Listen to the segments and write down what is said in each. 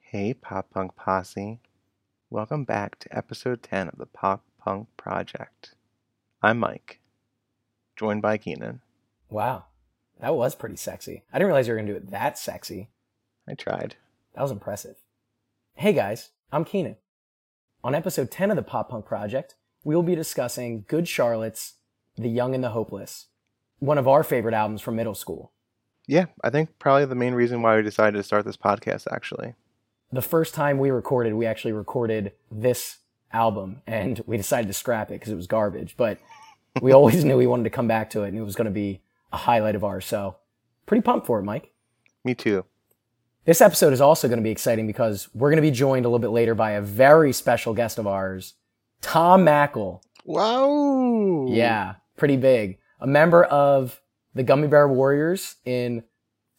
Hey, Pop Punk Posse. Welcome back to episode 10 of the Pop Punk Project. I'm Mike, joined by Keenan. Wow. That was pretty sexy. I didn't realize you were going to do it that sexy. I tried. That was impressive. Hey guys, I'm Keenan. On episode 10 of the Pop Punk Project, we will be discussing Good Charlotte's The Young and the Hopeless, one of our favorite albums from middle school. Yeah, I think probably the main reason why we decided to start this podcast, actually. The first time we recorded, we actually recorded this album and we decided to scrap it because it was garbage, but we always knew we wanted to come back to it and it was going to be a highlight of ours. So pretty pumped for it, Mike. Me too. This episode is also going to be exciting because we're going to be joined a little bit later by a very special guest of ours, Tom Mackel. Wow. Yeah, pretty big. A member of the Gummy Bear Warriors in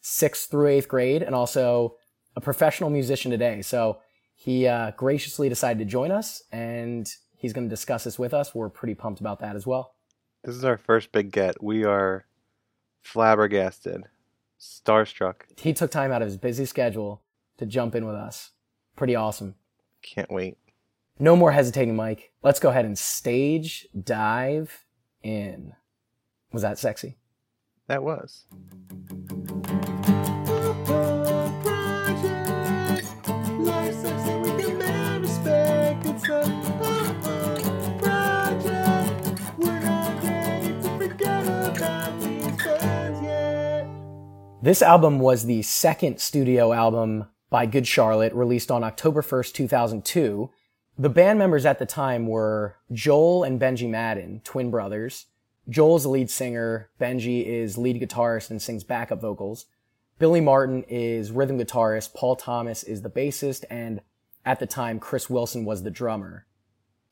sixth through eighth grade, and also a professional musician today. So he uh, graciously decided to join us, and he's going to discuss this with us. We're pretty pumped about that as well. This is our first big get. We are flabbergasted, starstruck. He took time out of his busy schedule to jump in with us. Pretty awesome. Can't wait. No more hesitating, Mike. Let's go ahead and stage dive in. Was that sexy? That was. This album was the second studio album by Good Charlotte, released on October 1st, 2002. The band members at the time were Joel and Benji Madden, twin brothers. Joel's the lead singer, Benji is lead guitarist and sings backup vocals. Billy Martin is rhythm guitarist, Paul Thomas is the bassist, and at the time, Chris Wilson was the drummer.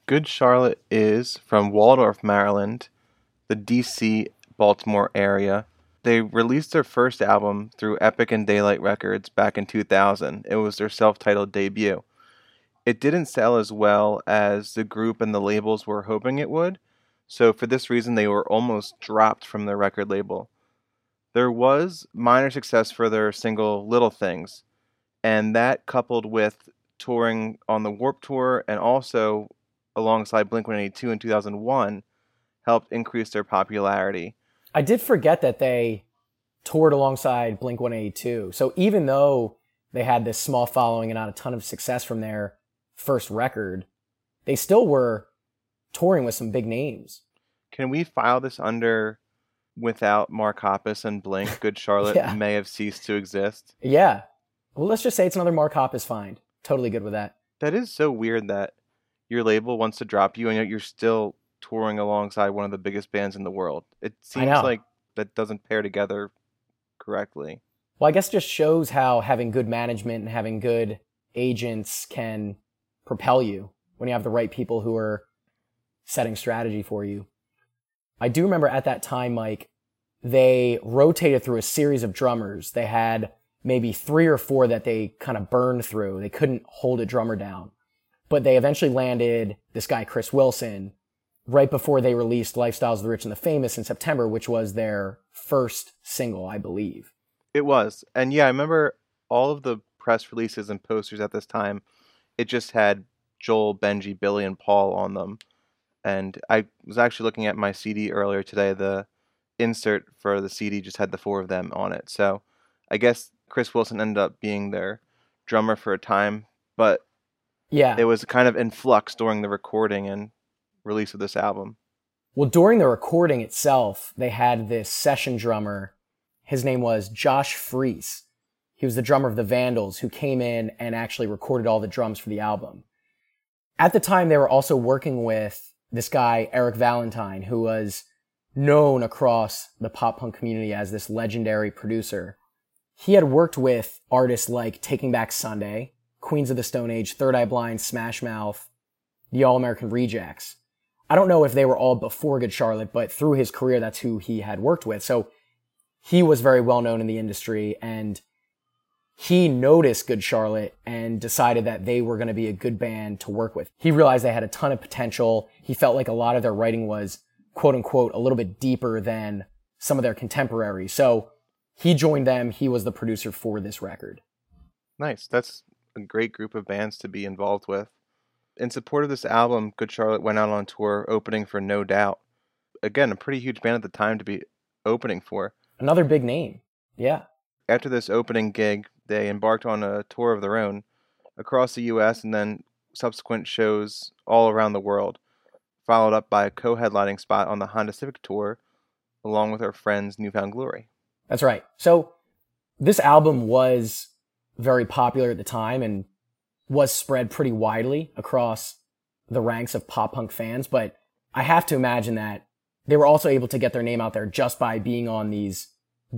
Good Charlotte is from Waldorf, Maryland, the DC Baltimore area they released their first album through Epic and Daylight Records back in 2000. It was their self titled debut. It didn't sell as well as the group and the labels were hoping it would, so for this reason, they were almost dropped from their record label. There was minor success for their single Little Things, and that coupled with touring on the Warp Tour and also alongside Blink 182 in 2001 helped increase their popularity. I did forget that they toured alongside Blink 182. So even though they had this small following and not a ton of success from their first record, they still were touring with some big names. Can we file this under without Mark Hoppus and Blink, Good Charlotte Yeah. may have ceased to exist? Yeah. Well, let's just say it's another Mark Hoppus find. Totally good with that. That is so weird that your label wants to drop you and yet you're still touring alongside one of the biggest bands in the world. It I seems know. like that doesn't pair together correctly. Well, I guess it just shows how having good management and having good agents can propel you when you have the right people who are setting strategy for you. I do remember at that time, Mike, they rotated through a series of drummers. They had maybe three or four that they kind of burned through. They couldn't hold a drummer down, but they eventually landed this guy, Chris Wilson, right before they released Lifestyles of the Rich and the Famous in September, which was their first single, I believe. It was. And yeah, I remember all of the press releases and posters at this time, it just had Joel, Benji, Billy, and Paul on them. And I was actually looking at my CD earlier today. The insert for the CD just had the four of them on it. So I guess Chris Wilson ended up being their drummer for a time, but Yeah. it was kind of in flux during the recording and release of this album. well, during the recording itself, they had this session drummer. His name was Josh Fries. He was the drummer of the Vandals who came in and actually recorded all the drums for the album. At the time, they were also working with this guy, Eric Valentine, who was known across the pop punk community as this legendary producer. He had worked with artists like Taking Back Sunday, Queens of the Stone Age, Third Eye Blind, Smash Mouth, the All American Rejects. I don't know if they were all before Good Charlotte, but through his career, that's who he had worked with. So he was very well known in the industry and he noticed Good Charlotte and decided that they were going to be a good band to work with. He realized they had a ton of potential. He felt like a lot of their writing was quote unquote a little bit deeper than some of their contemporaries. So he joined them. He was the producer for this record. Nice. That's a great group of bands to be involved with. In support of this album, Good Charlotte went out on tour opening for No Doubt. Again, a pretty huge band at the time to be opening for. Another big name. Yeah. After this opening gig, they embarked on a tour of their own across the US and then subsequent shows all around the world, followed up by a co headlining spot on the Honda Civic Tour along with our friends Newfound Glory. That's right. So this album was very popular at the time and was spread pretty widely across the ranks of pop punk fans. But I have to imagine that they were also able to get their name out there just by being on these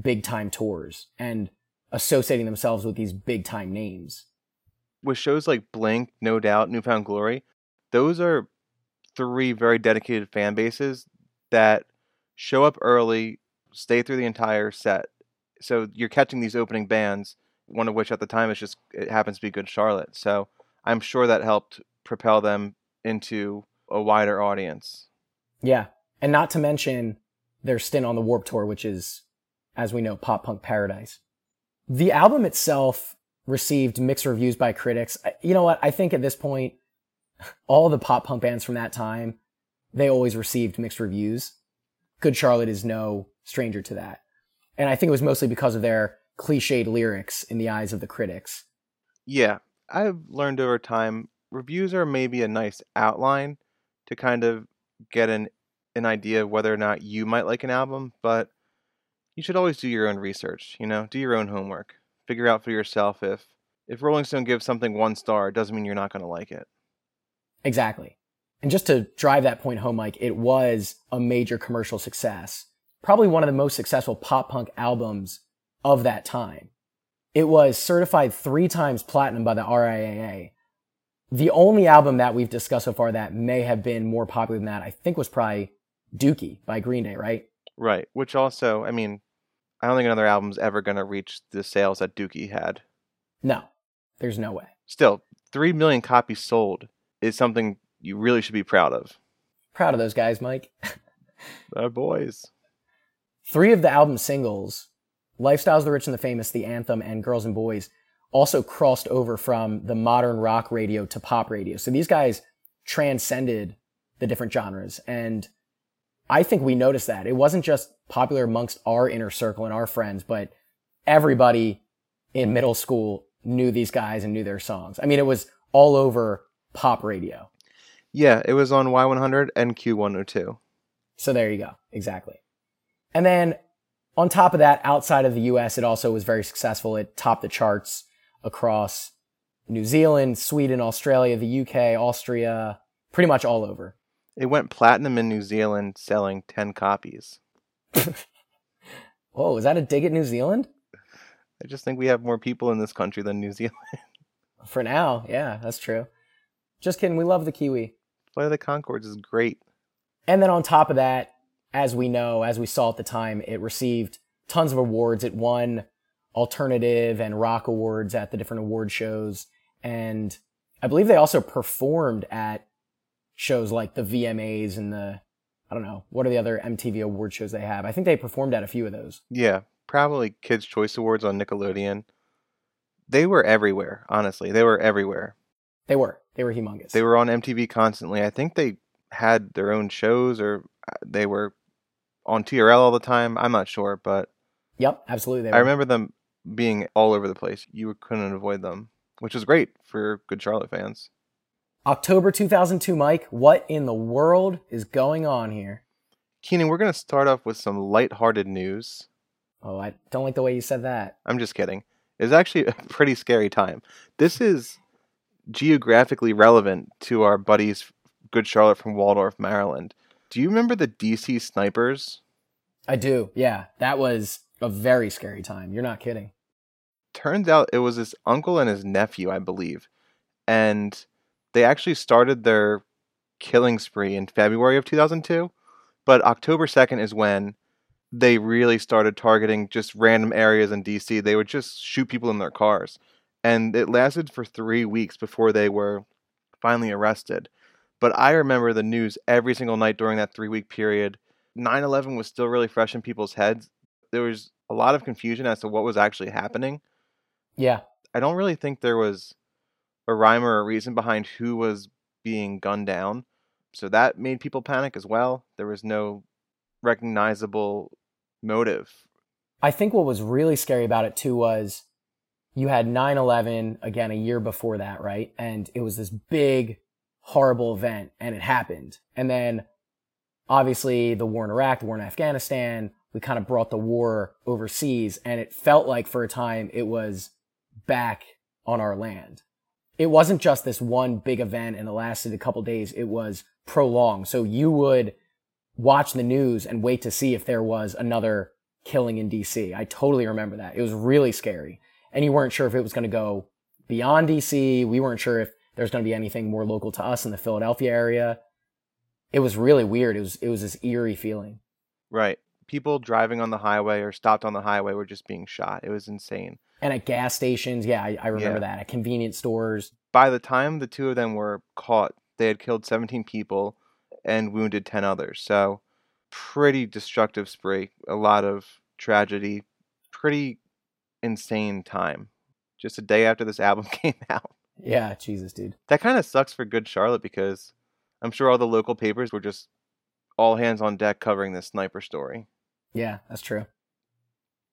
big time tours and associating themselves with these big time names. With shows like Blink, No Doubt, Newfound Glory, those are three very dedicated fan bases that show up early, stay through the entire set. So you're catching these opening bands, one of which at the time is just it happens to be Good Charlotte. So I'm sure that helped propel them into a wider audience. Yeah. And not to mention their stint on the Warp Tour, which is, as we know, pop punk paradise. The album itself received mixed reviews by critics. You know what? I think at this point, all the pop punk bands from that time, they always received mixed reviews. Good Charlotte is no stranger to that. And I think it was mostly because of their cliched lyrics in the eyes of the critics. Yeah, I've learned over time reviews are maybe a nice outline to kind of get an an idea of whether or not you might like an album, but you should always do your own research, you know, do your own homework. Figure out for yourself if if Rolling Stone gives something one star, it doesn't mean you're not going to like it. Exactly. And just to drive that point home, Mike, it was a major commercial success. Probably one of the most successful pop punk albums of that time. It was certified three times platinum by the RIAA. The only album that we've discussed so far that may have been more popular than that, I think, was probably Dookie by Green Day, right? Right. Which also, I mean, I don't think another album's ever going to reach the sales that Dookie had. No, there's no way. Still, 3 million copies sold is something you really should be proud of. Proud of those guys, Mike. Our boys. Three of the album singles, Lifestyles the Rich and the Famous, The Anthem, and Girls and Boys, also crossed over from the modern rock radio to pop radio. So these guys transcended the different genres. And I think we noticed that. It wasn't just popular amongst our inner circle and our friends, but everybody in middle school knew these guys and knew their songs. I mean, it was all over pop radio. Yeah, it was on Y100 and Q102. So there you go. Exactly. And then on top of that, outside of the US, it also was very successful. It topped the charts across New Zealand, Sweden, Australia, the UK, Austria, pretty much all over. It went platinum in New Zealand, selling 10 copies. Whoa, is that a dig at New Zealand? I just think we have more people in this country than New Zealand. For now, yeah, that's true. Just kidding. We love the Kiwi. Flight of the Concords is great. And then on top of that, as we know, as we saw at the time, it received tons of awards. It won alternative and rock awards at the different award shows. And I believe they also performed at shows like the VMAs and the, I don't know, what are the other MTV award shows they have? I think they performed at a few of those. Yeah, probably Kids' Choice Awards on Nickelodeon. They were everywhere, honestly. They were everywhere. They were. They were humongous. They were on MTV constantly. I think they had their own shows or uh, they were on TRL all the time. I'm not sure, but yep, absolutely. I remember them being all over the place. You couldn't avoid them, which is great for good Charlotte fans. October 2002, Mike. What in the world is going on here? Keenan, we're going to start off with some lighthearted news. Oh, I don't like the way you said that. I'm just kidding. It's actually a pretty scary time. This is geographically relevant to our buddies Good Charlotte from Waldorf, Maryland. Do you remember the DC snipers? I do. Yeah, that was a very scary time. You're not kidding. Turns out it was his uncle and his nephew, I believe. And they actually started their killing spree in February of 2002, but October 2nd is when they really started targeting just random areas in DC. They would just shoot people in their cars and it lasted for three weeks before they were finally arrested. But I remember the news every single night during that three week period. 9 11 was still really fresh in people's heads. There was a lot of confusion as to what was actually happening. Yeah. I don't really think there was a rhyme or a reason behind who was being gunned down. So that made people panic as well. There was no recognizable motive. I think what was really scary about it too was you had 9-11 again a year before that, right? And it was this big, horrible event and it happened. And then obviously the war in Iraq, the war in Afghanistan, we kind of brought the war overseas and it felt like for a time it was back on our land. It wasn't just this one big event and it lasted a couple days. It was prolonged. So you would watch the news and wait to see if there was another killing in DC. I totally remember that. It was really scary. And you weren't sure if it was going to go beyond DC. We weren't sure if there's going to be anything more local to us in the Philadelphia area. It was really weird. It was it was this eerie feeling. Right. People driving on the highway or stopped on the highway were just being shot. It was insane. And at gas stations, yeah, I, I remember Yeah. that. At convenience stores. By the time the two of them were caught, they had killed 17 people and wounded 10 others. So, pretty destructive spree, a lot of tragedy, pretty insane time. Just a day after this album came out. Yeah, Jesus, dude. That kind of sucks for good Charlotte because I'm sure all the local papers were just all hands on deck covering this sniper story. Yeah, that's true.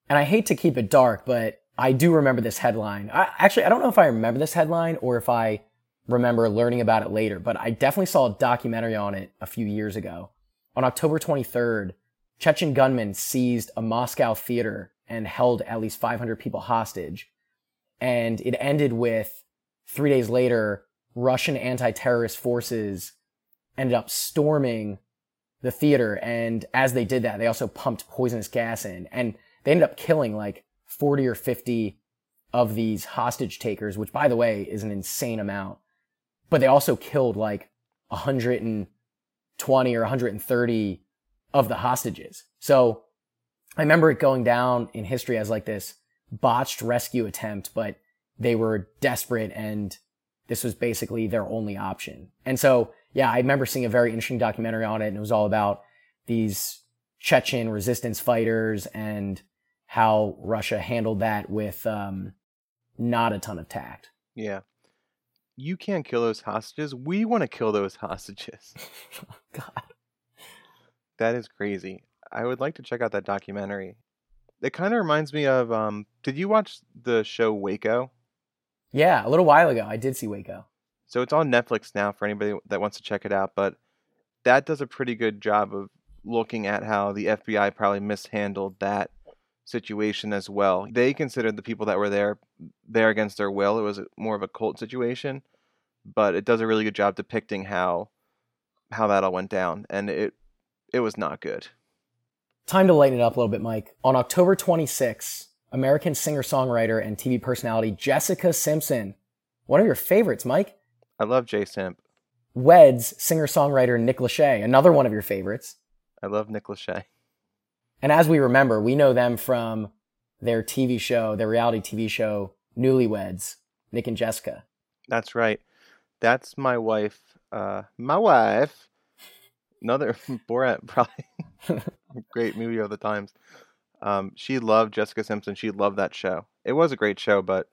And I hate to keep it dark, but I do remember this headline. I, actually, I don't know if I remember this headline or if I remember learning about it later, but I definitely saw a documentary on it a few years ago. On October 23rd, Chechen gunmen seized a Moscow theater and held at least 500 people hostage. And it ended with three days later, Russian anti terrorist forces ended up storming the theater. And as they did that, they also pumped poisonous gas in and they ended up killing like 40 or 50 of these hostage takers, which by the way is an insane amount. But they also killed like 120 or 130 of the hostages. So I remember it going down in history as like this botched rescue attempt, but they were desperate and this was basically their only option. And so, yeah, I remember seeing a very interesting documentary on it and it was all about these Chechen resistance fighters and how Russia handled that with, um, not a ton of tact. Yeah. You can't kill those hostages. We want to kill those hostages. God. That is crazy. I would like to check out that documentary. It kind of reminds me of um did you watch the show Waco? Yeah, a little while ago, I did see Waco. So it's on Netflix now for anybody that wants to check it out, but that does a pretty good job of looking at how the FBI probably mishandled that situation as well. They considered the people that were there there against their will. It was more of a cult situation, but it does a really good job depicting how how that all went down and it it was not good. Time to lighten it up a little bit, Mike. On October 26, American singer-songwriter and TV personality Jessica Simpson, one of your favorites, Mike, I love J Simp. weds singer-songwriter Nick Lachey, another one of your favorites. I love Nick Lachey. And as we remember, we know them from their TV show, their reality TV show, Newlyweds, Nick and Jessica. That's right. That's my wife. Uh, my wife. Another Borat, probably great movie of the times. Um, she loved Jessica Simpson. She loved that show. It was a great show, but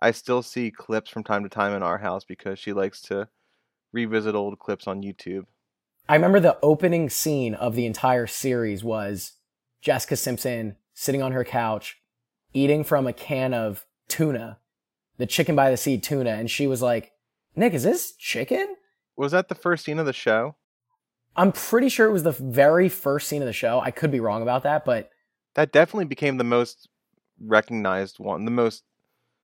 I still see clips from time to time in our house because she likes to revisit old clips on YouTube. I remember the opening scene of the entire series was Jessica Simpson sitting on her couch, eating from a can of tuna, the chicken by the sea tuna. And she was like, Nick, is this chicken? Was that the first scene of the show? I'm pretty sure it was the very first scene of the show. I could be wrong about that, but That definitely became the most recognized one. The most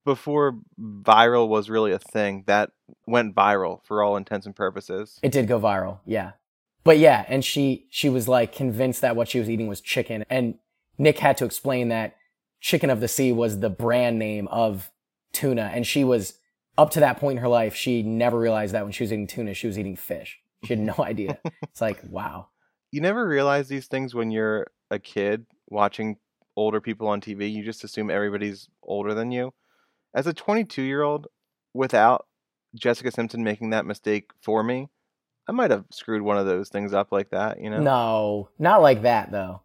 before viral was really a thing. That went viral for all intents and purposes. It did go viral, yeah. But yeah, and she she was like convinced that what she was eating was chicken, and Nick had to explain that chicken of the sea was the brand name of tuna, and she was up to that point in her life she never realized that when she was eating tuna she was eating fish. She had no idea. It's like wow, you never realize these things when you're a kid watching older people on TV. You just assume everybody's older than you. As a 22 year old, without Jessica Simpson making that mistake for me, I might have screwed one of those things up like that. You know, no, not like that though.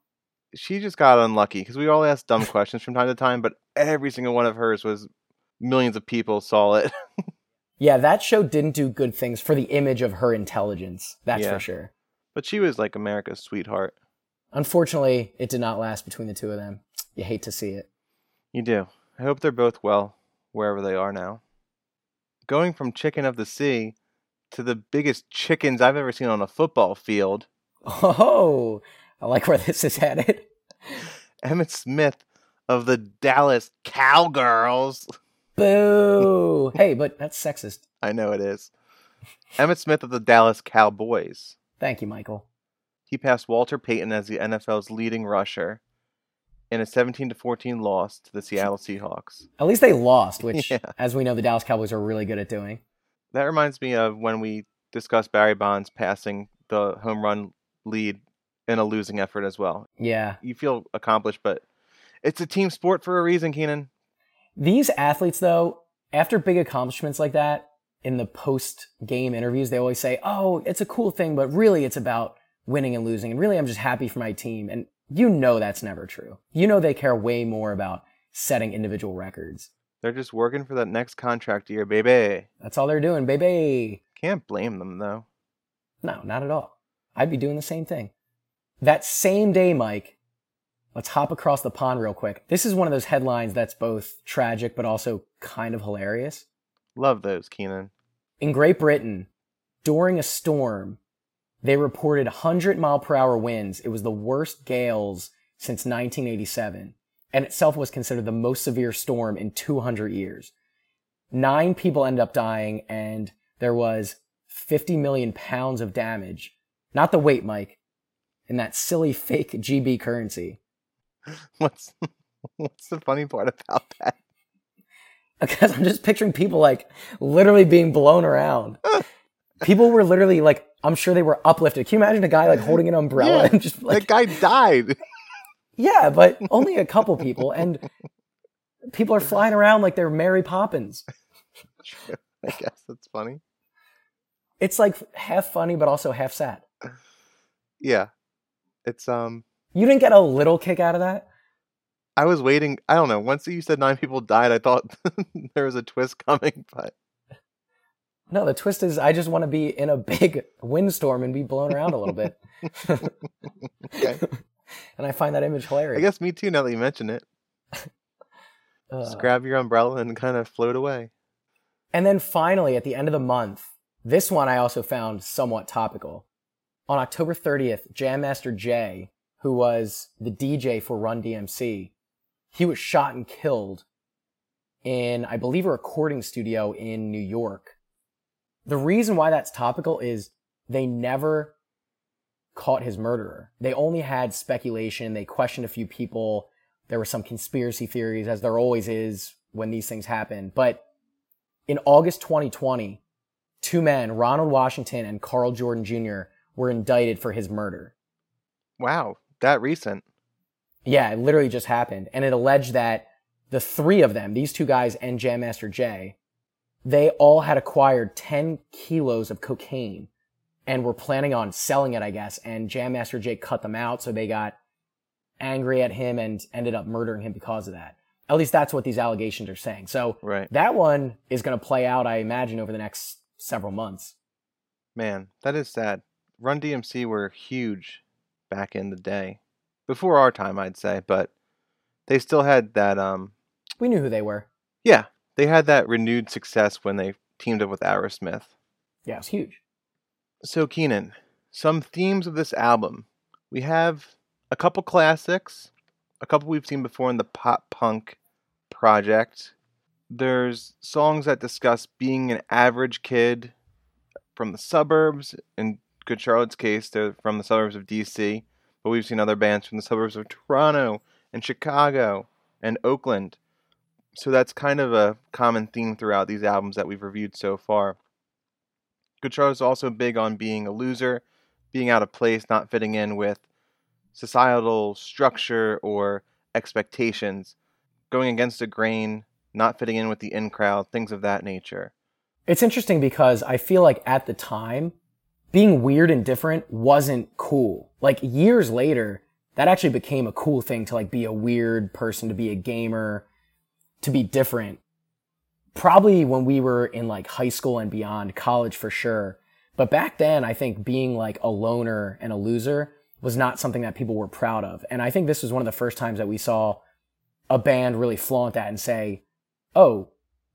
she just got unlucky because we all asked dumb questions from time to time, but every single one of hers was millions of people saw it. Yeah, that show didn't do good things for the image of her intelligence. That's Yeah. for sure. But she was like America's sweetheart. Unfortunately, it did not last between the two of them. You hate to see it. You do. I hope they're both well, wherever they are now. Going from chicken of the sea to the biggest chickens I've ever seen on a football field, Oh, I like where this is headed. Emmett Smith of the Dallas Cowgirls. Boo. hey, but that's sexist. I know it is. Emmett Smith of the Dallas Cowboys. Thank you, Michael. He passed Walter Payton as the NFL's leading rusher in a 17 to 14 loss to the Seattle Seahawks. At least they lost, which, Yeah. as we know, the Dallas Cowboys are really good at doing. That reminds me of when we discussed Barry Bonds passing the home run lead in a losing effort as well. Yeah. You feel accomplished, but it's a team sport for a reason, Keenan. These athletes, though, after big accomplishments like that, in the post game interviews, they always say, Oh, it's a cool thing, but really it's about winning and losing. And really, I'm just happy for my team. And you know that's never true. You know they care way more about setting individual records. They're just working for that next contract year, baby. That's all they're doing, baby. Can't blame them though. No, not at all. I'd be doing the same thing. That same day, Mike, let's hop across the pond real quick. This is one of those headlines that's both tragic, but also kind of hilarious. Love those, Keenan. In Great Britain, during a storm, they reported 100 mile per hour winds. It was the worst gales since 1987 and itself was considered the most severe storm in 200 years. Nine people ended up dying and there was 50 million pounds of damage. Not the weight, Mike, in that silly fake GB currency. What's what's the funny part about that? because I'm just picturing people like literally being blown around. people were literally like, I'm sure they were uplifted. Can you imagine a guy like holding an umbrella Yeah, and just like, that guy died. yeah, but only a couple people, and people are flying around like they're Mary Poppins. I guess that's funny. It's like half funny but also half sad. Yeah. It's um You didn't get a little kick out of that? I was waiting. I don't know. Once you said nine people died, I thought there was a twist coming, but No, the twist is I just want to be in a big windstorm and be blown around a little bit. Okay. and I find that image hilarious. I guess me too now that you mention it. Ugh. Just grab your umbrella and kind of float away. And then finally, at the end of the month, this one I also found somewhat topical. On October 30th, Jam Master Jay, who was the DJ for Run DMC, he was shot and killed in, I believe, a recording studio in New York. The reason why that's topical is they never caught his murderer. They only had speculation. They questioned a few people. There were some conspiracy theories, as there always is when these things happen. But in August 2020, two men, Ronald Washington and Carl Jordan Jr., were indicted for his murder. Wow, that recent. Yeah, it literally just happened. And it alleged that the three of them, these two guys and Jam Master Jay, they all had acquired 10 kilos of cocaine and were planning on selling it, I guess. And Jam Master Jay cut them out. So they got angry at him and ended up murdering him because of that. At least that's what these allegations are saying. So Right. that one is going to play out, I imagine, over the next several months. Man, that is sad. Run DMC were huge back in the day. Before our time, I'd say, but they still had that um We knew who they were. yeah, they had that renewed success when they teamed up with Aerosmith. Yeah, it was huge. So, Keenan, some themes of this album. We have a couple classics, a couple we've seen before in the pop punk project. There's songs that discuss being an average kid from the suburbs. In Good Charlotte's case, they're from the suburbs of DC, but we've seen other bands from the suburbs of Toronto and Chicago and Oakland. So that's kind of a common theme throughout these albums that we've reviewed so far. Guichard is also big on being a loser, being out of place, not fitting in with societal structure or expectations, going against the grain, not fitting in with the in crowd, things of that nature. It's interesting because I feel like at the time, being weird and different wasn't cool. Like years later, that actually became a cool thing to like be a weird person, to be a gamer, to be different. probably when we were in like high school and beyond, college for sure. But back then, I think being like a loner and a loser was not something that people were proud of. And I think this was one of the first times that we saw a band really flaunt that and say, oh,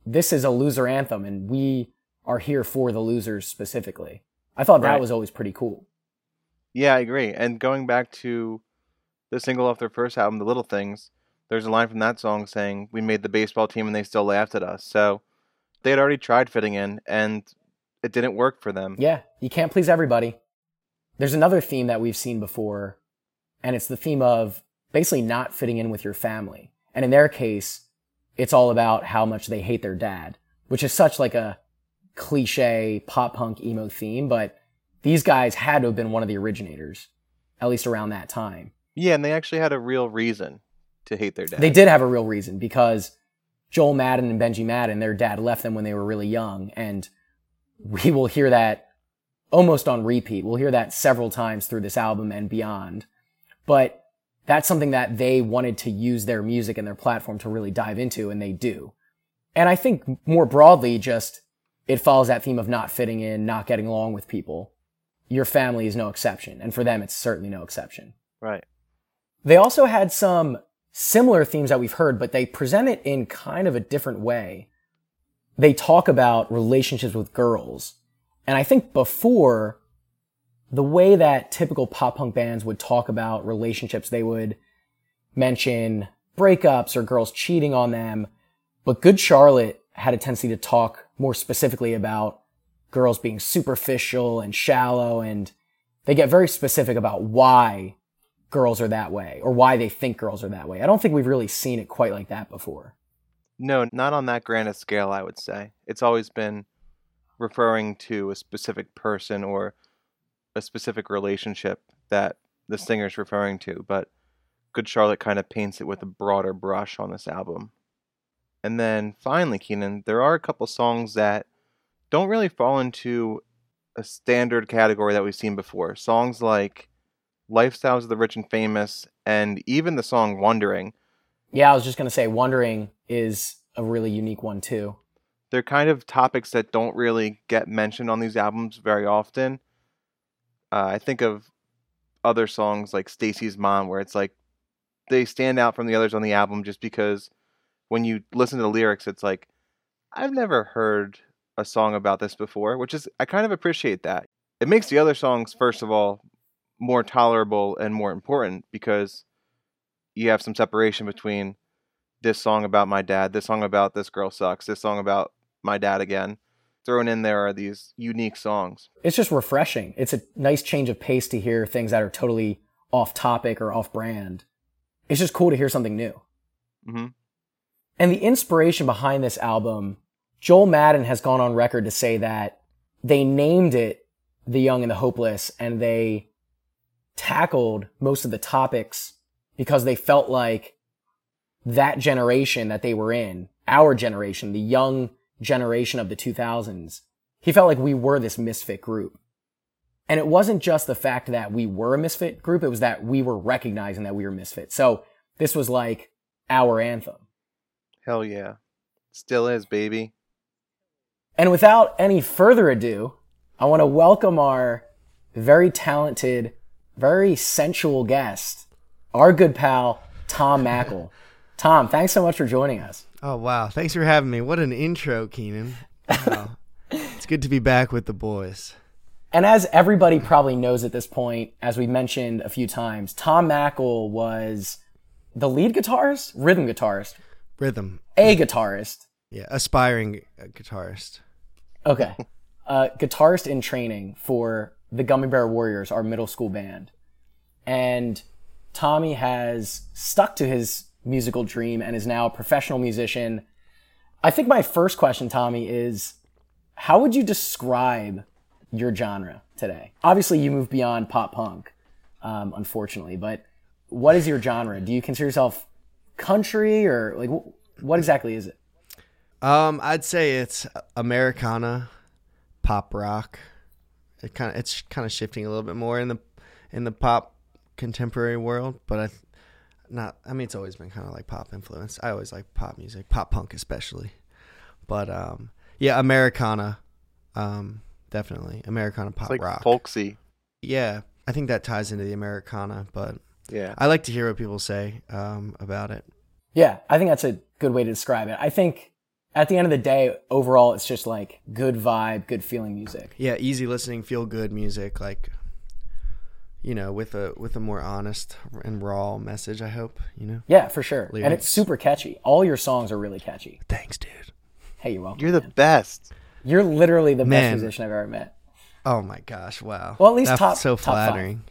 this is a loser anthem and we are here for the losers specifically. I thought that Right. was always pretty cool. Yeah, I agree. And going back to the single off their first album, The Little Things, there's a line from that song saying, We made the baseball team and they still laughed at us. So they had already tried fitting in and it didn't work for them. Yeah, you can't please everybody. There's another theme that we've seen before, and it's the theme of basically not fitting in with your family. And in their case, it's all about how much they hate their dad, which is such like a cliche pop punk emo theme, but these guys had to have been one of the originators, at least around that time. Yeah, and they actually had a real reason to hate their dad. They did have a real reason because Joel Madden and Benji Madden, their dad left them when they were really young. And we will hear that almost on repeat. We'll hear that several times through this album and beyond. But that's something that they wanted to use their music and their platform to really dive into, and they do. And I think more broadly, just it follows that theme of not fitting in, not getting along with people. Your family is no exception. And for them, it's certainly no exception. Right. They also had some similar themes that we've heard, but they present it in kind of a different way. They talk about relationships with girls. And I think before, the way that typical pop punk bands would talk about relationships, they would mention breakups or girls cheating on them. But Good Charlotte had a tendency to talk more specifically about girls being superficial and shallow. And they get very specific about why girls are that way or why they think girls are that way. I don't think we've really seen it quite like that before. No, not on that grand a scale, I would say. It's always been referring to a specific person or a specific relationship that the singer's referring to, but Good Charlotte kind of paints it with a broader brush on this album. And then finally, Keenan, there are a couple songs that don't really fall into a standard category that we've seen before. Songs like Lifestyles of the Rich and Famous and even the song Wondering Yeah, I was just going to say wondering is a really unique one too. they're kind of topics that don't really get mentioned on these albums very often. Uh, I think of other songs like Stacy's Mom, where it's like they stand out from the others on the album just because when you listen to the lyrics, it's like, I've never heard a song about this before, which is, I kind of appreciate that. It makes the other songs, first of all, more tolerable and more important because you have some separation between this song about my dad, this song about this girl sucks, this song about my dad again. Thrown in there are these unique songs. It's just refreshing. It's a nice change of pace to hear things that are totally off topic or off brand. It's just cool to hear something new. hmm And the inspiration behind this album, Joel Madden has gone on record to say that they named it The Young and the Hopeless and they tackled most of the topics because they felt like that generation that they were in, our generation, the young generation of the 2000s, he felt like we were this misfit group. And it wasn't just the fact that we were a misfit group, it was that we were recognizing that we were misfits. So this was like our anthem. Hell yeah. Still is, baby. And without any further ado, I want to welcome our very talented, very sensual guest, our good pal, Tom Mackel. Tom, thanks so much for joining us. Oh wow! Thanks for having me. What an intro, Keenan. Wow. it's good to be back with the boys. And as everybody probably knows at this point, as we mentioned a few times, Tom Mackel was the lead guitarist, rhythm guitarist, Rhythm, a guitarist, yeah, aspiring uh, guitarist. Okay. Uh, guitarist in training for the Gummy Bear Warriors, our middle school band. And Tommy has stuck to his musical dream and is now a professional musician. I think my first question, Tommy, is how would you describe your genre today? Obviously, you moved beyond pop punk, um, unfortunately, but what is your genre? Do you consider yourself country or like wh- what exactly is it? Um, I'd say it's Americana, pop rock. It kind of it's kind of shifting a little bit more in the in the pop contemporary world, but I not. I mean, it's always been kind of like pop influence. I always like pop music, pop punk especially. But um, yeah, Americana, um, definitely Americana pop It's like rock. folksy. Yeah, I think that ties into the Americana, but Yeah. I like to hear what people say um, about it. Yeah, I think that's a good way to describe it. I think at the end of the day, overall, it's just like good vibe, good feeling music. Yeah, easy listening, feel good music, like you know, with a with a more honest and raw message. I hope you know. Yeah, for sure. And Lyrics. it's super catchy. All your songs are really catchy. Thanks, dude. Hey, you're welcome. You're the best. You're literally the Man. best musician I've ever met. Oh my gosh! Wow. Well, at least That's top- so top five. flattering.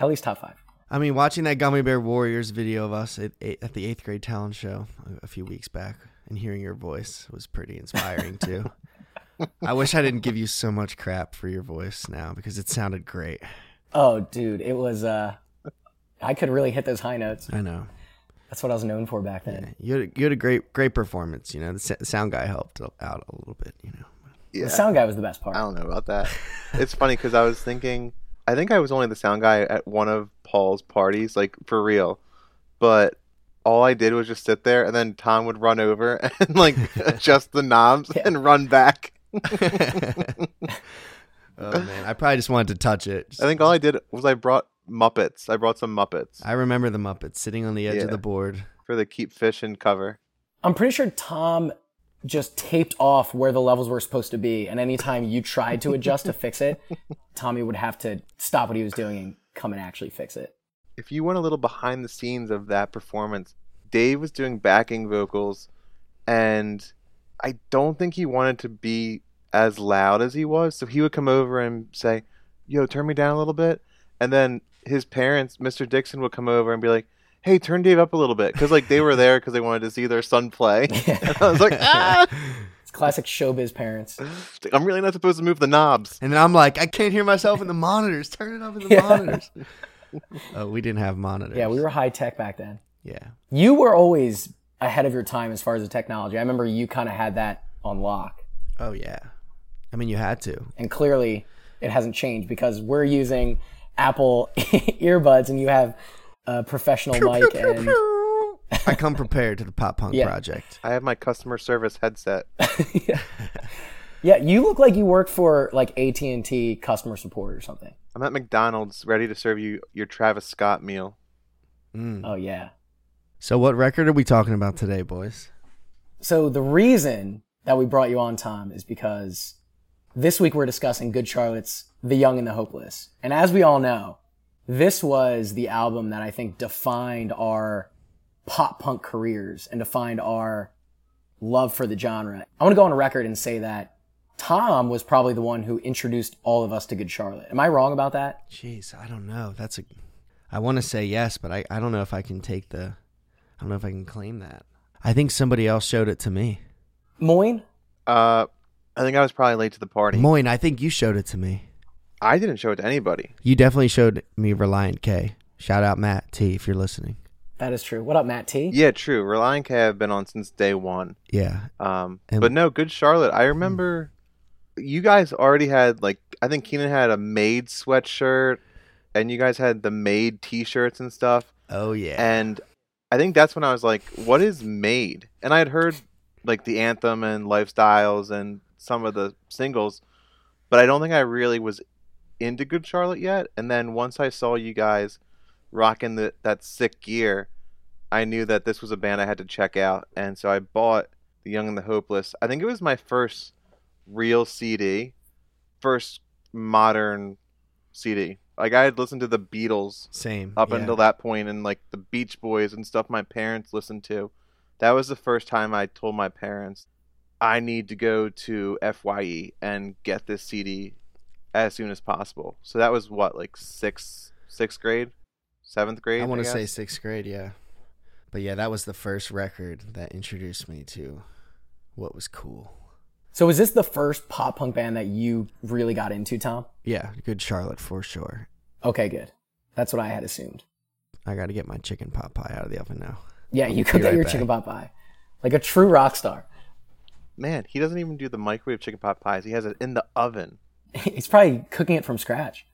At least top five. I mean, watching that Gummy Bear Warriors video of us at, eight, at the eighth grade talent show a- a few weeks back and hearing your voice was pretty inspiring too. I wish I didn't give you so much crap for your voice now because it sounded great. Oh, dude, it was. uh I could really hit those high notes. I know That's what I was known for back then. you had, you had a great great performance. You know, the sa- sound guy helped out a little bit. You know, Yeah. The sound guy was the best part. I don't know about that. It's funny because I was thinking, I think I was only the sound guy at one of Paul's parties, like for real. But all I did was just sit there, and then Tom would run over and like adjust the knobs Yeah. and run back. Uh, oh man, I probably just wanted to touch it. I think all I did was I brought Muppets. I brought some Muppets I remember the Muppets sitting on the edge of Yeah. the board. for the keep fish in cover. I'm pretty sure Tom just taped off where the levels were supposed to be, and anytime you tried to adjust to fix it, Tommy would have to stop what he was doing and come and actually fix it. if you went a little behind the scenes of that performance, Dave was doing backing vocals, and I don't think he wanted to be as loud as he was. So he would come over and say, Yo, turn me down a little bit. And then his parents, Mr. Dixon, would come over and be like, Hey, turn Dave up a little bit. Because, like, they were there because they wanted to see their son play. And I was like, ah! It's classic showbiz parents. It's like, I'm really not supposed to move the knobs. And then I'm like, I can't hear myself in the monitors. Turn it up in the Yeah. monitors. Oh, we didn't have monitors. Yeah, we were high tech back then. Yeah. You were always ahead of your time as far as the technology. I remember you kind of had that on lock, Oh yeah. I mean, you had to. and clearly it hasn't changed because we're using Apple earbuds, and you have a professional mic and. I come prepared to the pop punk Yeah. project. I have my customer service headset. Yeah, you look like you work for like AT and T customer support or something. I'm at McDonald's ready to serve you your Travis Scott meal. Mm. Oh yeah. So, what record are we talking about today, boys? So the reason that we brought you on, Tom, is because this week we're discussing Good Charlotte's "The Young and the Hopeless," and as we all know, this was the album that I think defined our pop punk careers and defined our love for the genre. I want to go on record and say that Tom was probably the one who introduced all of us to Good Charlotte. Am I wrong about that? Jeez, I don't know. That's a. I want to say yes, but I, I don't know if I can take the. I don't know if I can claim that. I think somebody else showed it to me. Moyne? Uh, I think I was probably late to the party. Moyne, I think you showed it to me. I didn't show it to anybody. You definitely showed me Reliant K. Shout out Matt T if you're listening. That is true. What up, Matt T? Yeah, true. Reliant K have been on since day one. Yeah. Um, And- but no, good Charlotte. I remember you guys already had like I think Keenan had a maid sweatshirt, and you guys had the maid T-shirts and stuff. Oh yeah. And I think that's when I was like, "What is maid?" And I had heard like the anthem and lifestyles and some of the singles, but I don't think I really was into Good Charlotte yet. And then once I saw you guys rocking the, that sick gear, I knew that this was a band I had to check out. And so I bought The Young and the Hopeless. I think it was my first real CD, first modern CD. Like I had listened to the Beatles Same. up yeah. until that point and like the beach boys and stuff my parents listened to that was the first time i told my parents i need to go to fye and get this cd as soon as possible so that was what like sixth sixth grade seventh grade I want to guess? say sixth grade, yeah. But yeah, that was the first record that introduced me to what was cool. So was this the first pop punk band that you really got into, Tom? Yeah, good Charlotte for sure. Okay, good. That's what I had assumed. I got to get my chicken pot pie out of the oven now. Yeah, I'll you be could get right your back. chicken pot pie, like a true rock star. man he doesn't even do the microwave chicken pot pies he has it in the oven He's probably cooking it from scratch.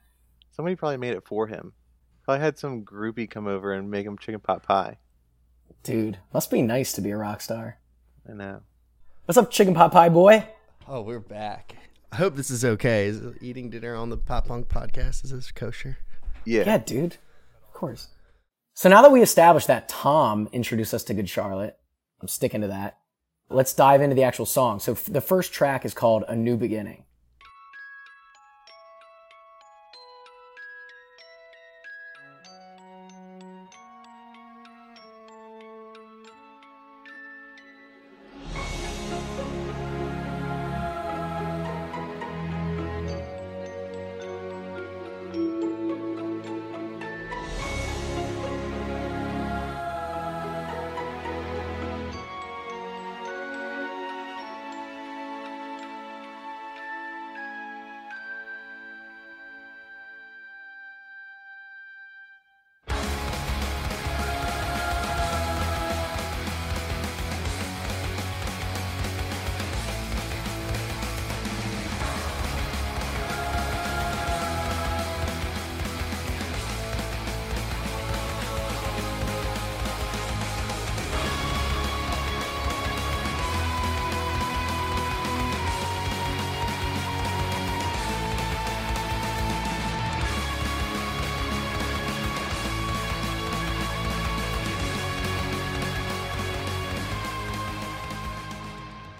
somebody probably made it for him probably had some groupie come over and make him chicken pot pie Dude, must be nice to be a rock star. i know What's up, chicken pot pie boy? Oh, we're back. I hope this is okay. Is eating dinner on the Pop Punk podcast is this kosher? Yeah. Yeah, dude. Of course. So now that we established that Tom introduced us to Good Charlotte, I'm sticking to that. Let's dive into the actual song. So f- the first track is called A New Beginning.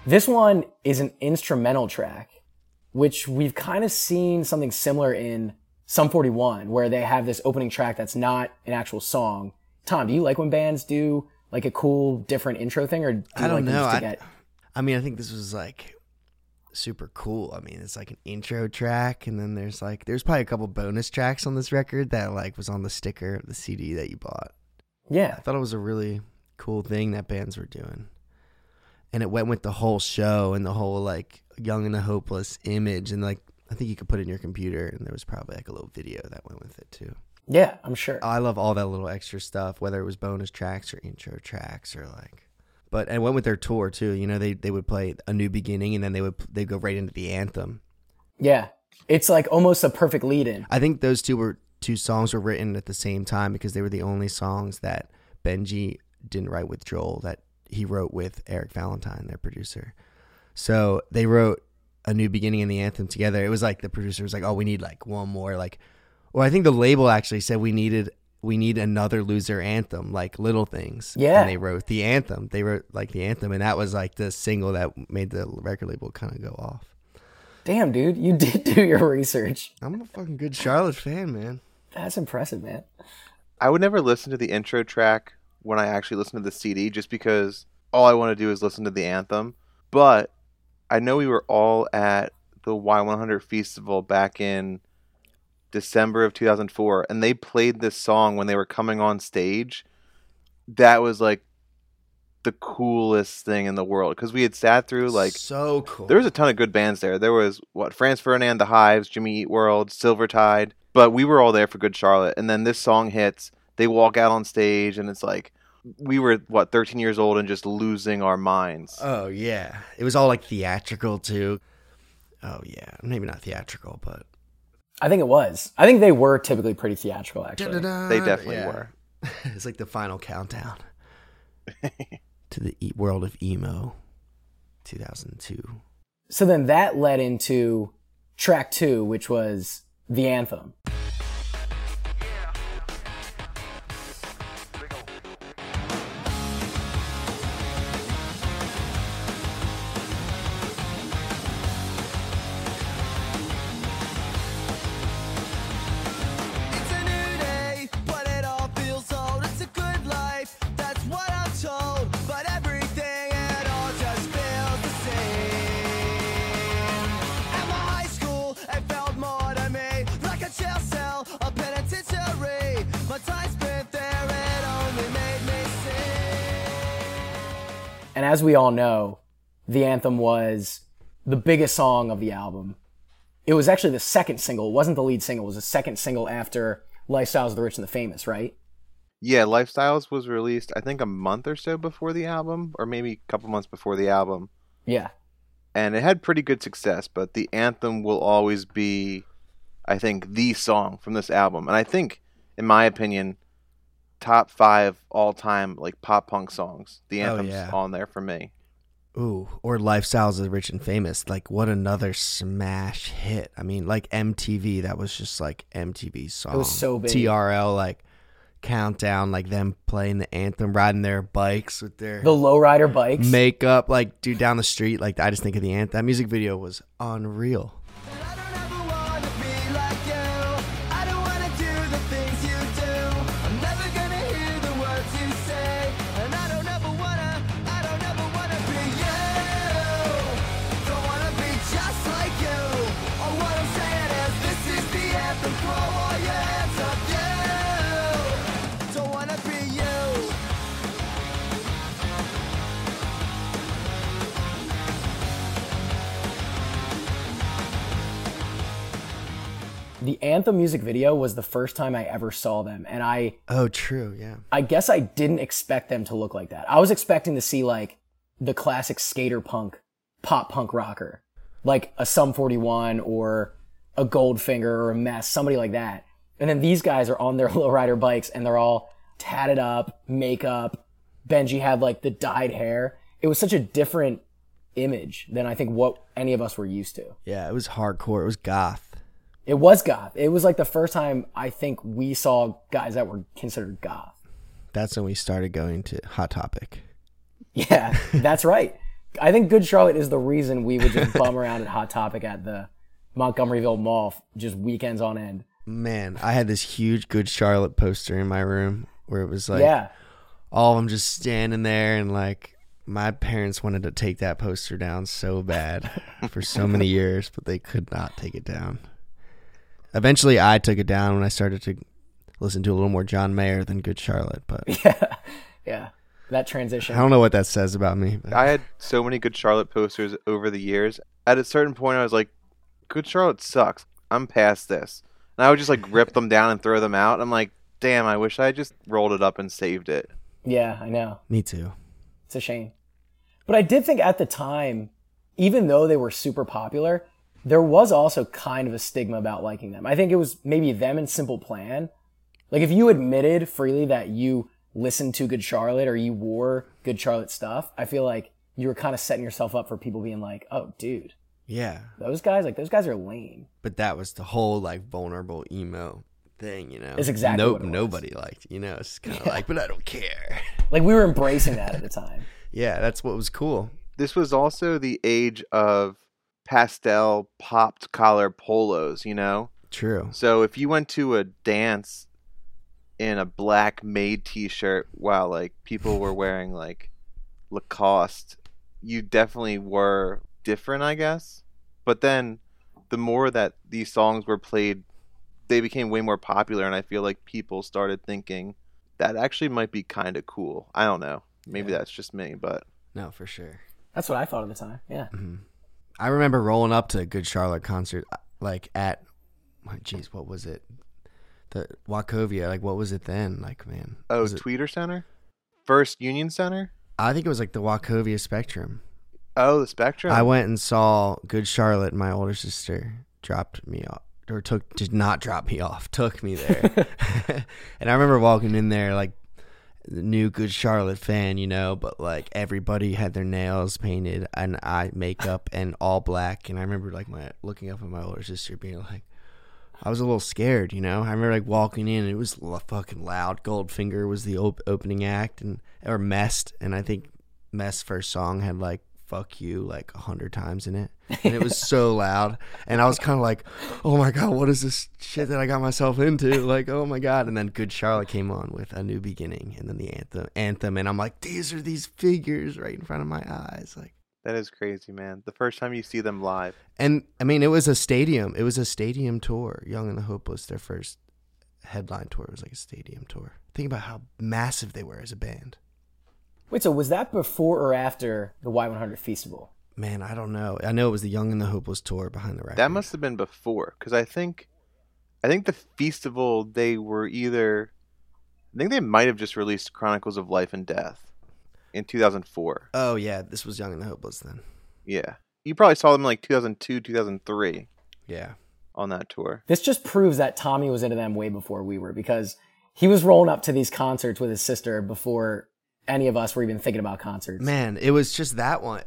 This one is an instrumental track, which we've kind of seen something similar in Sum 41, where they have this opening track that's not an actual song. Tom, do you like when bands do like a cool, different intro thing, or do you I don't like them know. just I, to get? I mean, I think this was like super cool. I mean, it's like an intro track, and then there's like there's probably a couple bonus tracks on this record that like was on the sticker of the CD that you bought. Yeah, I thought it was a really cool thing that bands were doing, and it went with the whole show and the whole like young and the hopeless image, and like I think you could put it in your computer, and there was probably like a little video that went with it too. yeah, I'm sure. I love all that little extra stuff, whether it was bonus tracks or intro tracks or like. But and it went with their tour too. You know, they they would play a new beginning and then they would they go right into the anthem. Yeah, it's like almost a perfect lead-in. I think those two were two songs were written at the same time because they were the only songs that Benji didn't write with Joel that he wrote with Eric Valentine, their producer. So they wrote a new beginning and the anthem together. It was like the producer was like, "Oh, we need like one more like," or I think the label actually said we needed we need another loser anthem like little things. Yeah. and they wrote the anthem. They wrote like the anthem, and that was like the single that made the record label kind of go off. Damn, dude, you did do your research. I'm a fucking good Charlotte fan, man. That's impressive, man. I would never listen to the intro track when I actually listen to the CD just because all I want to do is listen to the anthem. But I know we were all at the Y100 Festival back in December of 2004 and they played this song when they were coming on stage. That was like the coolest thing in the world because we had sat through like so cool. there was a ton of good bands there. There was what Franz Ferdinand, The Hives, Jimmy Eat World, Silver Tide, but we were all there for Good Charlotte. And then this song hits. They walk out on stage, and it's like we were what 13 years old and just losing our minds. Oh yeah, it was all like theatrical too. Oh yeah, maybe not theatrical, but I think it was. I think they were typically pretty theatrical, actually. they definitely were. it's like the final countdown to the e- world of emo, 2002. So then that led into track two, which was the anthem. It's a new day, but it all feels old. It's a good life, that's what I'm told. But everything it all just feels the same. At my high school, it felt more to me like a jail cell, a penitentiary. My time spent there, it only made me sick. And as we all know, the anthem was the biggest song of the album. It was actually the second single. It wasn't the lead single. It was the second single after Lifestyles of the Rich and the Famous, right? Yeah, Lifestyles was released I think a month or so before the album, or maybe a couple months before the album, Yeah. and it had pretty good success. But the anthem will always be, I think, the song from this album, and I think, in my opinion. Top five all time like pop punk songs. The Oh, anthem's yeah. on there for me. Ooh, or Lifestyles of the Rich and Famous. Like, what another smash hit. I mean, like MTV, that was just like MTV's song. so big. TRL, like Countdown, like them playing the anthem, riding their bikes with their The lowrider bikes. makeup, like, dude, down the street. Like, I just think of the anthem. That music video was unreal. And I don't ever wanna be like you. I don't wanna do the things you do. I'm never gonna hear the words you say. And I don't ever wanna, I don't ever wanna be you. Don't wanna be just like you. All what I'm saying is this is the anthem for all your hands up you. Don't wanna be you. The Anthem music video was the first time I ever saw them, and I Oh, true. Yeah. I guess I didn't expect them to look like that. I was expecting to see like the classic skater punk, pop punk rocker, like a Sum 41 or a Goldfinger or a Mess, somebody like that. And then these guys are on their lowrider bikes and they're all tatted up, makeup. Benji had like the dyed hair. It was such a different image than I think what any of us were used to. Yeah. It was hardcore. It was goth. It was goth. It was like the first time I think we saw guys that were considered goth. That's when we started going to Hot Topic. Yeah, that's right. I think Good Charlotte is the reason we would just bum around at Hot Topic at the Montgomeryville Mall f- just weekends on end. Man, I had this huge Good Charlotte poster in my room where it was like, yeah, all of them just standing there and like my parents wanted to take that poster down so bad for so many years but they could not take it down eventually i took it down when i started to listen to a little more john mayer than good charlotte but yeah, that i transition. don't know what that says about me but I had so many Good Charlotte posters over the years. At a certain point, I was like, Good Charlotte sucks. I'm past this. And I would just like rip them down and throw them out. I'm like, damn, I wish I just rolled it up and saved it. Yeah, I know. me too It's a shame. But I did think at the time, even though they were super popular, there was also kind of a stigma about liking them. I think it was maybe them and Simple Plan. Like if you admitted freely that you listened to Good Charlotte or you wore Good Charlotte stuff, I feel like you were kind of setting yourself up for people being like, "Oh, dude, yeah those guys like those guys are lame." but that was the whole like vulnerable emo thing you know It's exactly no, what it was. nobody liked you know it's kind of like but i don't care Like we were embracing that at the time. yeah that's what was cool This was also the age of pastel popped collar polos, you know? true So if you went to a dance in a black maid t-shirt while like people were wearing like Lacoste, you definitely were different, I guess. But then the more that these songs were played, they became way more popular and I feel like people started thinking that actually might be kind of cool. I don't know. Maybe that's just me, but no for sure That's what I thought at the time. Yeah. I remember rolling up to a Good Charlotte concert, uh, like at, my jeez, what was it? The Wachovia, like what was it then? Like man, oh, was it- Tweeter Center? First Union Center? I think it was like the Wachovia Spectrum. Oh, the Spectrum. I went and saw Good Charlotte. and My older sister dropped me off, or took did not drop me off, took me there. and I remember walking in there like the new Good Charlotte fan, you know, but like everybody had their nails painted and eye makeup and all black. And I remember like my looking up at my older sister being like. I was a little scared, you know. I remember like walking in, and it was l- fucking loud. Goldfinger was the op- opening act, and or Messed, and I think Mess first song had like "fuck you" like a hundred times in it, and it was so loud. And I was kind of like, "Oh my god, what is this shit that I got myself into?" Like, "Oh my god!" And then Good Charlotte came on with "A New Beginning," and then the anthem, anthem, and I'm like, "These are these figures right in front of my eyes." Like, that is crazy, man. The first time you see them live. and I mean, it was a stadium. It was a stadium tour. Young and the Hopeless, their first headline tour was like a stadium tour. Think about how massive they were as a band. Wait, so was that before or after the Y100 Festival? Man, I don't know. I know it was the Young and the Hopeless tour behind the record. That must have been before, because I think, I think the festival they were either, I think they might have just released Chronicles of Life and Death, in 2004. Oh yeah, this was Young and the Hopeless then. Yeah, you probably saw them in like 2002, 2003 Yeah. on that tour. This just proves that Tommy was into them way before we were because he was rolling up to these concerts with his sister before any of us were even thinking about concerts. Man, it was just that one.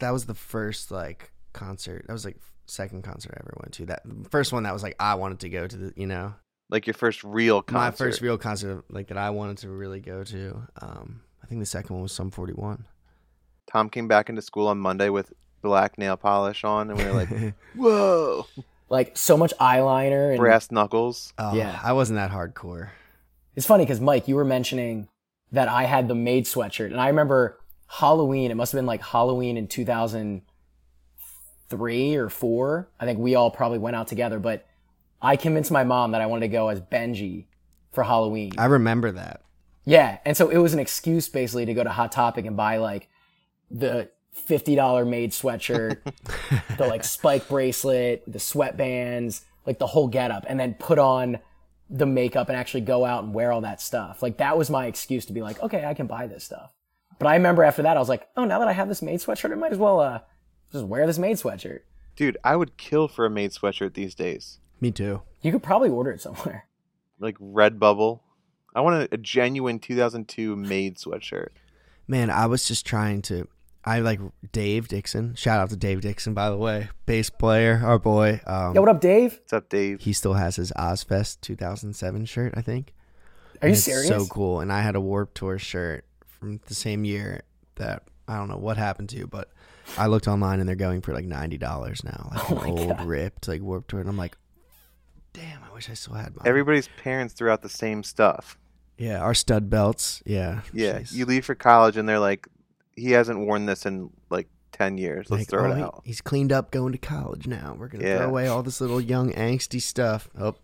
That was the first like concert. That was like second concert I ever went to. That first one that was like I wanted to go to the, you know, Like your first real concert. my first real concert like that I wanted to really go to. Um, I think the second one was Sum 41. Tom came back into school on Monday with black nail polish on, and we were like, "Whoa, Like so much eyeliner and brass knuckles!" Oh, Yeah. I wasn't that hardcore. It's funny because Mike, you were mentioning that I had the maid sweatshirt, and I remember Halloween. It must have been like Halloween in two thousand three or four. I think we all probably went out together, but I convinced my mom that I wanted to go as Benji for Halloween. I remember that. yeah, and so it was an excuse basically to go to Hot Topic and buy like the fifty dollar maid sweatshirt, the like spike bracelet, the sweatbands, like the whole getup, and then put on the makeup and actually go out and wear all that stuff. Like that was my excuse to be like, okay, I can buy this stuff. But I remember after that, I was like, oh, now that I have this maid sweatshirt, I might as well uh, just wear this maid sweatshirt. Dude, I would kill for a maid sweatshirt these days. Me too. You could probably order it somewhere. Like Redbubble. I want a, a genuine 2002 maid sweatshirt. Man, I was just trying to. I like Dave Dixon. Shout out to Dave Dixon, by the way, bass player, our boy. Um, Yo, what up, Dave? What's up, Dave? he still has his Ozfest 2007 shirt, I think. Are you it's serious? So cool. And I had a Warp Tour shirt from the same year that I don't know what happened to, but I looked online and they're going for like ninety dollars now, Oh like an old ripped like Warp Tour, and I'm like, damn, I wish I still had mine. Everybody's parents threw out the same stuff. yeah, our stud belts. Yeah, Yeah, Jeez. you leave for college and they're like, "He hasn't worn this in like 10 years. Let's Like, throw oh, it he- out." He's cleaned up, going to college now. We're gonna Yeah. throw away all this little young angsty stuff. Oh,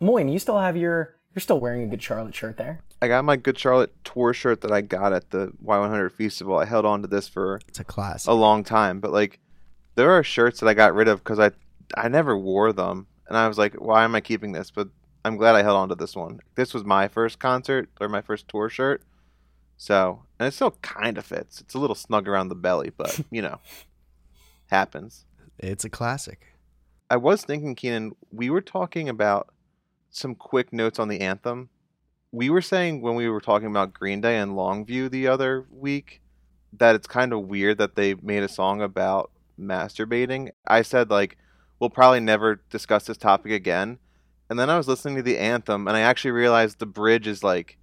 Moyne, you still have your, you're still wearing a good Charlotte shirt there. I got my Good Charlotte tour shirt that I got at the Y100 Festival. I held on to this for it's a class. a long time, but like there are shirts that I got rid of because I I never wore them, and I was like, why am I keeping this? But I'm glad I held on to this one. This was my first concert or my first tour shirt, so and it still kind of fits. It's a little snug around the belly, but you know, happens. It's a classic. I was thinking, Keenan, we were talking about some quick notes on the anthem. We were saying when we were talking about Green Day and Longview the other week that it's kind of weird that they made a song about masturbating. I said, like, we'll probably never discuss this topic again. And then I was listening to the anthem and I actually realized the bridge is like,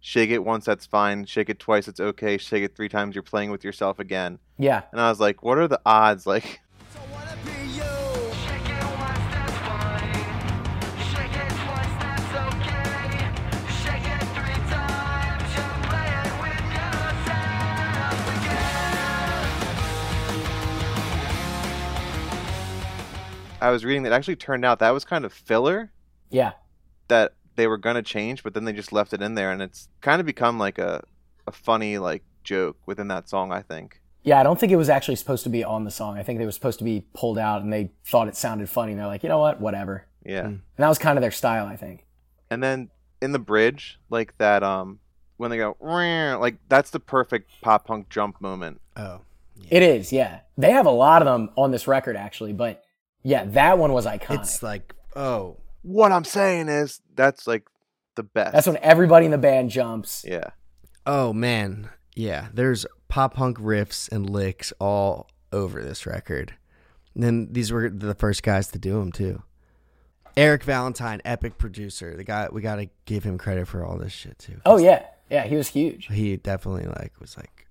shake it once, that's fine. Shake it twice, it's okay. Shake it three times, you're playing with yourself again. Yeah. And I was like, what are the odds? Like, Don't wanna be you. Shake it once, that's fine. Shake it twice, that's okay. Shake it three times, you're playing with yourself again. I was reading that actually turned out that was kind of filler Yeah. that they were gonna change, but then they just left it in there, and it's kind of become like a a funny like joke within that song. I think. Yeah, I don't think it was actually supposed to be on the song. I think they were supposed to be pulled out and they thought it sounded funny and they're like, you know what, whatever. Yeah. And that was kind of their style, I think. And then in the bridge, like that, um, when they go "Rrrr," like that's the perfect pop punk jump moment. Oh, It is, yeah. They have a lot of them on this record actually, but yeah, that one was iconic. it's like oh, What I'm saying is that's like the best. That's when everybody in the band jumps. Yeah. Oh man, yeah. There's pop punk riffs and licks all over this record. And then these were the first guys to do them too. Eric Valentine, epic producer. The guy we gotta give him credit for all this shit too. Oh yeah. Yeah, he was huge. He definitely like was like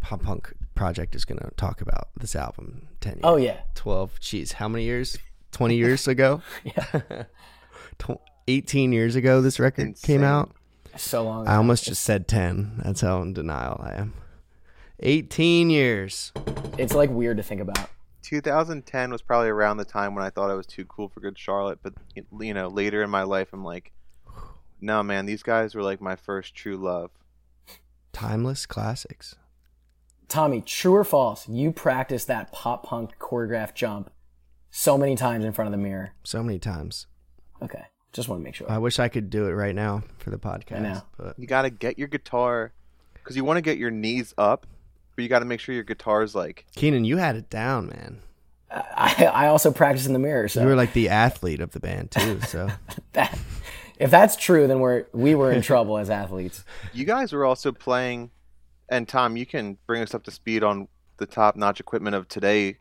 pop punk project is gonna talk about this album ten years. Oh yeah. twelve. Jeez, how many years? Twenty years ago. yeah. Eighteen years ago, this record Insane. came out. So long. I almost just said 10. That's how in denial I am. 18 years. It's like weird to think about. 2010 was probably around the time when I thought I was too cool for Good Charlotte, but you know, later in my life, I'm like, no, man, these guys were like my first true love. Timeless classics. Tommy, true or false, you practiced that pop punk choreographed jump so many times in front of the mirror. So many times. Okay. Just want to make sure. I wish I could do it right now for the podcast. I know. But You got to get your guitar because you want to get your knees up, but you got to make sure your guitar's like Keenan, you had it down, man. I, I also practiced in the mirror, so You were like the athlete of the band too, so that If that's true, then we're we were in trouble as athletes. You guys were also playing, and Tom, you can bring us up to speed on the top notch equipment of today,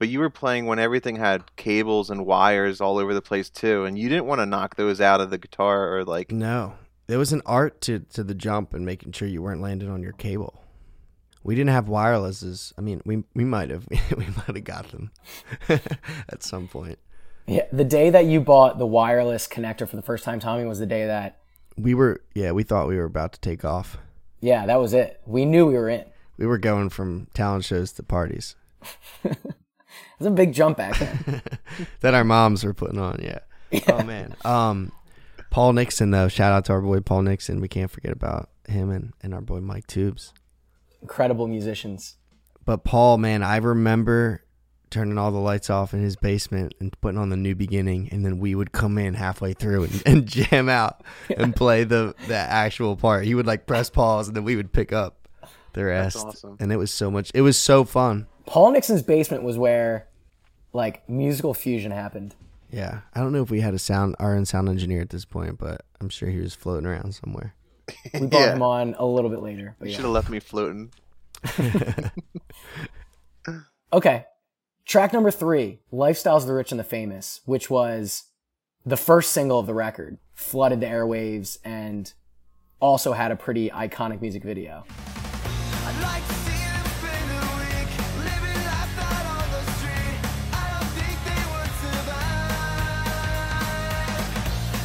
but you were playing when everything had cables and wires all over the place too, and you didn't want to knock those out of the guitar or like. No, there was an art to to the jump and making sure you weren't landing on your cable. We didn't have wirelesses. I mean, we we might have we might have got them at some point. Yeah, the day that you bought the wireless connector for the first time, Tommy, was the day that We were yeah, we thought we were about to take off. yeah, that was it. We knew we were in. It We were going from talent shows to parties was a big jump back then. that our moms were putting on. Yeah. Oh man. Um, Paul Nixon though. Shout out to our boy Paul Nixon. We can't forget about him and and our boy Mike Tubes. Incredible musicians. But Paul, man, I remember turning all the lights off in his basement and putting on the new beginning, and then we would come in halfway through and, and jam out and play the the actual part. He would like press pause, and then we would pick up the rest. awesome. And it was so much. It was so fun. Paul Nixon's basement was where like musical fusion happened. Yeah, I don't know if we had a sound our own sound engineer at this point, but I'm sure he was floating around somewhere. We brought Yeah. him on a little bit later. But You yeah. should have left me floating. Okay. Track number three, Lifestyles of the Rich and the Famous, which was the first single of the record, flooded the airwaves and also had a pretty iconic music video. I'd like to see them spend a week living life out on the street. I don't think they would survive.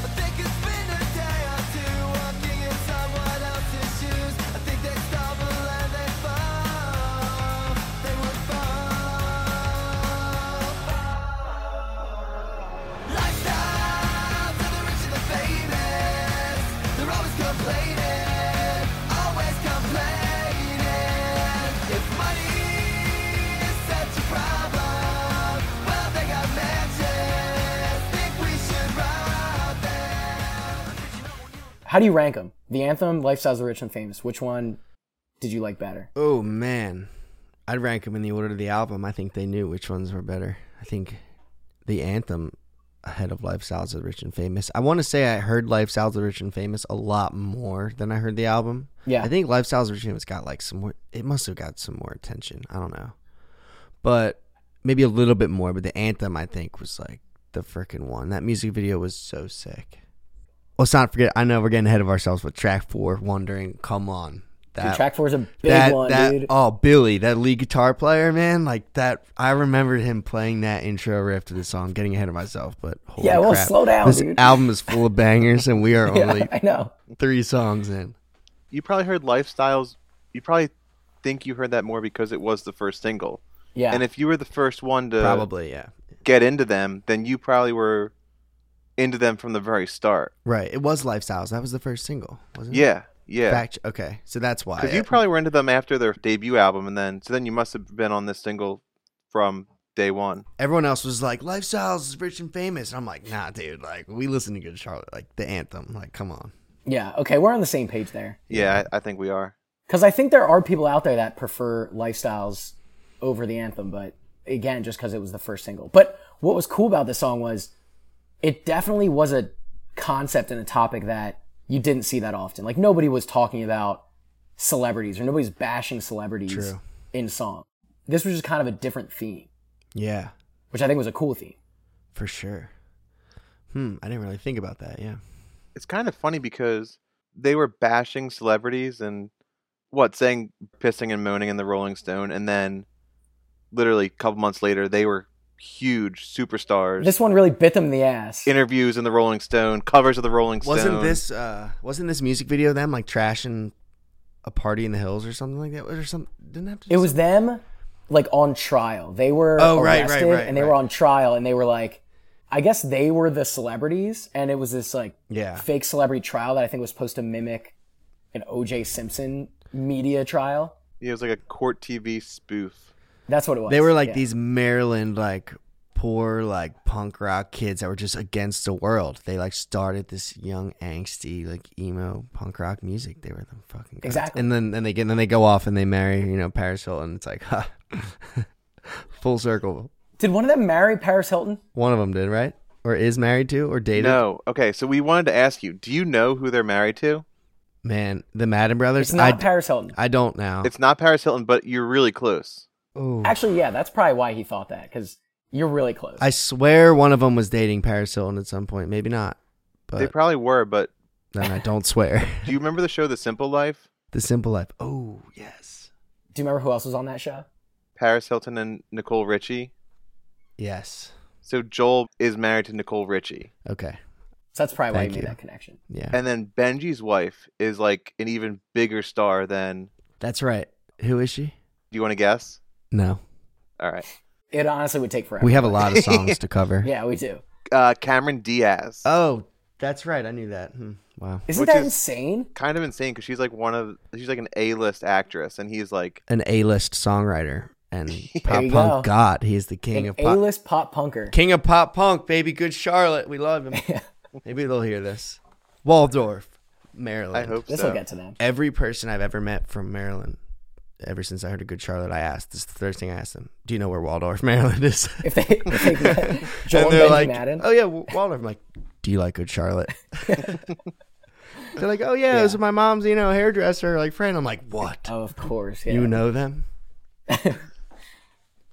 But they could spend a day or two walking in someone else's shoes. I think they'd stumble and they'd fall. They would fall. Lifestyles of the rich and the famous. They're always complaining, always complaining. If money is such a problem, well they got mansions. Think we should rob them? But you know when you How do you rank them? The anthem, Lifestyles of the Rich and Famous. Which one did you like better? Oh man, I'd rank them in the order of the album. I think they knew which ones were better. I think the anthem ahead of Lifestyles of the Rich and Famous. I want to say I heard Lifestyles of the Rich and Famous a lot more than I heard the album. Yeah. I think Lifestyles of the Rich and Famous got like some more. It must have got some more attention. I don't know, but maybe a little bit more. But the anthem I think was like the freaking one. That music video was so sick. Let's not forget. I know we're getting ahead of ourselves, but track four, "Wondering," come on. Dude, That track four is a big that, one, that, dude. Oh, Billy, that lead guitar player, man. Like that, I remembered him playing that intro riff to the song. Getting ahead of myself, but holy Yeah, well, crap. slow down, This dude. album is full of bangers, and we are only I know. three songs in. You probably heard lifestyles. You probably think you heard that more because it was the first single. Yeah. And if you were the first one to Probably, yeah. get into them, then you probably were into them from the very start. Right. It was Lifestyles. That was the first single, wasn't it? Yeah, yeah. Fact- okay, so that's why. Because you probably were into them after their debut album, and then so then you must have been on this single from day one. Everyone else was like, "Lifestyles is rich and famous," and I'm like, "Nah, dude. Like, we listen to Good Charlotte, like the anthem. Like, come on." yeah. Okay. We're on the same page there. Yeah, I, I think we are. Because I think there are people out there that prefer Lifestyles over the anthem, but again, just because it was the first single. But what was cool about this song was it definitely was a concept and a topic that you didn't see that often. Like nobody was talking about celebrities or nobody's bashing celebrities True. in song. This was just kind of a different theme, Yeah, which I think was a cool theme. for sure. Hmm, I didn't really think about that. Yeah. It's kind of funny because they were bashing celebrities and what saying pissing and moaning in the Rolling Stone, and then literally a couple months later they were huge superstars. This one really bit them in the ass. interviews in the Rolling Stone, covers of the Rolling Stone. Wasn't this uh wasn't this music video them like trashing a party in the hills or something like that or something? Didn't have to. do It was them, like on trial. They were Oh, right, right, arrested right, and they were right. on trial, and they were like, I guess they were the celebrities, and it was this like something- yeah. fake celebrity trial that I think was supposed to mimic an O.J. Simpson media trial. It was like a court TV spoof. That's what it was. They were like Yeah. these Maryland like poor like punk rock kids that were just against the world. They like started this young angsty like emo punk rock music. They were the fucking gods. Exactly. And then then they get then they go off and they marry you know Paris Hilton. It's like huh. full circle. Did one of them marry Paris Hilton? One of them did right. or is married to or dated? No. Okay, so we wanted to ask you, do you know who they're married to? Man, the Madden brothers. It's not I, Oh. Paris Hilton. I don't now. It's not Paris Hilton, but you're really close. Ooh. Actually, yeah, that's probably why he thought that because you're really close. I swear one of them was dating Paris Hilton at some point. Maybe not, they but probably were, but then I don't swear. do you remember the show The Simple Life? the Simple Life. Oh yes, Do you remember who else was on that show? Paris Hilton and Nicole Richie. yes. So Joel is married to Nicole Richie. Okay, So that's probably why Thank you made you. that connection. yeah, And then Benji's wife is like an even bigger star than. that's right. Who is she? Do you want to guess? No, All right. It honestly would take forever. we have a lot of songs to cover. yeah, we do. Uh, Cameron Diaz. Oh, that's right. I knew that. Hmm. Wow, Isn't Which that is- insane? Kind of insane because she's like one of. She's like an A list actress, and he's like. an A-list songwriter and pop you punk go. god. He is the king An of pop. A-list pop punker. King of pop punk, baby. Good Charlotte. We love him. Maybe they'll hear this. Waldorf, Maryland. I hope This so. will get to them. every person I've ever met from Maryland, ever since I heard of Good Charlotte, I asked this is the first thing I asked them: Do you know where Waldorf, Maryland is? If they, if they get Joel and and they're Benji like, Madden, "Oh yeah, W- Waldorf." I'm like, "Do you like Good Charlotte?" they're like, "Oh yeah, it was my mom's, you know, hairdresser, like friend." I'm like, "What? oh, of course. Yeah. You know them?"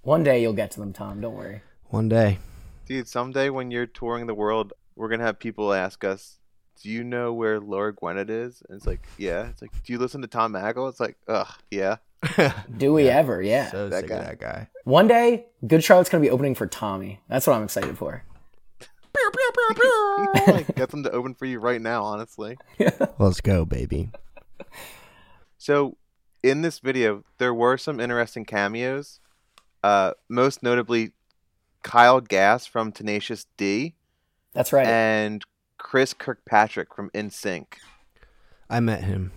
One day you'll get to them, Tom. Don't worry. One day, Dude, someday when you're touring the world, we're gonna have people ask us, "Do you know where Laura Gwinnett is?" And it's like, "Yeah." It's like, "Do you listen to Tom Maggle?" It's like, "Ugh, yeah." Do we ever? Yeah. so That sick guy. of that guy. One day, Good Charlotte's going to be opening for Tommy. That's what I'm excited for. like, get them to open for you right now, honestly. Let's go, baby. So, in this video, there were some interesting cameos. Uh, most notably, Kyle Gass from Tenacious D That's right. and Chris Kirkpatrick from InSync. I met him.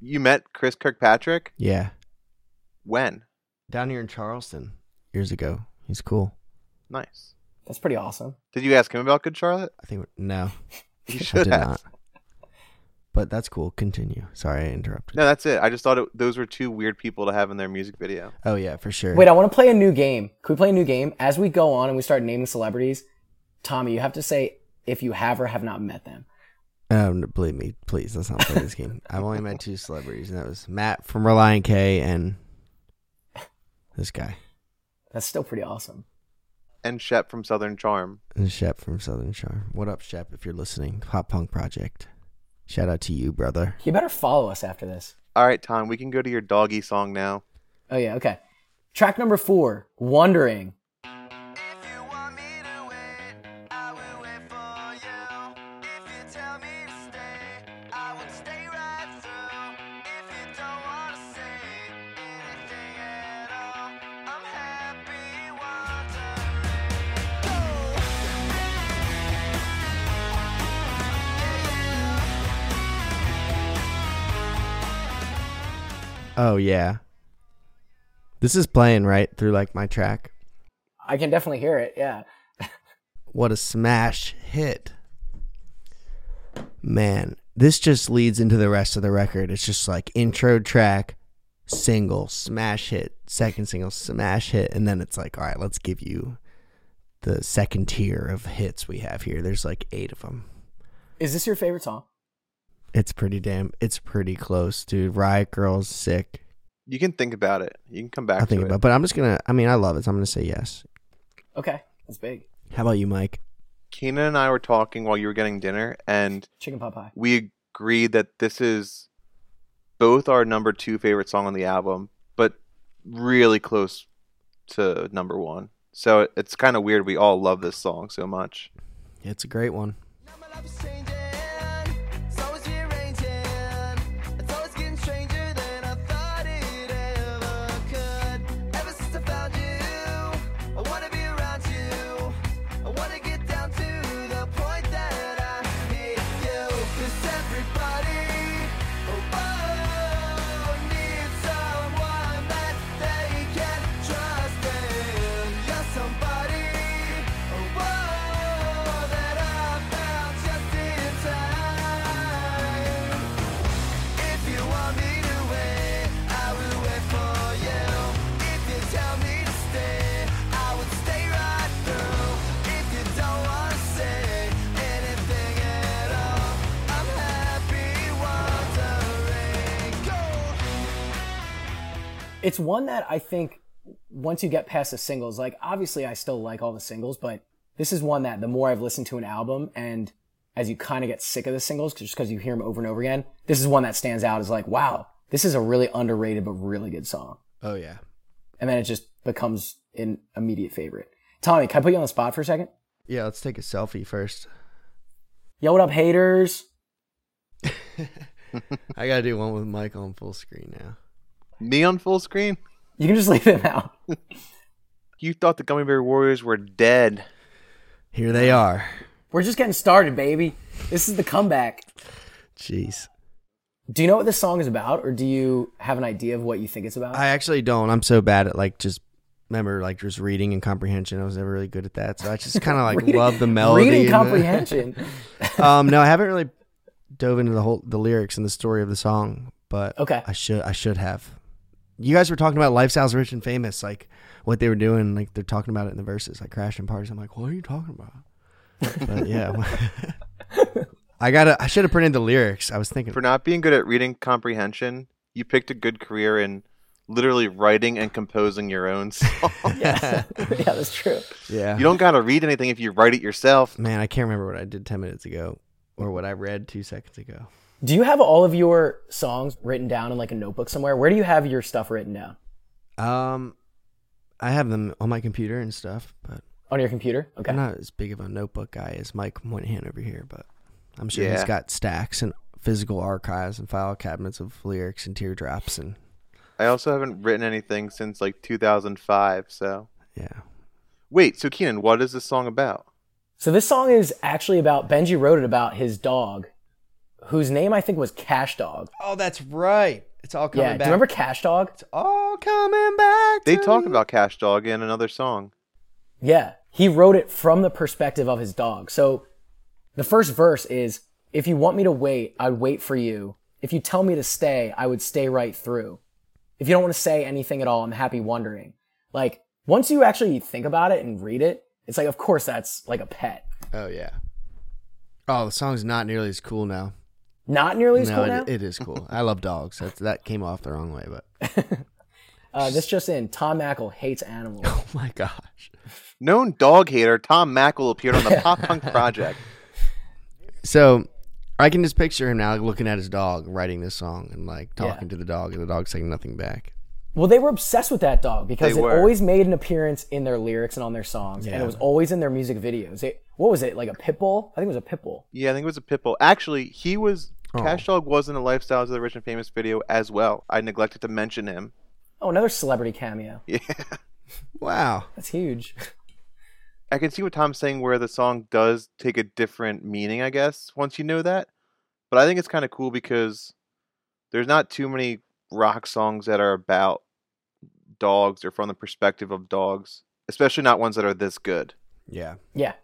You met Chris Kirkpatrick Yeah, when? down here in Charleston years ago. He's cool. Nice. That's pretty awesome. Did you ask him about Good Charlotte? I think we're, no. You I should did have. not. But that's cool. Continue. Sorry, I interrupted. No, that's it. I just thought it, those were two weird people to have in their music video. Oh yeah, for sure. Wait, I want to play a new game. Can we play a new game? As we go on and we start naming celebrities, Tommy, you have to say if you have or have not met them. um, believe me, please. Let's not play this game. I've only met two celebrities, and that was Matt from Reliant K and this guy That's still pretty awesome. And Shep from Southern Charm. and Shep from Southern Charm. What up, Shep? If you're listening, Pop Punk Project. Shout out to you, brother. You better follow us after this. All right, Tom, we can go to your doggy song now. Oh, yeah, okay. Track number four Wondering. If you want me to wait, I will wait for you. If you tell me to stay, I will stay right through. If you don't want to say anything at all, I'm happy wandering. Go. Oh yeah. This is playing right through like my track. I can definitely hear it, yeah. What a smash hit. Man, this just leads into the rest of the record. It's just like intro track, single, smash hit, second single, smash hit. And then it's like, all right, let's give you the second tier of hits we have here. There's like eight of them. Is this your favorite song? It's pretty damn, it's pretty close, dude. Riot Girl's sick. You can think about it. You can come back I think to about, it. but I'm just gonna, I mean, I love it. So I'm gonna say yes. Okay, that's big. How about you, Mike? Keenan and I were talking while you were getting dinner, and Chicken pot pie. we agreed that this is both our number two favorite song on the album, but really close to number one. So it- it's kind of weird. We all love this song so much. It's a great one. Now my life is changing, it's always rearranging. It's always getting stranger than I thought it ever could. Ever since I found you, I wanna be around you. I wanna get down to the point that I need you. 'Cause everybody, oh, needs someone that they can trust in. You're somebody, oh, that I found just in it's one that I think once you get past the singles, like obviously I still like all the singles, but this is one that the more I've listened to an album and as you kind of get sick of the singles 'cause- just because you hear them over and over again, this is one that stands out as like, wow, this is a really underrated but really good song. Oh yeah. And then it just becomes an immediate favorite. Tommy, can I put you on the spot for a second? Yeah, let's take a selfie first. Yo, what up, haters? I gotta do one with Mike on full screen now. Me on full screen? You can just leave them out. You thought the Gummy Bear Warriors were dead. Here they are. We're just getting started, baby. This is the comeback. Jeez. Do you know what this song is about, or do you have an idea of what you think it's about? I actually don't. I'm so bad at like just remember like just reading and comprehension. I was never really good at that. So I just kind of like Reading- love the melody. and Reading the- comprehension. um, no, I haven't really dove into the whole the lyrics and the story of the song, but Okay. I should I should have. You guys were talking about lifestyles rich and famous, like what they were doing, like they're talking about it in the verses, like crashing parties. I'm like, what are you talking about? But yeah, I gotta I should have printed the lyrics. I was thinking, For not being good at reading comprehension, you picked a good career in literally writing and composing your own song. yeah, yeah, that's true. yeah, you don't got to read anything if you write it yourself. man, I can't remember what I did ten minutes ago or what I read two seconds ago. Do you have all of your songs written down in like a notebook somewhere? Where do you have your stuff written down? Um, I have them on my computer and stuff, but On your computer? Okay. I'm not as big of a notebook guy as Mike Moynihan over here, but I'm sure he's Yeah. got stacks and physical archives and file cabinets of lyrics and teardrops and I also haven't written anything since like 2005, so. yeah. Wait, so Keenan, what is this song about? So this song is actually about Benji wrote it about his dog, whose name I think was Cash Dog. Oh, that's right. It's all yeah. Do you remember Cash Dog? It's all coming back. They talk about Cash Dog in another song. Yeah. He wrote it from the perspective of his dog. So the first verse is If you want me to wait, I'd wait for you. If you tell me to stay, I would stay right through. If you don't want to say anything at all, I'm happy wondering. Like, once you actually think about it and read it, it's like, of course, that's like a pet. Oh yeah. Oh, the song's not nearly as cool now. Not nearly as no, cool it, now. it is cool. I love dogs. That's, that came off the wrong way, but uh, this just in Tom Ackle hates animals. oh my gosh. Known dog hater Tom Mackel appeared on the Pop Punk Project. So I can just picture him now like, looking at his dog, writing this song, and like talking to the dog, and the dog saying nothing back. Well, they were obsessed with that dog because They it were. always made an appearance in their lyrics and on their songs, and it was always in their music videos. It, what was it like a pit bull? I think it was a pit bull. Yeah, I think it was a Pitbull. Actually, he was Cash Dog was in the Lifestyles of the Rich and Famous video as well. I neglected to mention him. Oh, another celebrity cameo. Wow. That's huge. I can see what Tom's saying where the song does take a different meaning, I guess, once you know that. But I think it's kind of cool because there's not too many rock songs that are about dogs or from the perspective of dogs, especially not ones that are this good. Yeah. Yeah,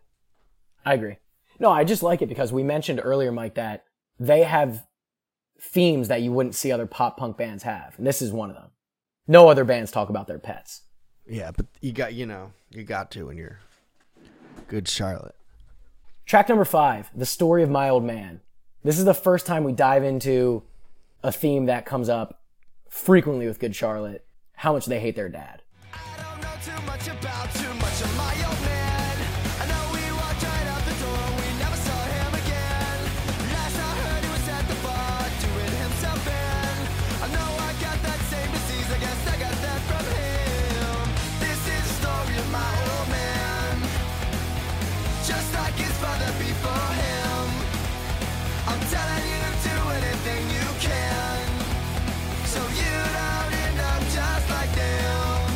I agree. No, I just like it because we mentioned earlier, Mike, that they have themes that you wouldn't see other pop punk bands have, and this is one of them. No other bands talk about their pets. Yeah, but you got you know you got to when you're good Charlotte. Track number five, The Story of My Old Man. This is the first time we dive into a theme that comes up frequently with Good Charlotte how much they hate their dad. I don't know too much about too much of my old man. I know we walked right out the door, we never saw him again. Last I heard he was at the bar, doing himself in. I know I got that same disease, I guess I got that from him. This is the story of my old man. Just like his father before him. I'm telling you to do anything you can. So you don't end up just like them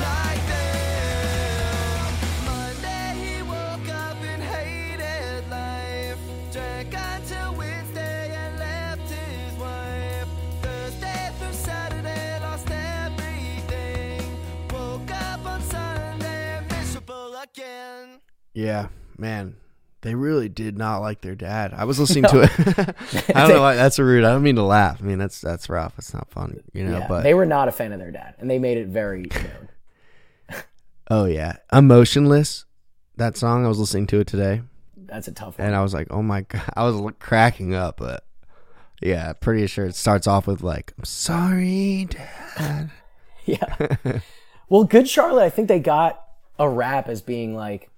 like them. Monday he woke up and hated life. Drank until Wednesday and left his wife. Thursday through Saturday lost everything. Woke up on Sunday miserable again. Yeah, man, they really did not like their dad. I was listening to it. I don't know. Why, that's rude. I don't mean to laugh. I mean that's that's rough. It's not fun, you know. Yeah, but they were not a fan of their dad, and they made it very known. oh yeah, emotionless. That song I was listening to it today, That's a tough one. and I was like, oh my god, I was l- cracking up. But yeah, pretty sure it starts off with like, I'm sorry, dad. yeah. Well, Good Charlotte, I think they got a rap as being like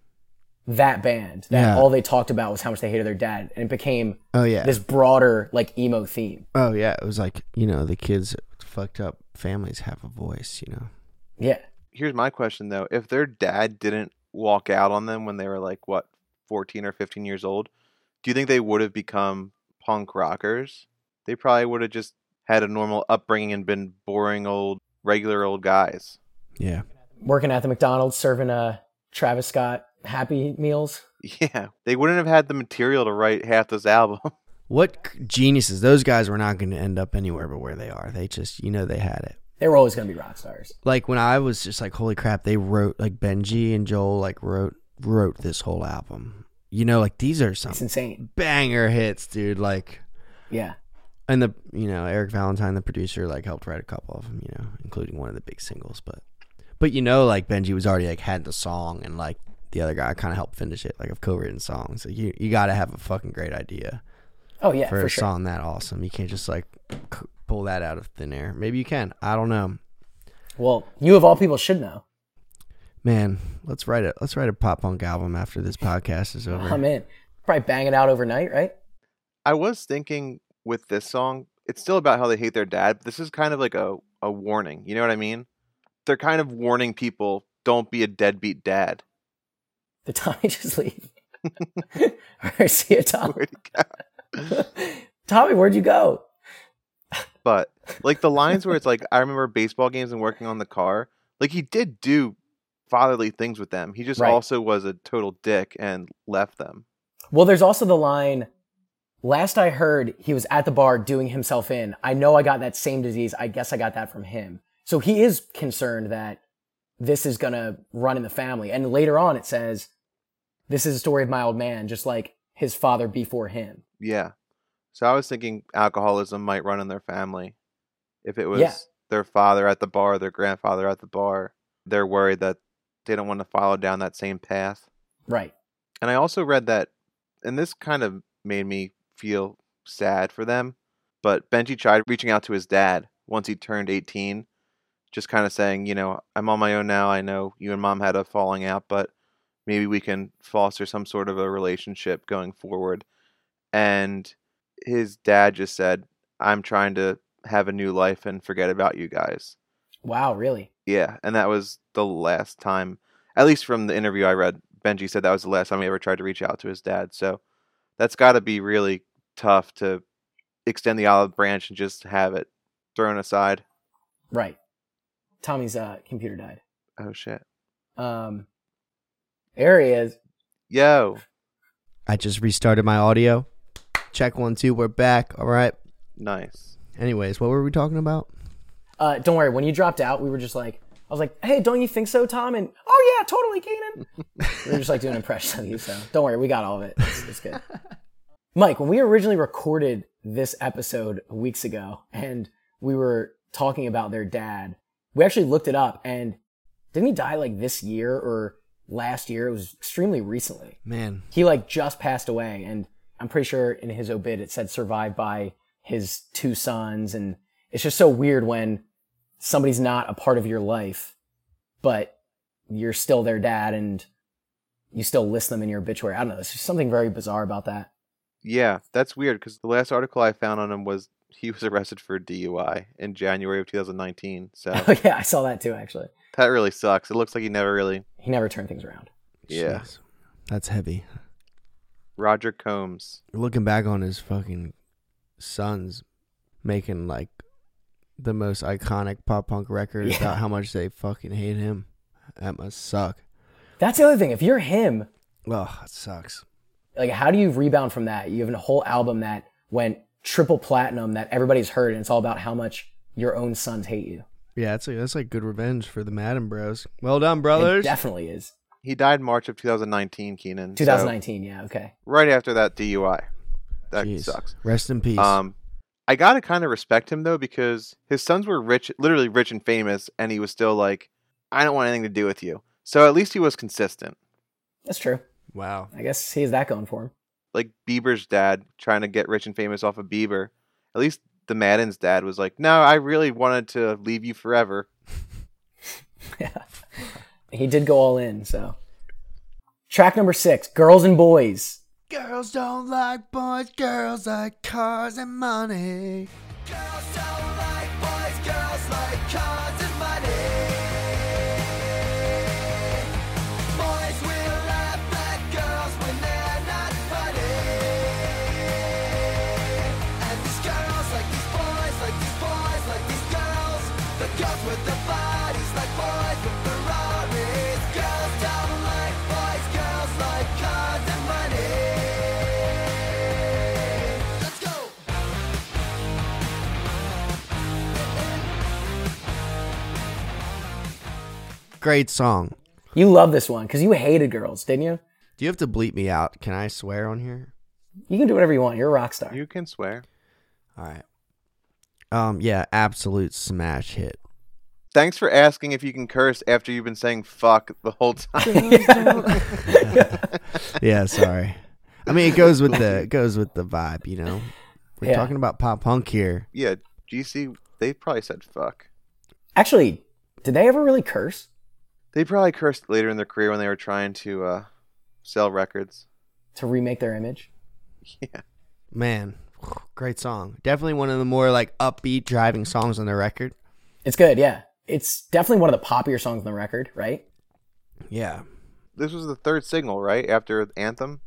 that band that Yeah. all they talked about was how much they hated their dad, and it became Oh yeah. this broader like emo theme. oh yeah. It was like you know the kids fucked up families have a voice. You know. Yeah, Here's my question though: If their dad didn't walk out on them when they were like what, 14 or 15 years old, do you think they would have become punk rockers? They probably would have just had a normal upbringing and been boring old, regular old guys. Yeah. working at the McDonald's serving uh Travis Scott Happy Meals. Yeah, they wouldn't have had the material to write half this album. What c- geniuses? Those guys were not going to end up anywhere but where they are. They just you know they had it. They were always gonna be rock stars. Like when I was just like, holy crap, they wrote like Benji and Joel like wrote wrote this whole album. You know, like these are some It's insane. banger hits, dude. Like Yeah, and the you know Eric Valentine, the producer, like helped write a couple of them, you know, including one of the big singles. But but you know, like Benji was already like had the song, and like the other guy kind of helped finish it. Like I've co-written songs, like you you got to have a fucking great idea Oh yeah, for, for, a sure. song that awesome. You can't just like c- pull that out of thin air. Maybe you can. I don't know, Well, you of all people should know. man. Let's write it. Let's write a pop punk album after this podcast is over. I'm in. Probably bang it out overnight, right? I was thinking with this song, it's still about how they hate their dad. But this is kind of like a, a warning. You know what I mean? They're kind of warning people don't be a deadbeat dad. The Tommy just leave. All right, see you, Tom. Where'd it go? Tommy, where'd you go? But like the lines where it's like, I remember baseball games and working on the car. Like he did do fatherly things with them. He just Right. also was a total dick and left them. Well, there's also the line. Last I heard, he was at the bar doing himself in. I know I got that same disease. I guess I got that from him. So he is concerned that this is gonna run in the family. And later on, it says, "This is a story of my old man, just like his father before him." Yeah. So I was thinking alcoholism might run in their family. If it was their father at the bar, their grandfather at the bar, they're worried that they don't want to follow down that same path. Right. And I also read that, and this kind of made me feel sad for them, but Benji tried reaching out to his dad once he turned 18, just kind of saying, you know, I'm on my own now. I know you and mom had a falling out, but maybe we can foster some sort of a relationship going forward. And his dad just said, I'm trying to have a new life and forget about you guys. Wow. Really. Yeah, and that was the last time, at least from the interview I read, Benji said that was the last time he ever tried to reach out to his dad. So that's got to be really tough to extend the olive branch and just have it thrown aside. Right. Tommy's uh, computer died. Oh shit. Um, there he is. Yo, I just restarted my audio. Check one two. We're back. All right. nice. Anyways, what were we talking about? Uh, don't worry. When you dropped out, we were just like, I was like, hey, don't you think so, Tom? And oh yeah, totally, Keenan. we were just like doing impressions of you. So don't worry, we got all of it. It's, it's good. Mike, when we originally recorded this episode weeks ago, and we were talking about their dad, we actually looked it up, and didn't he die like this year or last year? It was extremely recently. Man, he like just passed away and i'm pretty sure in his obit it said survived by his two sons and it's just so weird when somebody's not a part of your life but you're still their dad and you still list them in your obituary i don't know there's just something very bizarre about that Yeah, that's weird because the last article I found on him was he was arrested for DUI in January of 2019. So oh yeah i saw that too actually that really sucks. It looks like he never really. he never turned things around Yeah. jeez. that's heavy. Roger Combs. looking back on his fucking sons making like the most iconic pop punk record Yeah. about how much they fucking hate him. That must suck. that's the other thing if you're him Ugh, it sucks. like how do you rebound from that you have a whole album that went triple platinum that everybody's heard and it's all about how much your own sons hate you Yeah, it's like that's like good revenge for the Madden Bros. Well done, it brothers. definitely is He died March of 2019, Keenan. so 2019. Yeah. Okay. right after that DUI. That Jeez. sucks. Rest in peace. Um, I gotta kind of respect him though because his sons were rich, literally rich and famous, and he was still like, "I don't want anything to do with you." So at least he was consistent. That's true. wow. I guess he has that going for him. Like Bieber's dad trying to get rich and famous off of Bieber. At least the Madden's dad was like, "No, I really wanted to leave you forever." He did go all in, so. Track number six, Girls and Boys. Girls don't like boys, girls like cars and money. Girls don't like boys, girls like cars and money. Boys will laugh at girls when they're not funny. And these girls like these boys, like these boys, like these girls. The girls with the bodies like boys with Ferraris. Girls don't like boys, girls like cars and money. Let's go! Great song. You love this one because you hated girls, didn't you? Do you have to bleep me out? Can I swear on here? You can do whatever you want. You're a rock star. You can swear. All right. Um, yeah, absolute smash hit. Thanks for asking if you can curse after you've been saying fuck the whole time. Yeah, sorry. I mean, it goes with the it goes with the vibe, you know. We're Yeah. talking about pop punk here. yeah, GC, they probably said fuck. Actually, did they ever really curse? They probably cursed later in their career when they were trying to uh, sell records. to remake their image. Man, great song. Definitely one of the more like upbeat driving songs on the record. It's good, yeah. It's definitely one of the poppier songs on the record, right? Yeah. This was the third single, right? After Anthem?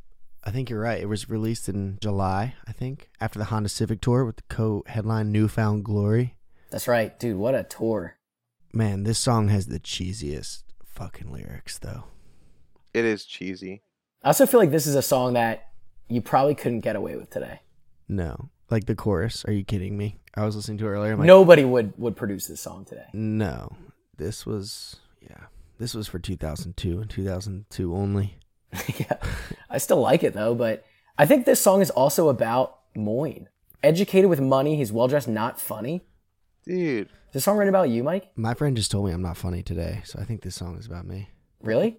I think you're right. It was released in July, I think, after the Honda Civic tour with the co-headline Newfound Glory. That's right, dude. What a tour! Man, this song has the cheesiest fucking lyrics though. It is cheesy. I also feel like this is a song that you probably couldn't get away with today. No. Like the chorus, are you kidding me? I was listening to it earlier. I'm like, Nobody would would produce this song today. No, this was yeah, this was for 2002 and 2002 only. yeah, I still like it though, but I think this song is also about Moyne. Educated with money, he's well dressed, not funny. Dude, Is this song written about you, Mike? My friend just told me I'm not funny today, so I think this song is about me. Really?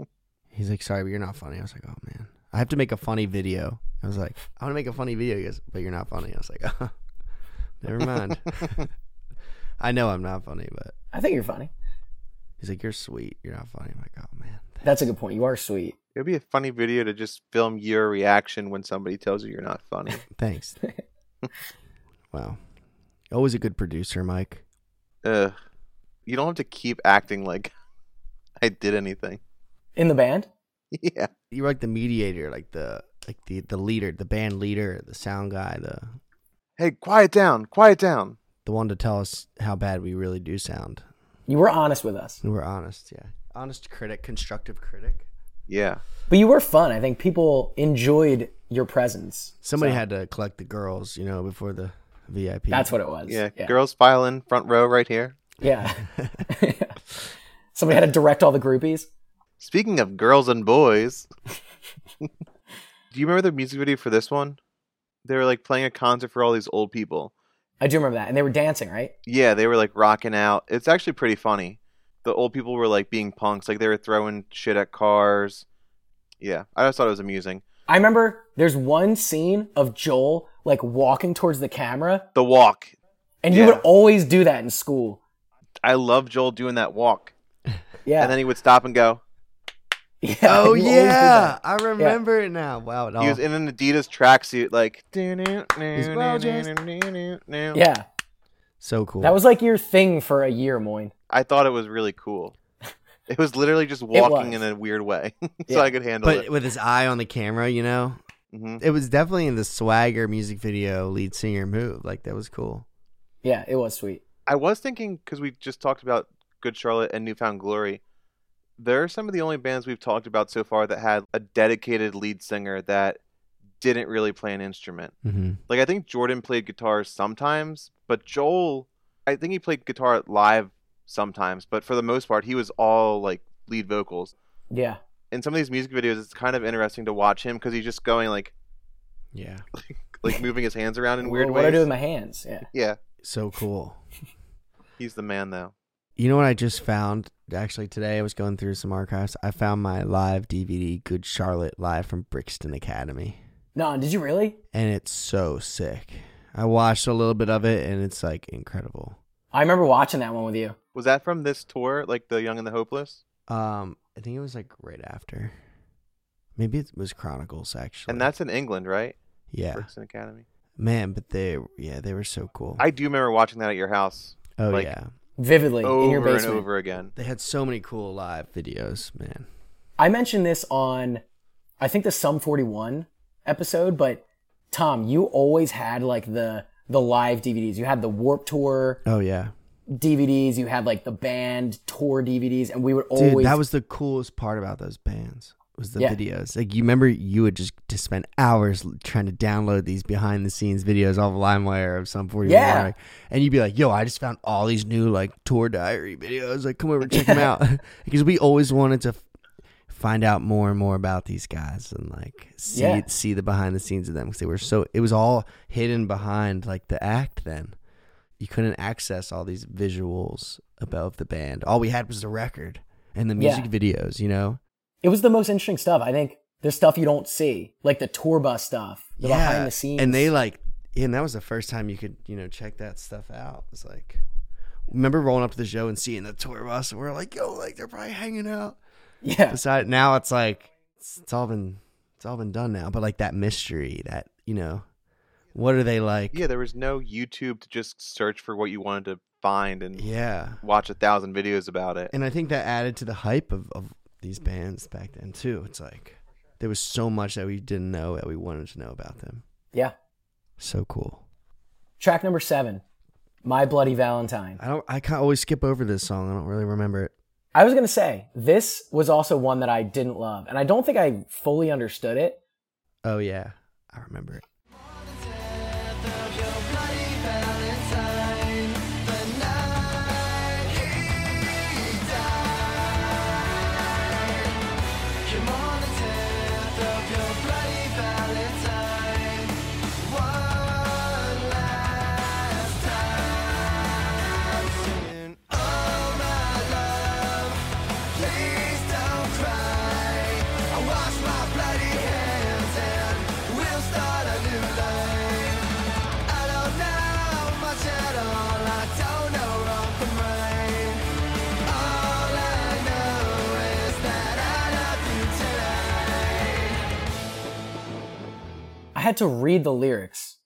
He's like, "Sorry, but you're not funny." I was like, "Oh man, I have to make a funny video." I was like, "I want to make a funny video." He goes, "But you're not funny." I was like, oh, "Never mind." I know I'm not funny, but I think you're funny. he's like, "You're sweet. You're not funny." I'm like, "Oh man." That's a good point. You are sweet. it'd be a funny video to just film your reaction when somebody tells you you're not funny. Thanks. wow. Always a good producer, Mike. Ugh. You don't have to keep acting like I did anything. In the band? Yeah. you're like the mediator, like the like the the leader, the band leader, the sound guy, the Hey, quiet down, quiet down. the one to tell us how bad we really do sound. You were honest with us. And we're honest, yeah. Honest critic, constructive critic. Yeah. But you were fun. I think people enjoyed your presence. Somebody So, had to collect the girls, you know, before the VIP. That's what it was. Yeah. Yeah. Girls filing front row right here. Yeah. Somebody had to direct all the groupies. Speaking of girls and boys, do you remember the music video for this one? They were like playing a concert for all these old people. I do remember that. And they were dancing, right? Yeah, they were like rocking out. It's actually pretty funny. The old people were like being punks, like they were throwing shit at cars. Yeah, I just thought it was amusing. I remember there's one scene of Joel like walking towards the camera, The walk. and you Yeah. would always do that in school. I love Joel doing that walk. Yeah. And then he would stop and go. yeah Oh you always did yeah, that. I remember it now. Wow, it all. He was in an Adidas tracksuit, like. well dressed. Yeah. Yeah. so cool. That was like your thing for a year, Moyne. I thought it was really cool. It was literally just walking in was. a weird way, so Yeah. I could handle but it. with his eye on the camera, you know, hmm it was definitely in the Swagger music video lead singer move. Like that was cool. Yeah, it was sweet. I was thinking because we just talked about Good Charlotte and Newfound Glory. They're some of the only bands we've talked about so far that had a dedicated lead singer that didn't really play an instrument. Mm-hmm. Like I think Jordan played guitar sometimes, but Joel, I think he played guitar live sometimes, but for the most part, he was all like lead vocals. Yeah. In some of these music videos, it's kind of interesting to watch him because he's just going like Yeah, like moving his hands around in weird what ways. I do with my hands. Yeah. yeah, so cool. he's the man though. You know what I just found? Actually, today I was going through some archives. I found my live DVD, Good Charlotte, live from Brixton Academy. No, did you really? And it's so sick. I watched a little bit of it and it's like incredible. I remember watching that one with you. Was that from this tour, like the Young and the Hopeless? Um, I think it was like right after. Maybe it was Chronicles actually. And that's in England, right? yeah, Brixton Academy. man. But they yeah they were so cool. I do remember watching that at your house oh like, yeah, vividly in your over and basement. over again. they had so many cool live videos, man. I mentioned this on, I think the Sum 41 episode, but Tom, you always had like the the live DVDs. You had the Warp Tour Oh yeah, DVDs. You had like the band tour DVDs, and we would dude, always that was the coolest part about those bands was the Yeah. videos. Like you remember, you would just to spend hours l- trying to download these behind the scenes videos off LimeWire of some forty. Yeah. and you'd be like, "Yo, I just found all these new like tour diary videos. Like, come over and check them out." because we always wanted to. F- find out more and more about these guys and like see Yeah. see the behind the scenes of them because they were so it was all hidden behind like the act then you couldn't access all these visuals about the band. All we had was the record and the music Yeah. videos, you know? it was the most interesting stuff. I think there's stuff you don't see, like the tour bus stuff, the behind the scenes. And they like and that was the first time you could, you know, check that stuff out. It's like remember rolling up to the show and seeing the tour bus and we're like, yo, like they're probably hanging out. yeah, Beside now it's like it's, it's all been it's all been done now. But like that mystery, that you know, what are they like? Yeah, there was no YouTube to just search for what you wanted to find and Yeah. watch a thousand videos about it. and I think that added to the hype of, of these bands back then too. It's like there was so much that we didn't know that we wanted to know about them. yeah. So cool. Track number seven, My Bloody Valentine. I don't. I can't always skip over this song. I don't really remember it. I was gonna say this was also one that I didn't love, and I don't think I fully understood it. Oh yeah, I remember it. I had to read the lyrics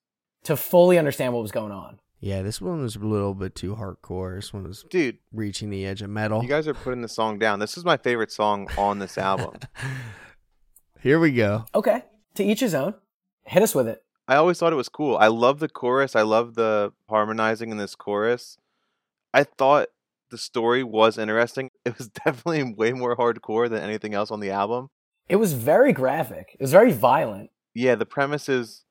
to fully understand what was going on. Yeah, this one was a little bit too hardcore. This one was Dude, reaching the edge of Oh. metal. you guys are putting the song down. This is my favorite song on this album. Here we go. Okay, to each his own. Hit us with it. I always thought it was cool. I love the chorus. I love the harmonizing in this chorus. I thought the story was interesting. It was definitely way more hardcore than anything else on the album. It was very graphic. It was very violent. Yeah, the premise is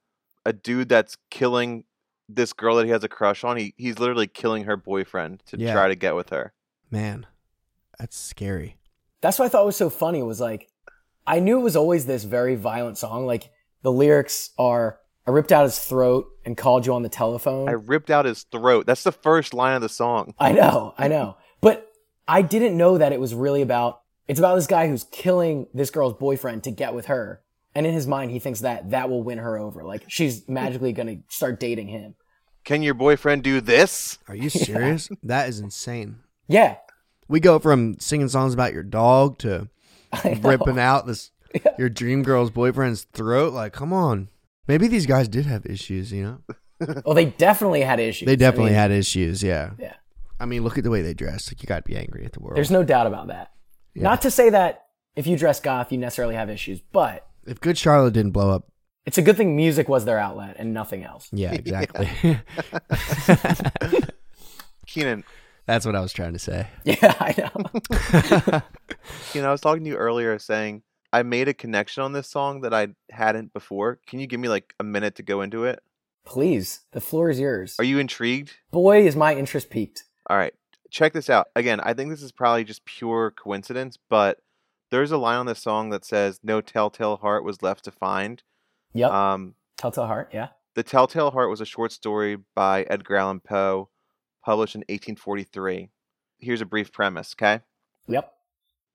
a dude that's killing this girl that he has a crush on. He he's literally killing her boyfriend to Yeah. try to get with her. Man, that's scary. That's what I thought was so funny was like, I knew it was always this very violent song. Like the lyrics are, I ripped out his throat and called you on the telephone. I ripped out his throat. That's the first line of the song. I know, I know. But I didn't know that it was really about it's about this guy who's killing this girl's boyfriend to get with her. And in his mind he thinks that that will win her over. Like she's magically going to start dating him. Can your boyfriend do this? Are you serious? That is insane. Yeah. We go from singing songs about your dog to I know. ripping out this your dream girl's boyfriend's throat. Like, come on. Maybe these guys did have issues, you know? Well, they definitely had issues. They definitely I mean, had issues, yeah. Yeah. I mean, look at the way they dress. Like you gotta be angry at the world. There's no doubt about that. Yeah. Not to say that if you dress goth you necessarily have issues, but if Good Charlotte didn't blow up, it's a good thing music was their outlet and nothing else. yeah, exactly. Keenan, That's what I was trying to say. Yeah, I know. Keenan, I was talking to you earlier saying I made a connection on this song that I hadn't before. Can you give me like a minute to go into it? Please, the floor is yours. Are you intrigued? Boy, is my interest peaked. All right, check this out. Again, I think this is probably just pure coincidence, but there's a line on this song that says, "No telltale heart was left to find." Yep. Um, Telltale Heart, yeah. the Telltale Heart was a short story by Edgar Allan Poe, published in 1843. Here's a brief premise. Okay. Yep.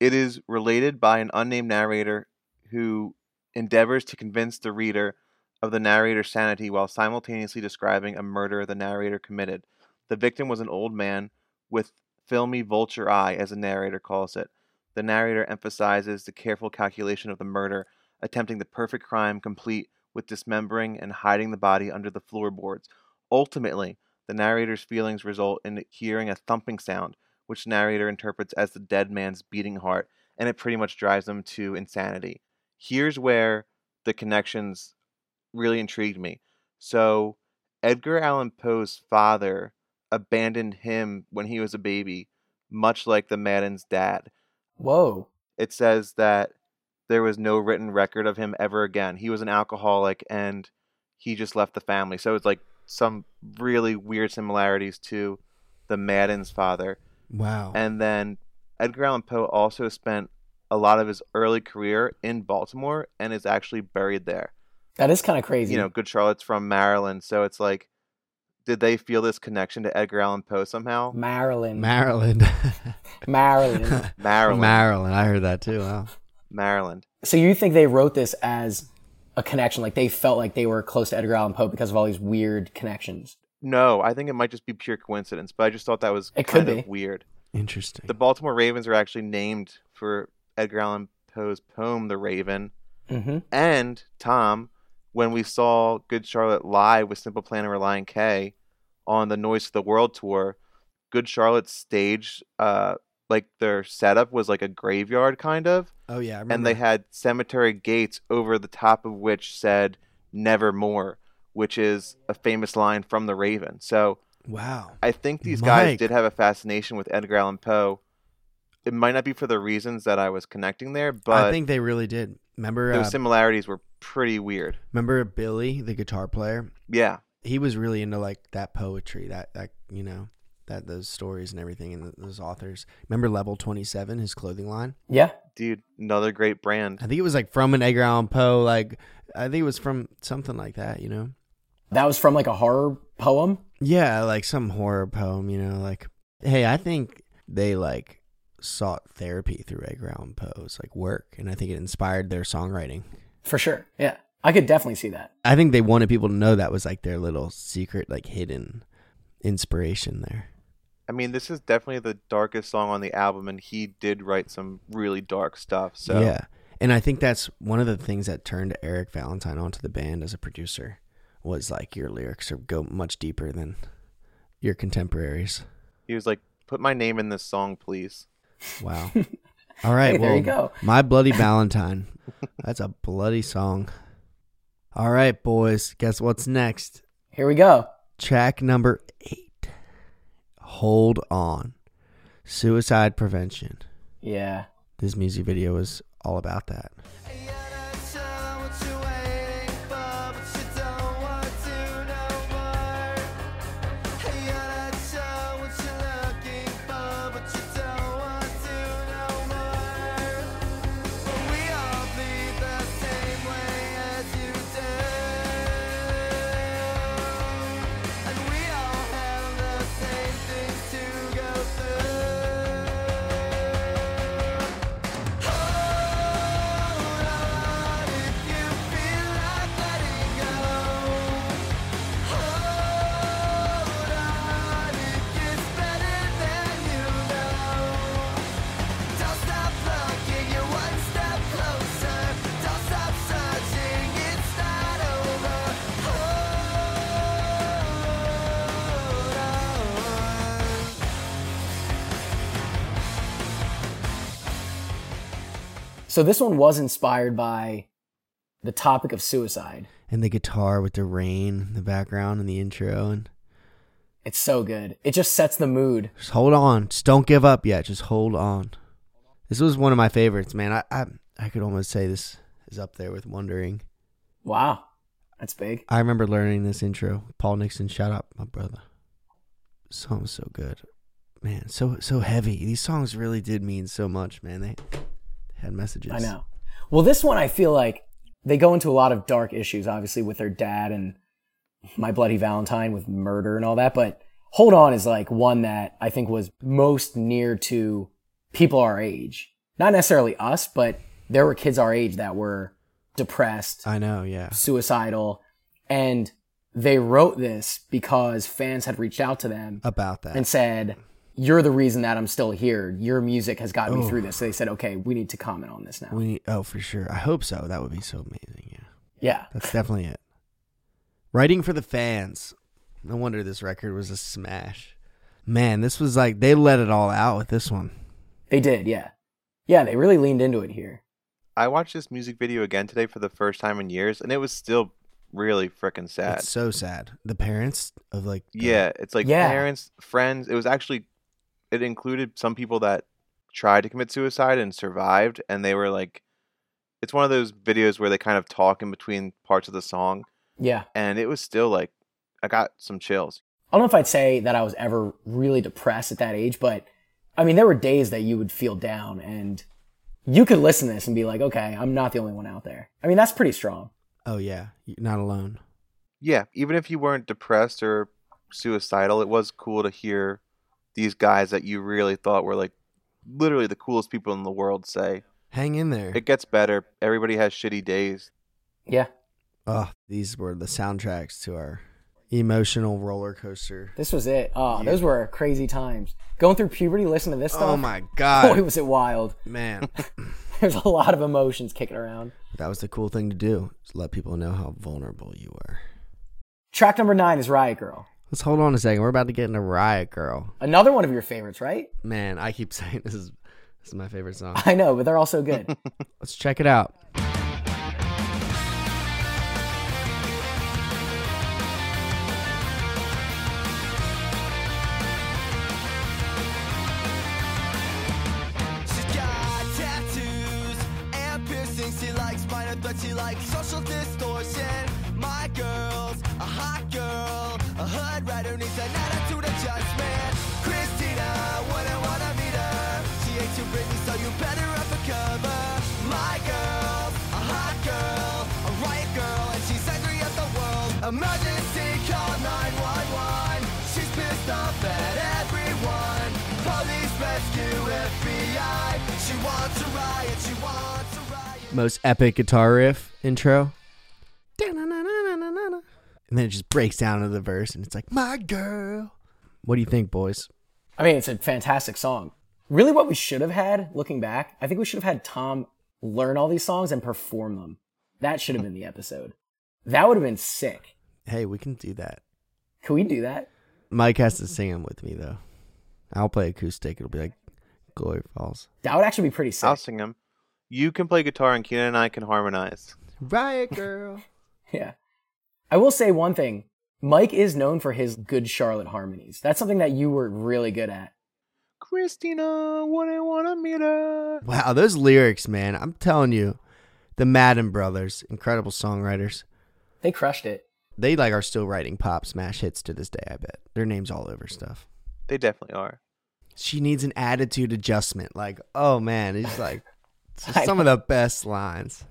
It is related by an unnamed narrator who endeavors to convince the reader of the narrator's sanity while simultaneously describing a murder the narrator committed. The victim was an old man with filmy vulture eye, as the narrator calls it. The narrator emphasizes the careful calculation of the murder, attempting the perfect crime complete with dismembering and hiding the body under the floorboards. Ultimately, the narrator's feelings result in hearing a thumping sound, which the narrator interprets as the dead man's beating heart, and it pretty much drives them to insanity. Here's where the connections really intrigued me. So, Edgar Allan Poe's father abandoned him when he was a baby, much like the Madden's dad Whoa. it says that there was no written record of him ever again. He was an alcoholic and he just left the family. So it's like some really weird similarities to the Madden's father. Wow. And then Edgar Allan Poe also spent a lot of his early career in Baltimore and is actually buried there. That is kind of crazy. You know, Good Charlotte's from Maryland. So it's like, did they feel this connection to Edgar Allan Poe somehow? Maryland. Maryland. Maryland. Maryland. Maryland. I heard that too. Wow. Maryland. so you think they wrote this as a connection? Like they felt like they were close to Edgar Allan Poe because of all these weird connections. No, I think it might just be pure coincidence, but I just thought that was It kind could of be. weird. Interesting. The Baltimore Ravens are actually named for Edgar Allan Poe's poem, The Raven. Mm-hmm. And, Tom, when we saw Good Charlotte live with Simple Plan and Reliant K on the Noise to the World tour, Good Charlotte's stage, uh, like their setup was like a graveyard kind of. oh yeah, I remember. And they had cemetery gates over the top of which said, Nevermore, which is a famous line from The Raven. So, wow. I think these guys Mike. did have a fascination with Edgar Allan Poe. It might not be for the reasons that I was connecting there, but I think they really did. Remember, uh, those similarities were pretty weird. remember Billy, the guitar player. Yeah, He was really into like that poetry, that that you know, that those stories and everything, and th- those authors. Remember Level Twenty Seven, his clothing line. Yeah. dude, another great brand. I think it was like from an Edgar Allan Poe. Like I think it was from something like that. You know. That was from like a horror poem. Yeah, like some horror poem. You know, like hey, I think they like sought therapy through Edgar Allan Poe's like work, and I think it inspired their songwriting. For sure. Yeah. I could definitely see that. I think they wanted people to know that was like their little secret, like hidden inspiration there. I mean, this is definitely the darkest song on the album, and he did write some really dark stuff. So yeah, and I think that's one of the things that turned Eric Valentine onto the band as a producer was like your lyrics are go much deeper than your contemporaries. he was like, "Put my name in this song, please." Wow. All right, Hey, well, there you go. my bloody Valentine. That's a bloody song. All right, boys, guess what's next? Here we go. Track number eight. Hold on. Suicide prevention. Yeah. this music video is all about that. So this one was inspired by the topic of suicide. And the guitar with the rain in the background and the intro and It's so good. It just sets the mood. just hold on. Just don't give up yet. Just hold on. This was one of my favorites, man. I I, I could almost say this is up there with wondering. Wow. That's big. I remember learning this intro. Paul Nixon, shout out my brother. Song was so good. Man, so so heavy. These songs really did mean so much, man. They had messages. I know. Well, this one I feel like they go into a lot of dark issues, obviously, with their dad and my bloody Valentine with murder and all that. But Hold On is like one that I think was most near to people our age. Not necessarily us, but there were kids our age that were depressed, I know, yeah. suicidal, and they wrote this because fans had reached out to them About Oh, that. and said, you're the reason that I'm still here. Your music has gotten me Oh. through this. So they said, okay, we need to comment on this now. We oh for sure. I hope so. That would be so amazing. Yeah, yeah. that's definitely it. Writing for the fans. No wonder this record was a smash. Man, this was like they let it all out with this one. They did. Yeah. Yeah. They really leaned into it here. I watched this music video again today for the first time in years, and it was still really freaking sad. It's so sad. The parents of like the- yeah, it's like Yeah. parents, friends. It was actually, it included some people that tried to commit suicide and survived, and they were like, it's one of those videos where they kind of talk in between parts of the song, Yeah. and it was still like, I got some chills. I don't know if I'd say that I was ever really depressed at that age, but I mean, there were days that you would feel down and you could listen to this and be like, okay, I'm not the only one out there. I mean, that's pretty strong. Oh yeah, you're not alone. Yeah, even if you weren't depressed or suicidal, it was cool to hear these guys that you really thought were like literally the coolest people in the world say, Hang in there. It gets better. Everybody has shitty days. Yeah. Oh, these were the soundtracks to our emotional roller coaster. This was it. Oh, those were crazy times. Going through puberty, listen to this stuff. Oh my Boy, god, was it wild. man, There's a lot of emotions kicking around. that was the cool thing to do. Just let people know how vulnerable you were. Track number nine is Riot Girl. Let's hold on a second. We're about to get into Riot Girl. Another one of your favorites, right? Man, I keep saying this is this is my favorite song. I know, but they're all so good. Let's check it out. She's got tattoos and piercings. She likes minor threats. She likes social distortion. My girl's a hot girl. A hood rider needs an attitude adjustment. Christina wouldn't wanna meet her. She ain't too pretty, so you better up a cover. My girl, a hot girl, a riot girl, and she's angry at the world. Emergency call 911. She's pissed off at everyone. Police rescue FBI. She wants a riot. She wants a riot. Most epic guitar riff intro. And then it just breaks down to the verse and it's like, "My girl." What do you think, boys? I mean, it's a fantastic song. Really, what we should have had, looking back, I think we should have had Tom learn all these songs and perform them. That should have been the episode. That would have been sick. Hey, we can do that. Could we do that? Mike has to sing them with me though. I'll play acoustic. It'll be like Glory Falls. That would actually be pretty sick. I'll sing them. You can play guitar and Keenan and I can harmonize. Riot Girl. Yeah. I will say one thing. Mike is known for his good Charlotte harmonies. That's something that you were really good at. Christina wouldn't want to meet her. wow, those lyrics, man. I'm telling you, the Madden brothers, incredible songwriters. They crushed it. They like are still writing pop smash hits to this day, I bet. Their names all over stuff. They definitely are. She needs an attitude adjustment. Like, oh man, it's like it's just I some of the best lines.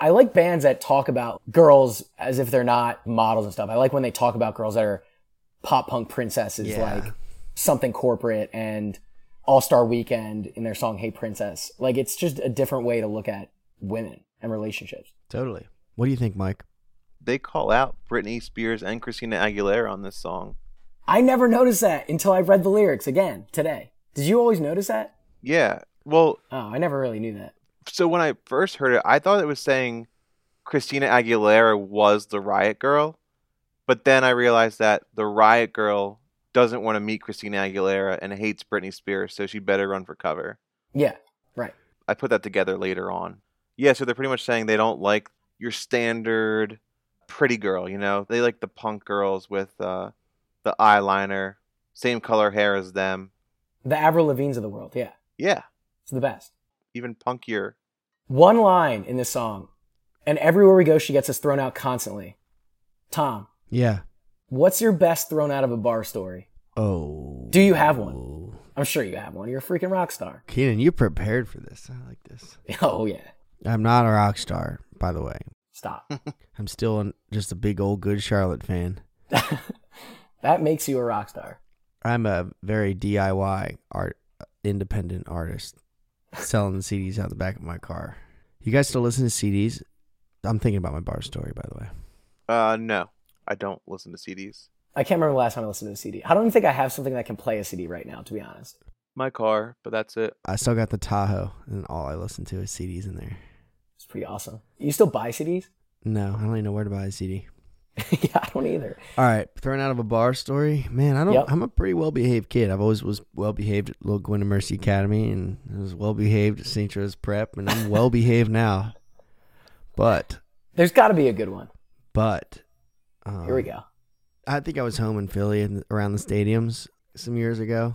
I like bands that talk about girls as if they're not models and stuff. I like when they talk about girls that are pop punk princesses, Yeah. like something corporate and All Star Weekend in their song Hey Princess. Like it's just a different way to look at women and relationships. Totally. What do you think, Mike? They call out Britney Spears and Christina Aguilera on this song. I never noticed that until I read the lyrics again today. Did you always notice that? Yeah. Well, Oh, I never really knew that. so when I first heard it, I thought it was saying Christina Aguilera was the Riot Girl. But then I realized that the Riot Girl doesn't want to meet Christina Aguilera and hates Britney Spears, so she better run for cover. Yeah, right. I put that together later on. Yeah, so they're pretty much saying they don't like your standard pretty girl, you know? They like the punk girls with uh, the eyeliner, same color hair as them. The Avril Lavigne's of the world. Yeah, Yeah, it's the best. even punkier. One line in this song, and everywhere we go, she gets us thrown out constantly. Tom, Yeah. What's your best thrown out of a bar story? Oh. Do you have one? I'm sure you have one. You're a freaking rock star. Keenan, you prepared for this. I like this. Oh yeah. I'm not a rock star, by the way. Stop. I'm still an, just a big old good Charlotte fan. that makes you a rock star. I'm a very DIY art independent artist, selling CDs out the back of my car. You guys still listen to CDs? I'm thinking about my bar story, by the way. Uh, no, I don't listen to CDs. I can't remember the last time I listened to a CD. I don't even think I have something that can play a CD right now, to be honest. My car, but that's it. I still got the Tahoe, and all I listen to is CDs in there. It's pretty awesome. You still buy CDs? No, I don't even know where to buy a CD. yeah, I don't either. All right, thrown out of a bar story, man. I don't. Yep. I'm a pretty well behaved kid. I've always was well behaved at Little Gwynna Mercy Academy, and I was well behaved at St. Joe's Prep, and I'm well behaved now. But There's got to be a good one. but um, Here we go. I think I was home in Philly and around the stadiums some years ago,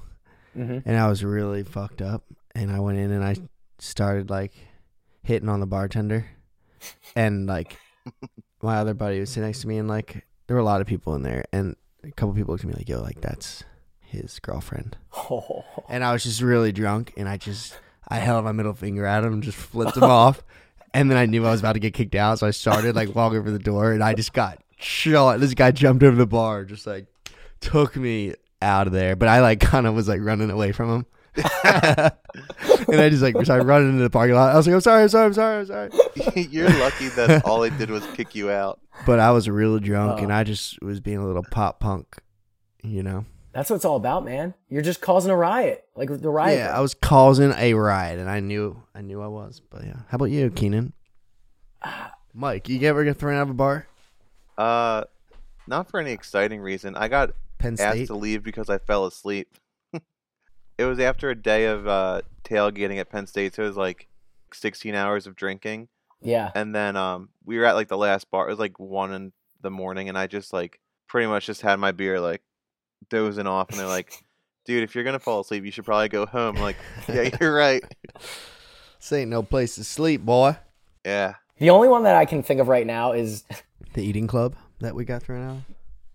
hmm and I was really fucked up. And I went in and I started like hitting on the bartender, and like my other buddy was sitting next to me, and like there were a lot of people in there, and a couple people looked at me like, "Yo, like that's his girlfriend." Oh, And I was just really drunk, and I just I held my middle finger at him, and just flipped him off, and then I knew I was about to get kicked out, so I started like walking over the door, and I just got shot. This guy jumped over the bar, just like took me out of there, but I like kind of was like running away from him. and I just like started running into the parking lot. I was like, I'm sorry, I'm sorry, I'm sorry, I'm sorry. You're lucky that all they did was kick you out. But I was real drunk Oh. and I just was being a little pop punk, you know? that's what it's all about, man. You're just causing a riot, like the riot. Yeah, I was causing a riot, and I knew I knew I was. But yeah, how about you, Keenan? Mike, you ever get thrown out of a bar? Uh, not for any exciting reason. I got Penn asked State. to leave because I fell asleep. it was after a day of uh, tailgating at Penn State, so it was like 16 hours of drinking, yeah. and then um, we were at like the last bar. It was like one in the morning, and I just like pretty much just had my beer, like dozing off, and they're like. Dude, if you're gonna fall asleep, you should probably go home. I'm like, yeah, you're right. This ain't no place to sleep, boy. Yeah, The only one that I can think of right now is The eating club that we got thrown out. of?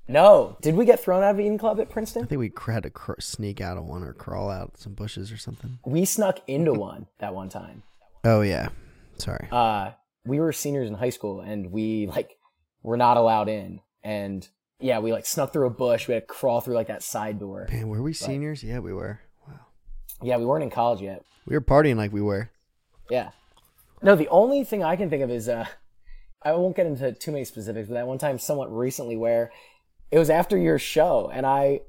no. Did we get thrown out of Eden Club at I Princeton? think we had to cr- sneak out of one or crawl out some bushes or something. We snuck into one that one time. Oh yeah, sorry. uh, we were seniors in high school and we like were not allowed in. And yeah, we like snuck through a bush. We had to crawl through like that side door. Man, were we seniors? Yeah, we were. Wow, Yeah, we weren't in college yet. we were partying like we were. Yeah. No, the only thing I can think of is uh, I won't get into too many specifics, but that one time, somewhat recently, where it was after your show and I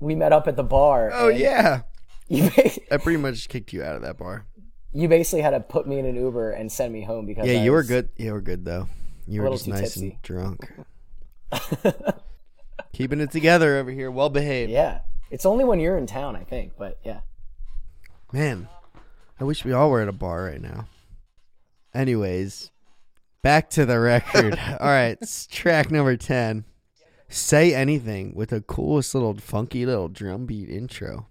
we met up at the bar. Oh and yeah, You, ba- I pretty much kicked you out of that bar. you basically had to put me in an Uber and send me home because Yeah, I you were was- good. You were good though. You were little just too nice tipsy. and drunk. Keeping it together over here, well behaved. Yeah, it's only when you're in town, I think. But yeah. Man, I wish we all were at a bar right now. Anyways, back to the record. all right, s- track number 10. Say anything with the coolest little funky little drum beat intro.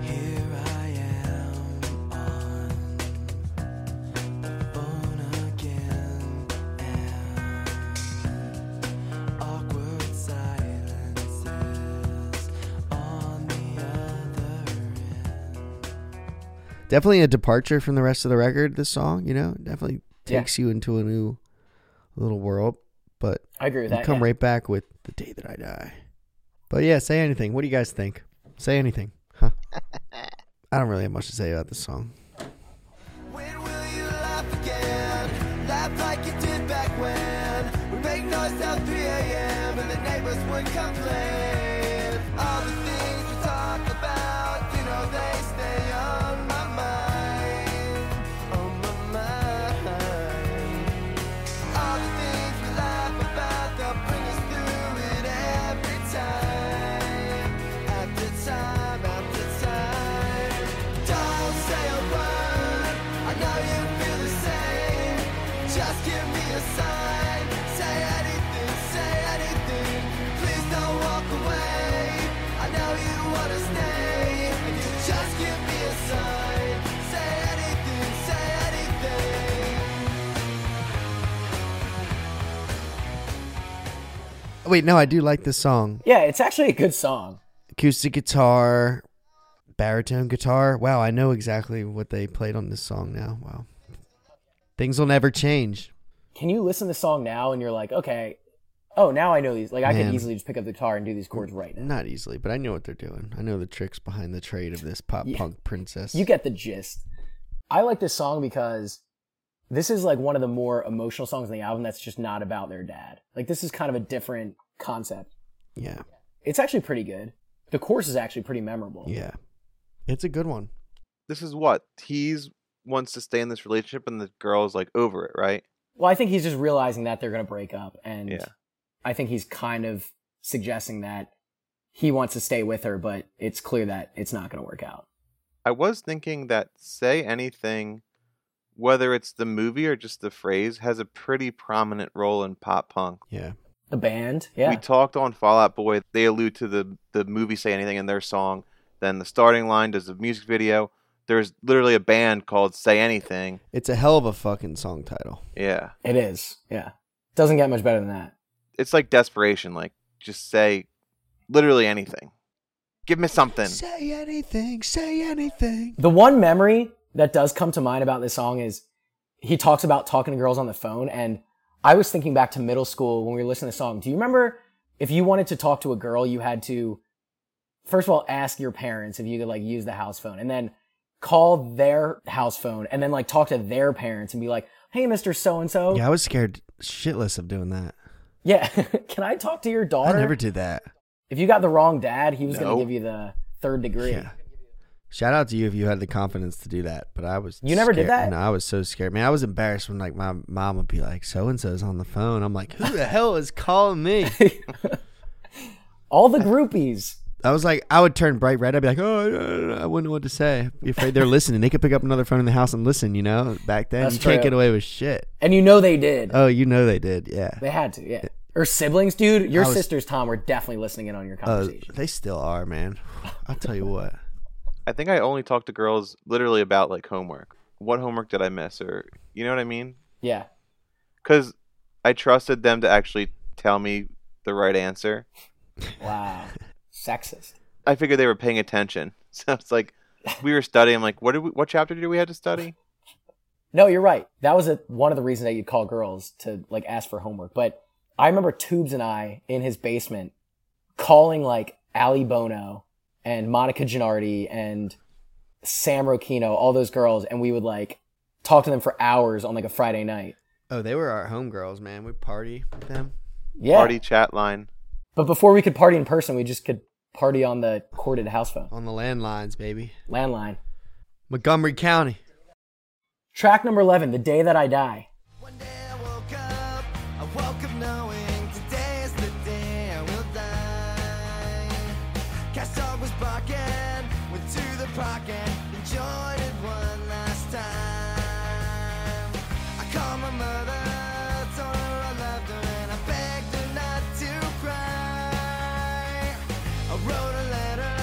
Here I am on the phone again, and awkward silences on the other end. Definitely a departure from the rest of the record, this song, you know? Definitely Yeah. takes you into a new little world, but I agree with You that. come yeah. right back with the day that I die. But yeah, say anything. What do you guys think? Say anything, huh? I don't really have much to say about this song. When will you laugh again? Laugh like you did back when. We make noise till 3 a.m. and the neighbors would complain. All the things we talk about, you know, they stay on my mind. On my mind. All the things we laugh about, they'll bring us through it every time. After time, after time. Don't say a word. I know you feel the same. Just give me a sign. Say anything, say anything. Please don't walk away. I know you wanna stay. And you just give me a sign. Say anything, say anything. Wait, no, I do like this song. Yeah, it's actually a good song. Acoustic guitar, baritone guitar. Wow, I know exactly what they played on this song now. Wow. Things will never change. can you listen to the song now and you're like, okay, oh, now I know these. Like, I Man. could easily just pick up the guitar and do these chords right now. Not easily, but I know what they're doing. I know the tricks behind the trade of this pop Yeah. punk princess. You get the gist. I like this song because this is like one of the more emotional songs on the album that's just not about their dad. Like, this is kind of a different concept. yeah, It's actually pretty good. The chorus is actually pretty memorable. yeah. It's a good one. This is what he's wants to stay in this relationship, and the girl's like over it, right? Well, I think he's just realizing that they're going to break up. And Yeah. I think he's kind of suggesting that he wants to stay with her, but it's clear that it's not going to work out. I was thinking that say anything, whether it's the movie or just the phrase, has a pretty prominent role in pop punk. Yeah, The band, yeah. We talked on Fallout Boy. They allude to the the movie "Say Anything" in their song. Then the starting line does the music video. There's literally a band called "Say Anything." it's a hell of a fucking song title. Yeah, it is, yeah. Doesn't get much better than that. it's like desperation. Like just say literally anything. Give me something. Say anything. Say anything. The one memory that does come to mind about this song is he talks about talking to girls on the phone. And I was thinking back to middle school when we were listening to the song. Do you remember if you wanted to talk to a girl, you had to, first of all, ask your parents if you could like use the house phone and then call their house phone and then like talk to their parents and be like, Hey, Mr. So and so. Yeah, I was scared shitless of doing that. Yeah. Can I talk to your daughter? I never did that. if you got the wrong dad, he was going No. to give you the third degree. Yeah. Shout out to you if you had the confidence to do that, but I was. You never did scared. that? No, I was so scared. Man, I was embarrassed when like my mom would be like, "So and so's on the phone." I'm like, "Who the hell is calling me?" All the groupies. I was like, I would turn bright red. I'd be like, "Oh, I- I- I wouldn't know what to say." Be afraid they're listening. They could pick up another phone in the house and listen. You know, back then That's you can't true. get away with shit. And you know they did. Oh, you know they did. Yeah. They had to, yeah. Or siblings, dude. Your I was- sisters, Tom, were definitely listening in on your Oh, conversation. they still are, man. I'll tell you what. I think I only talk to girls literally about like homework. What homework did I miss, or you know what I mean? yeah, Because I trusted them to actually tell me the right answer. wow, sexist. I figured they were paying attention. So it's like we were studying. I'm like, what did we? What chapter did we have to study? No, you're right. That was a, one of the reasons that you'd call girls to like ask for homework. But I remember Tubes and I in his basement calling like Ali Bono and Monica Gennardi and Sam Rocchino, all those girls, and we would like talk to them for hours on like a Friday night. Oh, they were our homegirls, man. We party with them. Yeah, Party chat line. but before we could party in person, we just could party on the corded house phone, on the landlines, baby. landline. Montgomery County. Track number 11, The Day That I Die. One day I woke up, I woke up knowing today is the day I will die. Castor was barking, went to the park and enjoyed it one last time. I called my mother, told her I loved her, and I begged her not to cry. I wrote a letter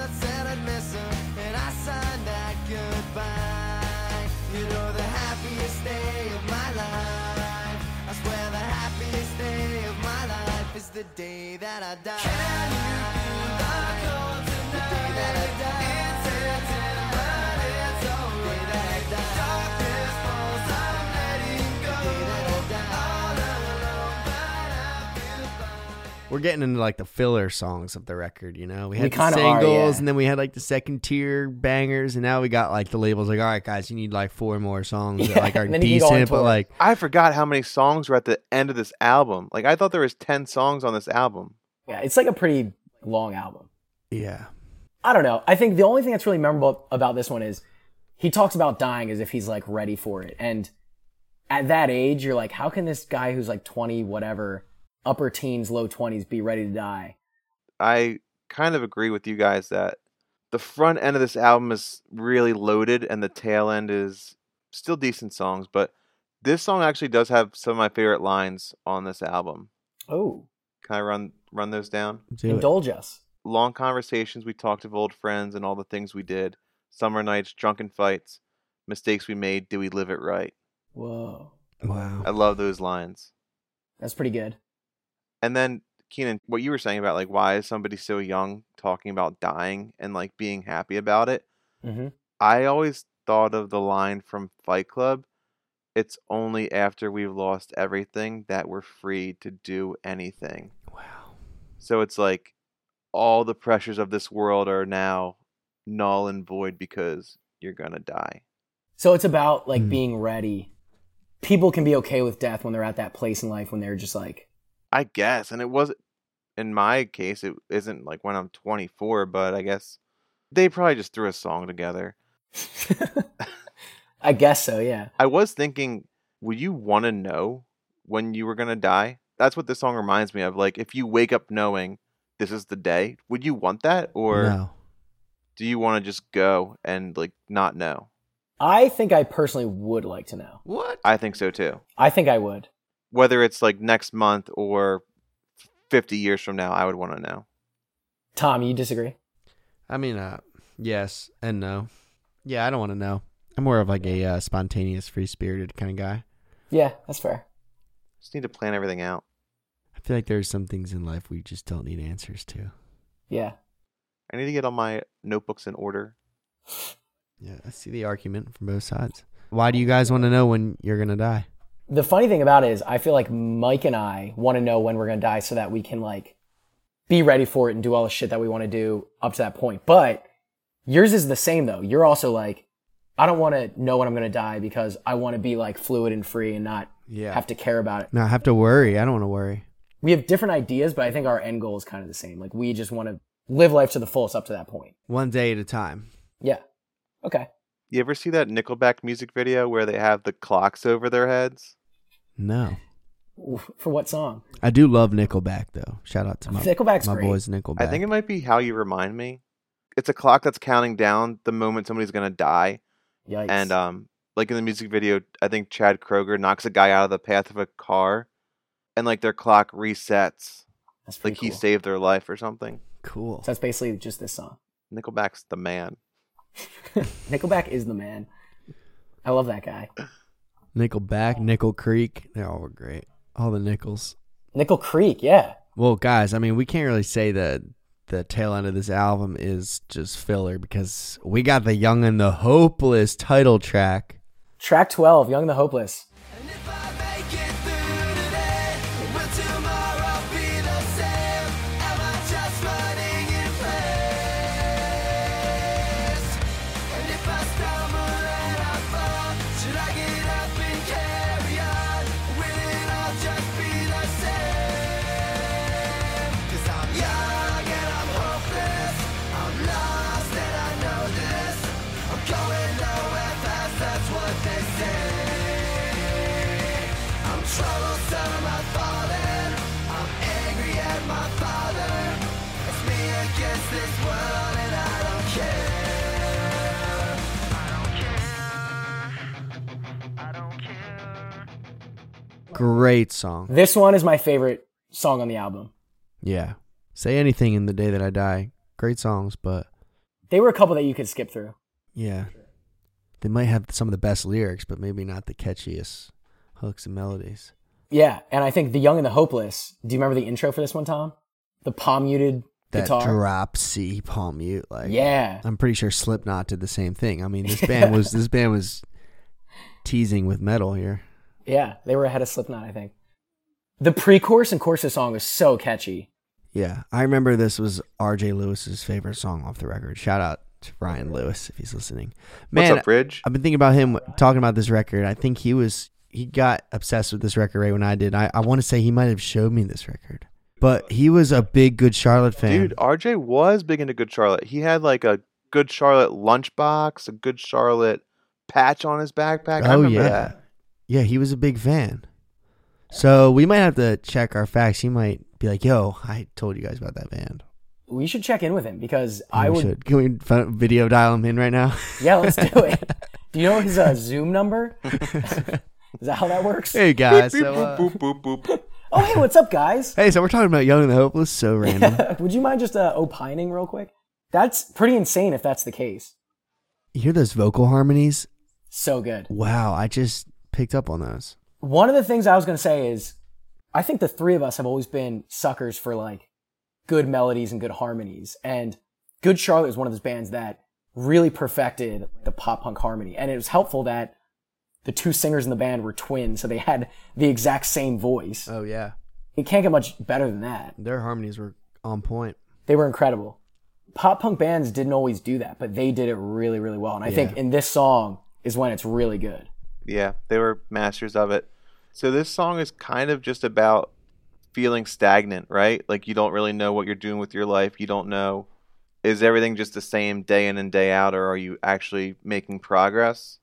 that said I'd miss her, and I signed that goodbye. You know the happiest day of my life. I swear the happiest day of my life is the day that I die. Can you feel the cold tonight? The day that I die. It's hurting, but it's alright. The day that I die. Darkness falls, I'm letting go. The day that I die. All alone, but I feel fine. We're getting into like the filler songs of the record, you know. We had We the kinda singles, are, yeah. and then we had like the second tier bangers, and now we got like the labels. Like, all right, guys, you need like four more songs that Yeah, like are and then you can go on decent, but tour. like I forgot how many songs were at the end of this album. Like I thought there was ten songs on this album. Yeah, it's like a pretty long album. yeah, I don't know. I think the only thing that's really memorable about this one is he talks about dying as if he's like ready for it. And at that age, you're like, how can this guy who's like 20, whatever, upper teens, low 20s, be ready to die? I kind of agree with you guys that the front end of this album is really loaded and the tail end is still decent songs, but this song actually does have some of my favorite lines on this album. Oh, Can I run run those down? do it. indulge us. long conversations we talked of old friends and all the things we did summer nights drunken fights mistakes we made do we live it right Whoa. Wow, i love those lines That's pretty good. and then keenan what you were saying about like why is somebody so young talking about dying and like being happy about it Mm-hmm. i always thought of the line from fight club it's only after we've lost everything that we're free to do anything. Wow. So it's like all the pressures of this world are now null and void because you're gonna die. So it's about like Mm. being ready. People can be okay with death when they're at that place in life when they're just like, I guess, and it was in my case, it isn't like when I'm 24, but I guess they probably just threw a song together. I guess so, yeah. I was thinking, would you want to know when you were going to die? That's what this song reminds me of. Like, if you wake up knowing this is the day, would you want that? Or no. do you want to just go and, like, not know? I think I personally would like to know. What? I think so too. I think I would. Whether it's like next month or 50 years from now, I would want to know. Tom, you disagree? I mean, uh, yes and no. Yeah, I don't want to know. I'm more of like a uh, spontaneous, free spirited kind of guy. Yeah, that's fair. Just need to plan everything out. I feel like there's some things in life we just don't need answers to. Yeah. I need to get all my notebooks in order. Yeah, I see the argument from both sides. Why do you guys want to know when you're gonna die? The funny thing about it is I feel like Mike and I want to know when we're going to die so that we can like be ready for it and do all the shit that we want to do up to that point. But yours is the same though. You're also like, I don't want to know when I'm going to die because I want to be like fluid and free and not Yeah. have to care about it. no, I have to worry. I don't want to worry. We have different ideas, but I think our end goal is kind of the same. Like we just want to live life to the fullest up to that point. One day at a time. Yeah. Okay. You ever see that Nickelback music video where they have the clocks over their heads? No. Oof, For what song? I do love Nickelback though. Shout out to my Nickelback's my great. boys Nickelback. I think it might be how you remind me. It's a clock that's counting down the moment somebody's gonna die, Yikes. and um, like in the music video, I think Chad Kroger knocks a guy out of the path of a car, and like their clock resets, that's pretty like he cool. saved their life or something. cool. so that's basically just this song. Nickelback's the man. Nickelback is the man. I love that guy. Nickelback, Nickel Creek. They all were great. All the nickels. Nickel Creek, yeah. Well, guys, I mean, we can't really say that the tail end of this album is just filler because we got the Young and the Hopeless title track. Track 12, Young and the Hopeless. And if I make it through today, will tomorrow be the same? Am I just running in place? And if I stumble and I fall, should I get up and carry on? Will it all just be the same? Cause I'm young and I'm hopeless. I'm lost and I know this. I'm going nowhere fast, that's what they say. I'm troublesome, I've fallen. I'm angry at my father. It's me against this world, and I don't care. Great song. This one is my favorite song on the album. Yeah. Say anything in the day that I die. Great songs, but They were a couple that you could skip through. yeah. They might have some of the best lyrics, but maybe not the catchiest hooks and melodies. Yeah, and I think The Young and the Hopeless. Do you remember the intro for this one, Tom? The palm muted That guitar. drop C palm mute like yeah. I'm pretty sure Slipknot did the same thing. I mean, this band was this band was teasing with metal here. Yeah, they were ahead of Slipknot, I think. The pre-chorus and chorus of the song was so catchy. Yeah, I remember this was R.J. Lewis's favorite song off the record. Shout out to Ryan Lewis if he's listening. Man, What's up, Ridge? I've been thinking about him talking about this record. I think he was he got obsessed with this record right when I did. I, I want to say he might have showed me this record, but he was a big Good Charlotte fan. Dude, oh RJ was big into Good Charlotte. He had like a Good Charlotte lunchbox, a Good Charlotte patch on his backpack. I remember that. Oh, yeah, he was a big fan. So we might have to check our facts. He might be like, "Yo, I told you guys about that band." We should check in with him because I We would should. Can we fi- video dial him in right now? Yeah, let's do it. do you know his uh, Zoom number? is that how that works? hey guys, so uh, Boop boop boop. Oh, hey, what's up, guys? Hey, so we're talking about Young and the Hopeless. So random. Would you mind just uh, opining real quick? That's pretty insane if that's the case. you hear those vocal harmonies? So good. Wow, I just picked up on those. One of the things I was going to say is I think the three of us have always been suckers for like good melodies and good harmonies. And Good Charlotte was one of those bands that really perfected the pop punk harmony. And it was helpful that the two singers in the band were twins, so they had the exact same voice. Oh yeah, It can't get much better than that. their harmonies were on point. They were incredible. Pop punk bands didn't always do that, but they did it really, really well. And I think in this song is when it's really good. Yeah, they were masters of it. So this song is kind of just about feeling stagnant, right? Like you don't really know what you're doing with your life. You don't know is everything just the same day in and day out or are you actually making progress?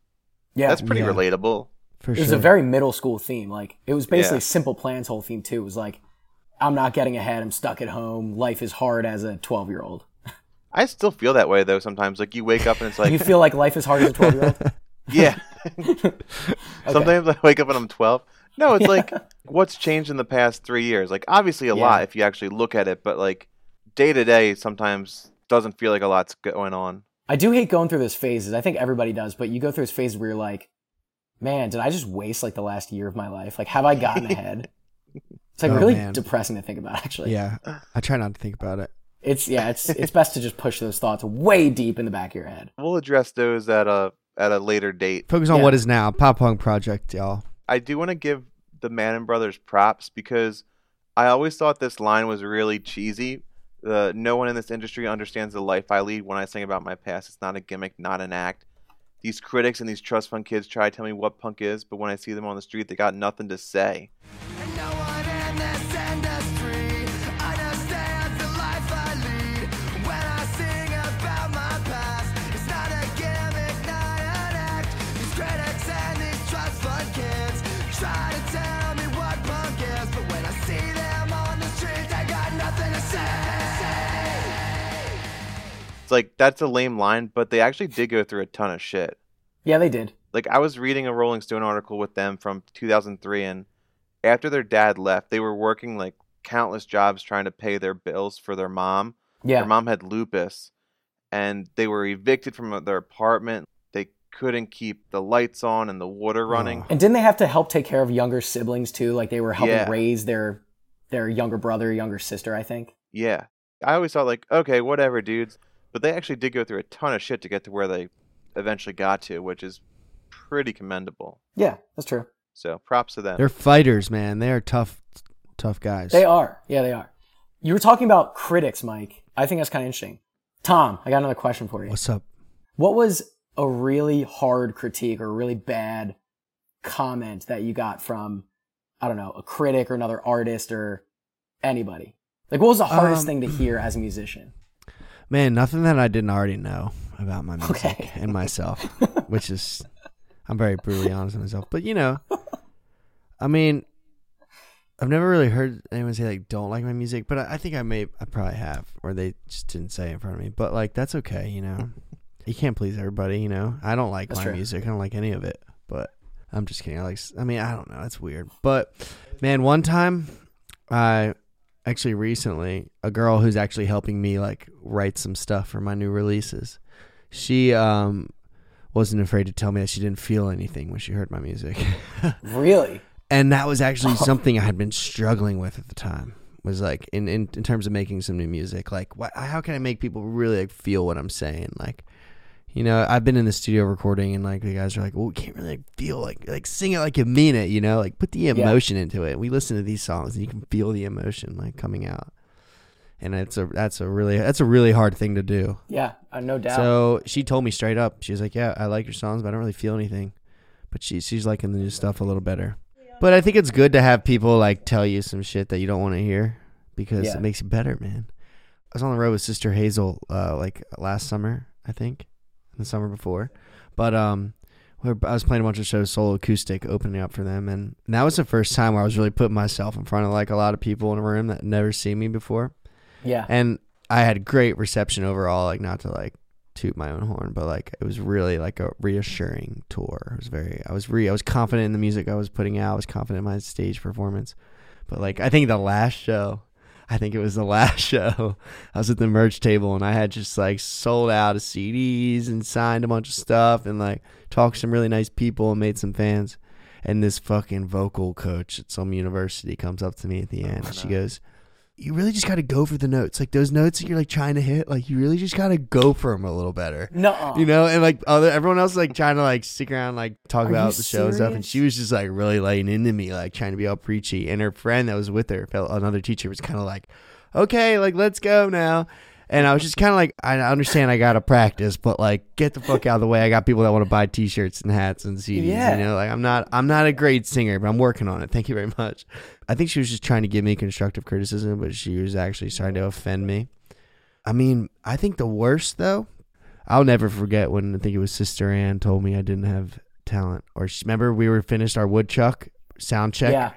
Yeah. That's pretty Yeah. relatable. For it was sure. a very middle school theme. Like it was basically Yeah. Simple Plan's whole theme too. It was like, I'm not getting ahead. I'm stuck at home. Life is hard as a 12 year old. I still feel that way though sometimes. Like you wake up and it's You like, feel like life is hard as a 12 year old? yeah. Sometimes I wake up and I'm 12. No, it's like what's changed in the past 3 years? Like obviously a Yeah. lot if you actually look at it, but like day to day sometimes doesn't feel like a lot's going on. I do hate going through those phases. I think everybody does, but you go through those phases where you're like, man, did I just waste like the last year of my life? Like, have I gotten ahead? It's like Oh, really man. depressing to think about, actually. yeah, I try not to think about it. It's, yeah, it's, it's best to just push those thoughts way deep in the back of your head. We'll address those at a at a later date. Focus on Yeah. what is now. Pop punk project, y'all. I do want to give the Mannon brothers props because I always thought this line was really cheesy. The no one in this industry understands the life I lead. When I sing about my past, it's not a gimmick, not an act. These critics and these trust fund kids try to tell me what punk is, but when I see them on the street, they got nothing to say. And no one in this industry understands the life I lead. When I sing about my past, it's not a gimmick, not an act. These critics and these trust fund kids try to tell me what punk is, but when I see them on the street, they got nothing to say. It's like that's a lame line, but they actually did go through a ton of shit. Yeah, they did. like I was reading a Rolling Stone article with them from 2003 and after their dad left, they were working like countless jobs trying to pay their bills for their mom. Yeah. Their mom had lupus and they were evicted from uh, their apartment. They couldn't keep the lights on and the water running. And didn't they have to help take care of younger siblings too? Like they were helping Yeah. raise their, their younger brother, younger sister, I think. Yeah. I always thought like, okay, whatever, dudes, but they actually did go through a ton of shit to get to where they eventually got to, which is pretty commendable. Yeah, that's true. So, props to them. They're fighters, man. They are tough, tough guys. They are. Yeah, they are. You were talking about critics, Mike. I think that's kind of interesting. Tom, I got another question for you. What's up? What was a really hard critique or a really bad comment that you got from, I don't know, a critic or another artist or anybody? Like, what was the hardest Um, thing to hear as a musician? Man, nothing that I didn't already know about my music Okay. and myself, which is, I'm very brutally honest with myself. But you know, I mean, I've never really heard anyone say like don't like my music, but I, I think I may, I probably have, or they just didn't say it in front of me. But like that's okay, you know. you can't please everybody, you know. I don't like That's my true. music. I don't like any of it. But I'm just kidding. I like. I mean, I don't know. It's weird. But man, one time, I actually recently a girl who's actually helping me like write some stuff for my new releases. She um wasn't afraid to tell me that she didn't feel anything when she heard my music. Really? and that was actually something I had been struggling with at the time. Was like in, in, in terms of making some new music, like wh- how can I make people really like feel what I'm saying? Like, you know, I've been in the studio recording, and like the guys are like, "Well, we can't really like, feel like like sing it like you mean it," you know, like put the emotion into it. We listen to these songs, and you can feel the emotion like coming out, and it's a that's a really that's a really hard thing to do. Yeah, uh, no doubt. So she told me straight up, she was like, "Yeah, I like your songs, but I don't really feel anything." But she she's liking the new stuff a little better. But I think it's good to have people like tell you some shit that you don't want to hear because Yeah. it makes you better, man. I was on the road with Sister Hazel uh, like last summer, I think, the summer before. But um, we were- I was playing a bunch of shows solo acoustic, opening up for them, and, and that was the first time where I was really putting myself in front of like a lot of people in a room that had never seen me before yeah. and I had great reception overall. Like not to like toot my own horn, but like it was really like a reassuring tour. It was very I was re I was confident in the music I was putting out. I was confident in my stage performance. But like I think the last show, I think it was the last show. I was at the merch table and I had just like sold out of CDs and signed a bunch of stuff and like talked to some really nice people and made some fans. And this fucking vocal coach at some university comes up to me at the end and she goes, you really just got to go for the notes. Like those notes that you're like trying to hit, like you really just got to go for them a little better. Nuh-uh. You know, and like other everyone else like trying to like stick around like talk Are you about the show and stuff and serious? she was just like really laying into me like trying to be all preachy and her friend that was with her, fel- another teacher was kind of like, "Okay, like let's go now." And I was just kind of like, I understand I got to practice, but like, get the fuck out of the way. I got people that want to buy T-shirts and hats and CDs. Yeah. You know, like I'm not, I'm not a great singer, but I'm working on it. Thank you very much. I think she was just trying to give me constructive criticism, but she was actually trying to offend me. I mean, I think the worst though, I'll never forget when I think it was Sister Ann told me I didn't have talent. Or she, remember we were finished our woodchuck sound check Yeah.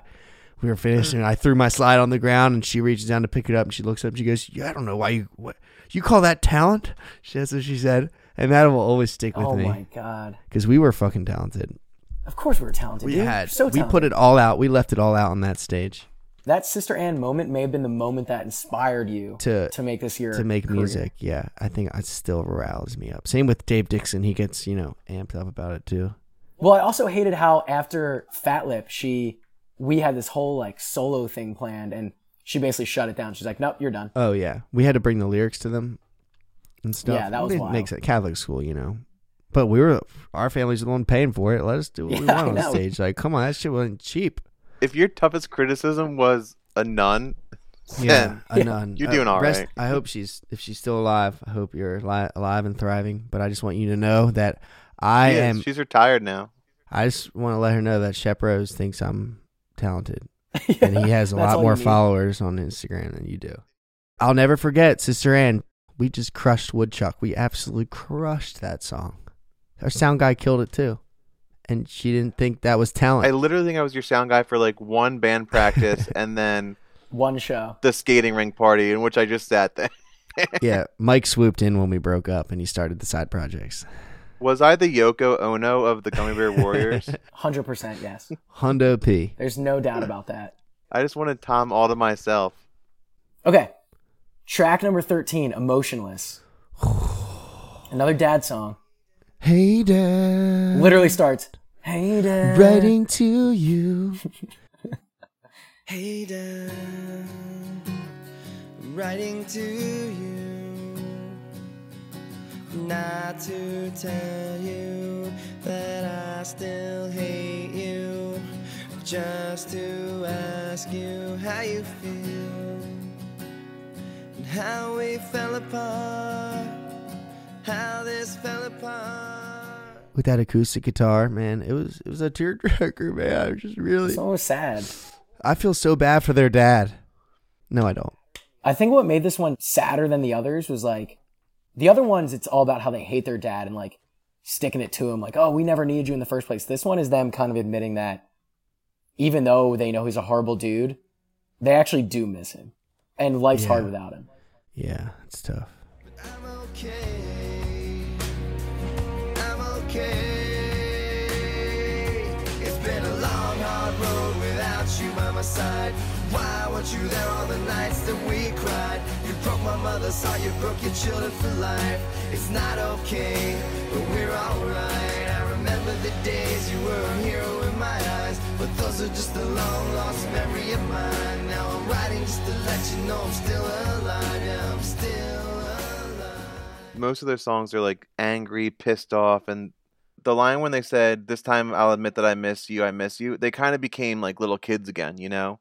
we were finished and I threw my slide on the ground and she reaches down to pick it up and she looks up and she goes, yeah, I don't know why you what you call that talent? She, that's what she said. And that will always stick with Oh me my god. because we were fucking talented. Of course we were talented. We dude. had so we talented. put it all out. We left it all out on that stage that Sister Ann moment may have been the moment that inspired you To- to make this year to make music. Yeah, I think it still riles me up. Same with Dave Dixon. He gets you know amped up about it too. Well, I also hated how after Fat Lip, she we had this whole like solo thing planned, and she basically shut it down. She's like, "Nope, you're done." Oh yeah, we had to bring the lyrics to them and stuff. Yeah, that was it wild. makes it Catholic school, you know. But we were our families the one paying for it. Let us do what we Yeah, I want on know. stage. Like, come on, that shit wasn't cheap. If your toughest criticism was a nun, Yeah, then a nun. You're doing all right. uh, I hope she's if she's still alive. I hope you're li- alive and thriving. But I just want you to know that I she is. am. she's retired now. I just want to let her know that Shep Rose thinks I'm talented. and he has a That's lot all more you need. followers on Instagram than you do. I'll never forget Sister Ann. We just crushed Woodchuck. We absolutely crushed that song. Our sound guy killed it too, and she didn't think that was I Oh. talent. literally think I was your sound guy for like one band practice and then One show. the skating rink party in which I just sat there. yeah, Mike swooped in when we broke up, and he started the side projects. Was I the Yoko Ono of the Gummy Bear Warriors? Hundred percent, yes. Hondo P. There's no doubt about that. I just wanted Tom all to myself. Okay, track number thirteen, "Emotionless." Another dad song. Hey Dad, Literally starts, "Hey dad." writing to you. Hey Dad, writing to you, not to tell you that I still hate you, just to ask you how you feel and how we fell apart, how this fell apart. With that acoustic guitar, man, it was it was a tearjerker, man. I was just This really, song was sad. I feel so bad for their dad. No, I don't. I think what made this one sadder than the others was like the other ones, it's all about how they hate their dad and like sticking it to him, like, oh, we never needed you in the first place. This one is them kind of admitting that even though they know he's a horrible dude, they actually do miss him. And life's hard Yeah. without him. Yeah, it's tough. I'm okay. I'm okay. It's been a long, hard road without you by my side. Why weren't you there all the nights that we cried? You broke my mother's heart, you broke your children for life. It's not okay, but we're alright. I remember the days you were a hero in my eyes, but those are just a long lost memory of mine. Now I'm writing just to let you know I'm still alive. Yeah, I'm still alive. Most of their songs are like angry, pissed off, and the line when they said, This time I'll admit that I miss you, I miss you, they kind of became like little kids again, you know?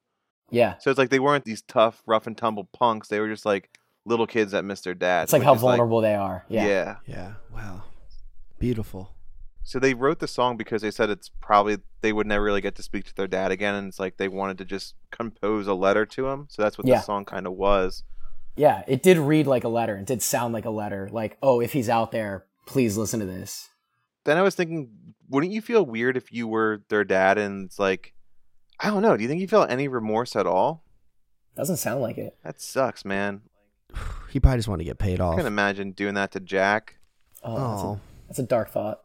Yeah. So it's like they weren't these tough, rough and tumble punks. They were just like little kids that missed their dad. It's like which how is, vulnerable they are. Yeah. yeah. Yeah. Wow. Beautiful. So they wrote the song because they said it's probably they would never really get to speak to their dad again, and it's like they wanted to just compose a letter to him. So that's what Yeah. the song kind of was. Yeah. It did read like a letter. It did sound like a letter. Like, oh, if he's out there, please listen to this. Then I was thinking, wouldn't you feel weird if you were their dad? And it's like, I don't know. Do you think you feel any remorse at all? Doesn't sound like it. That sucks, man. He probably just wanted to get paid I off. can imagine doing that to Jack. Oh, that's a, Oh, that's a dark thought.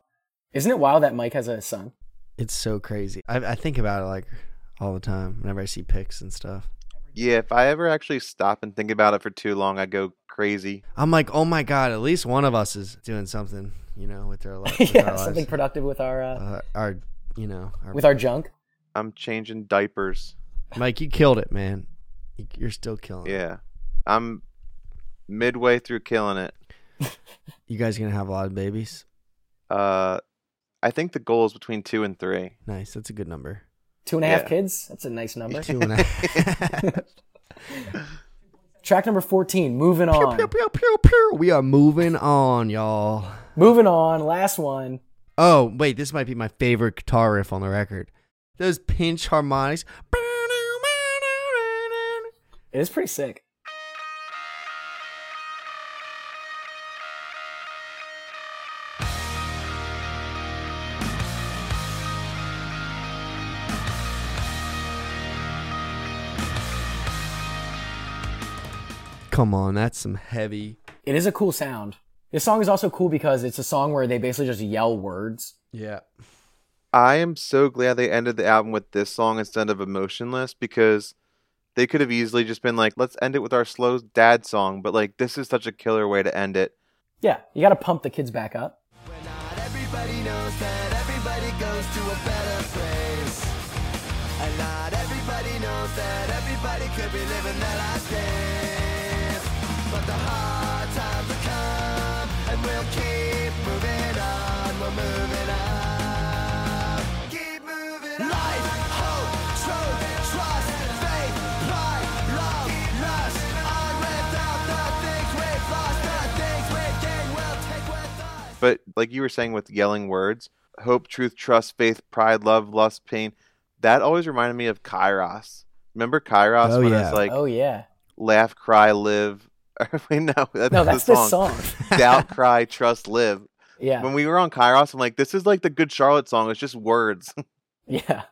Isn't it wild that Mike has a son? it's so crazy. I, I think about it like all the time whenever I see pics and stuff. Yeah, if I ever actually stop and think about it for too long, I go crazy. I'm like, oh my god, at least one of us is doing something, you know, with their life. with yeah, our something lives. productive with our uh, Uh, our, you know, our, with our junk. I'm changing diapers. Mike, you killed it, man. You're still killing. it. Yeah. I'm midway through killing it. You guys gonna have a lot of babies? Uh, I think the goal is between two and three. Nice. That's a good number. Two and a half Yeah. kids. That's a nice number. Two and a half. Track number 14, moving on. Pew, pew, pew, pew. We are moving on, y'all. Moving on, last one. Oh, wait, this might be my favorite guitar riff on the record. Those pinch harmonics. It is pretty sick. Come on, that's some heavy. It is a cool sound. This song is also cool because it's a song where they basically just yell words. Yeah. I am so glad they ended the album with this song instead of Emotionless because they could have easily just been like, let's end it with our slow dad song. But like, this is such a killer way to end it. Yeah, you gotta pump the kids back up. Where not everybody knows that everybody goes to a better place. And not everybody knows that everybody could be living their life days. But the hard times will come, and we'll keep moving on. We're moving on. Keep moving on. Life, hope, truth, trust, faith, pride, love, lust. On without the things we've lost, the things we've gained will take with us. But like you were saying with yelling words, hope, truth, trust, faith, pride, love, lust, pain, that always reminded me of Kairos. Remember Kairos Oh, when yeah. it's like oh, yeah. laugh, cry, live. Wait, no, that's, No, the that's this song. song. Doubt, cry, trust, live. Yeah. When we were on Kairos, I'm like, this is like the Good Charlotte song. It's just words. yeah.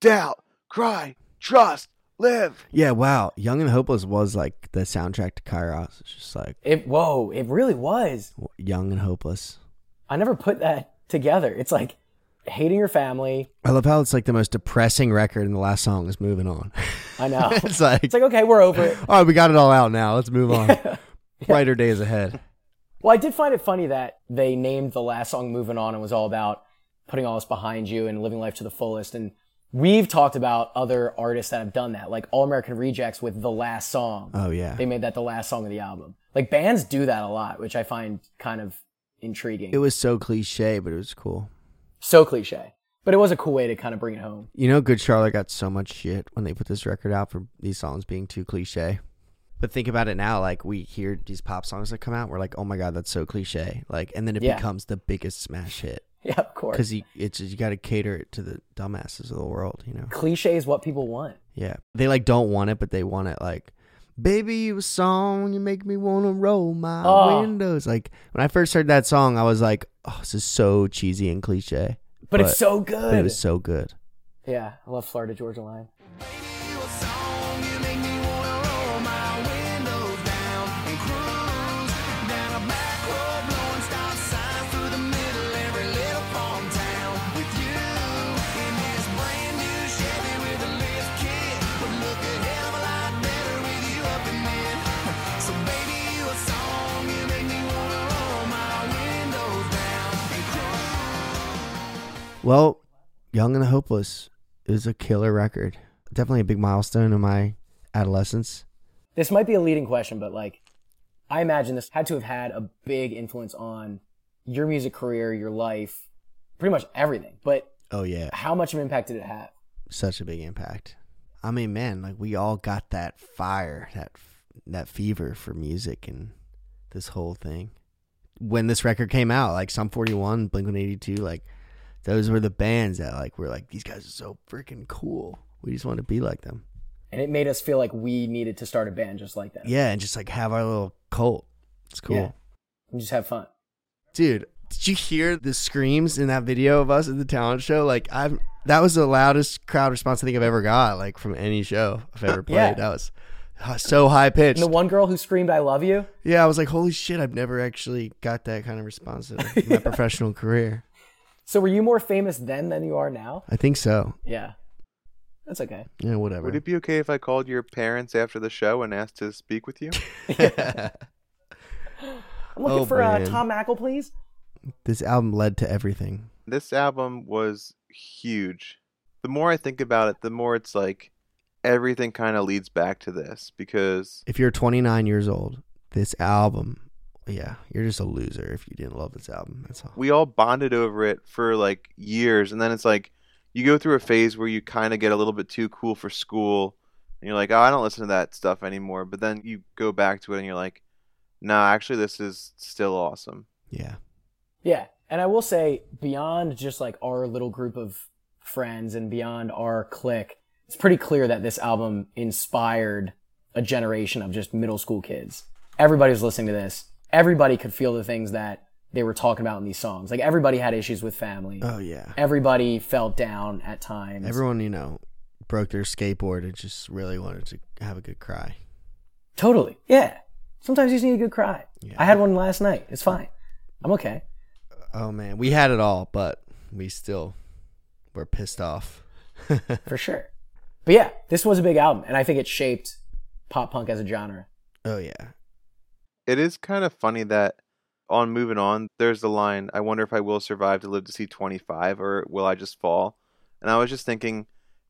Doubt, cry, trust, live. Yeah, wow. Young and Hopeless was like the soundtrack to Kairos. It's just like It, whoa, it really was. w- Young and Hopeless. I never put that together. It's like hating your family. I love how it's like the most depressing record and the last song is moving on. I know. it's like, it's like, okay, we're over it. all right, we got it all out now. Let's move on. Brighter days ahead. Well, I did find it funny that they named the last song Moving On and was all about putting all this behind you and living life to the fullest. And we've talked about other artists that have done that, like All American Rejects with the last song. Oh yeah. They made that the last song of the album. Like bands do that a lot, which I find kind of intriguing. It was so cliche, but it was cool. so cliche, but it was a cool way to kind of bring it home. You know, Good Charlotte got so much shit when they put this record out for these songs being too cliche. But think about it now, like we hear these pop songs that come out, we're like, oh my god, that's so cliche. Like, and then it Yeah. becomes the biggest smash hit Yeah, of course. because you it's you got to cater it to the dumbasses of the world, you know. Cliche is what people want. Yeah, they like don't want it, but they want it like. Baby, you a song, you make me wanna roll my Oh. windows. Like when I first heard that song, I was like, "Oh, this is so cheesy and cliche." But, it's so good. But it was so good. yeah, I love Florida Georgia Line. You a song, you make me wanna roll my windows down and cruise down a back road, blowing stop signs through the middle every little farm town with you in this brand new Chevy with a lift kit would look a hell of a lot better with you up in it. So baby, you a song, you make me wanna roll my windows down and cruise. Well, Young and the Hopeless is a killer record. Definitely a big milestone in my adolescence. this might be a leading question, but like, I imagine this had to have had a big influence on your music career, your life, pretty much everything. But Oh yeah, how much of an impact did it have? such a big impact. I mean, man, like we all got that fire, that that fever for music and this whole thing. When this record came out, like Sum 41, Blink 182, like those were the bands that like were like these guys are so freaking cool. We just want to be like them. And it made us feel like we needed to start a band just like that. Yeah, and just like have our little cult. It's cool. Yeah. And just have fun. Dude, did you hear the screams in that video of us at the talent show? Like I've that was the loudest crowd response I think I've ever got, like from any show I've ever played. Yeah. That was uh, so high pitched. And the one girl who screamed, I love you. yeah, I was like, holy shit, I've never actually got that kind of response in my professional career. So were you more famous then than you are now? I think so. Yeah. That's okay. Yeah, whatever. Would it be okay if I called your parents after the show and asked to speak with you? I'm looking Oh, for uh, man. Tom Mackle, please. this album led to everything. this album was huge. The more I think about it, the more it's like everything kind of leads back to this because If you're 29 years old, this album, yeah, you're just a loser if you didn't love this album. That's all. we all bonded over it for like years and then it's like you go through a phase where you kind of get a little bit too cool for school and you're like oh i don't listen to that stuff anymore but then you go back to it and you're like nah actually this is still awesome yeah. Yeah. And I will say, beyond just like our little group of friends and beyond our clique, it's pretty clear that this album inspired a generation of just middle school kids. Everybody was listening to this. Everybody could feel the things that they were talking about in these songs. Like everybody had issues with family. Oh yeah. everybody felt down at times. Everyone, you know, broke their skateboard and just really wanted to have a good cry. Totally. Yeah. Sometimes you just need a good cry. Yeah. I had one last night. It's fine. I'm okay. Oh man, we had it all, but we still were pissed off. Oh, for sure. But yeah, this was a big album, and I think it shaped pop punk as a genre. Oh yeah. it is kind of funny that on moving on there's the line i wonder if i will survive to live to see 25 or will i just fall and i was just thinking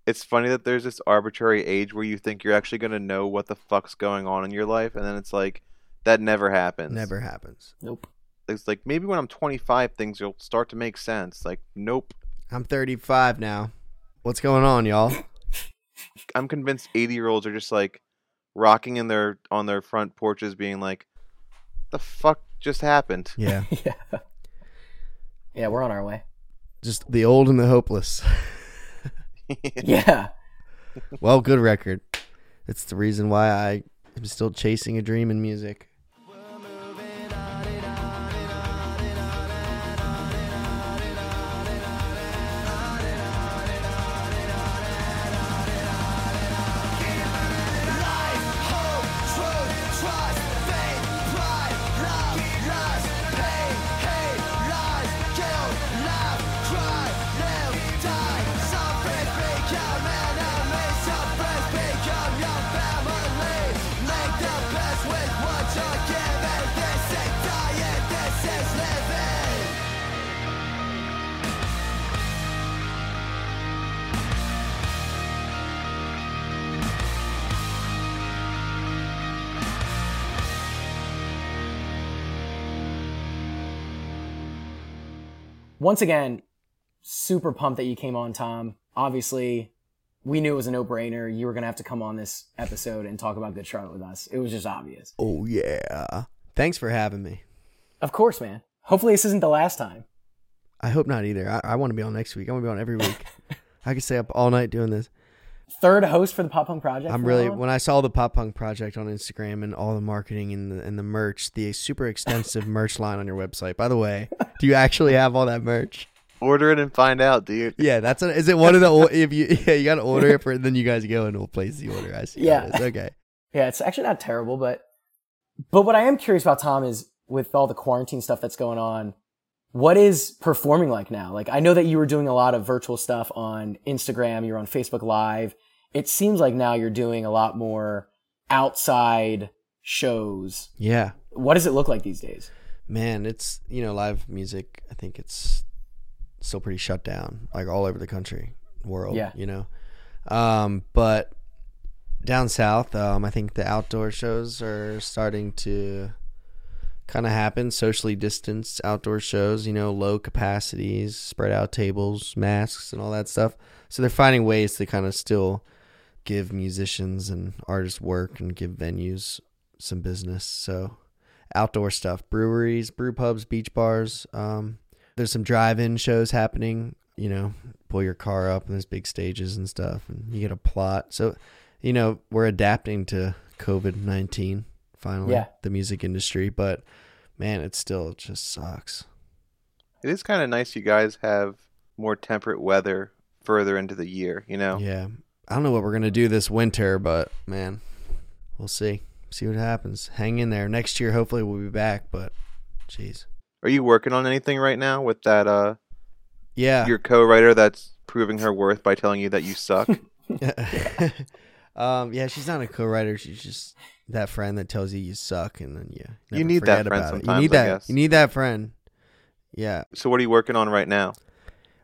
it's funny that there's this arbitrary age where you think you're actually going to know what the fuck's going on in your life and then it's like that never happens Never happens. Nope. it's like maybe when i'm 25 things will start to make sense like nope I'm 35 now. What's going on, y'all? i'm convinced 80 year olds are just like rocking in their on their front porches being like the fuck just happened Yeah. yeah. Yeah, we're on our way. Just the old and the hopeless. Yeah. Well, good record. It's the reason why I am still chasing a dream in music. Once again, super pumped that you came on, Tom. Obviously, we knew it was a no brainer. You were going to have to come on this episode and talk about Good Charlotte with us. It was just obvious. Oh yeah. Thanks for having me. Of course, man. Hopefully, this isn't the last time. I hope not either. I, I want to be on next week. I want to be on every week. I could stay up all night doing this. Third host for the Pop Punk Project. I'm from really now on? when I saw the pop punk project on Instagram and all the marketing and the, and the merch, the super extensive merch line on your website. By the way, do you actually have all that merch? order it and find out dude Yeah, that's a, is it one of the ol- if you yeah you gotta order it for then you guys go and we'll place the order. I see. how it Yeah. is. Okay. Yeah, it's actually not terrible, but but what I am curious about, Tom, is with all the quarantine stuff that's going on, what is performing like now? Like I know that you were doing a lot of virtual stuff on Instagram, you were on Facebook Live. It seems like now you're doing a lot more outside shows. Yeah. What does it look like these days? Man, it's you know live music. I think it's still pretty shut down, like all over the country, world. Yeah. you know. Um, but down south, um, I think the outdoor shows are starting to kind of happen. Socially distanced outdoor shows, you know, low capacities, spread out tables, masks, and all that stuff. So they're finding ways to kind of still give musicians and artists work and give venues some business. So outdoor stuff, breweries, brew pubs, beach bars. Um, there's some drive-in shows happening. You know, pull your car up and there's big stages and stuff, and you get a plot. So, you know, we're adapting to COVID nineteen finally. Yeah. The music industry, but man, it still just sucks. It is kind of nice you guys have more temperate weather further into the year, you know? Yeah, I don't know what we're gonna do this winter, but man, we'll see. See what happens. Hang in there. Next year, hopefully, we'll be back. But, jeez. Are you working on anything right now with that uh Yeah. your co-writer that's proving her worth by telling you that you suck? um, yeah, she's not a co-writer. She's just that friend that tells you you suck, and then yeah, You need that friend You sometimes, need I that. guess. You need that friend. Yeah, so what are you working on right now?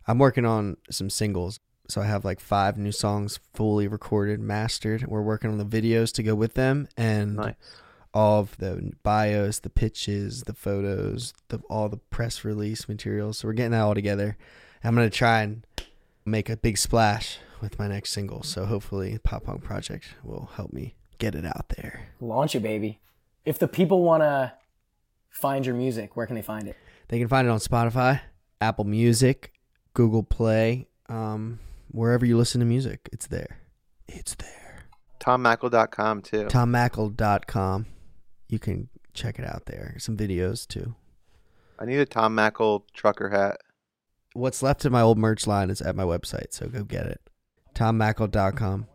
I'm working on some singles. So I have like five new songs fully recorded, mastered. We're working on the videos to go with them and Nice. all of the bios, the pitches, the photos, the all the press release materials. So we're getting that all together. I'm gonna try and make a big splash with my next single. So hopefully Pop Punk Project will help me get it out there. Launch it, baby. If the people want to find your music, where can they find it? They can find it on Spotify, Apple Music, Google Play, um, wherever you listen to music. It's there. It's there. TomMackle.com too. TomMackle.com. You can check it out there. Some videos too. I need a Tom Mackle trucker hat. What's left of my old merch line is at my website, so go get it. TomMackle.com.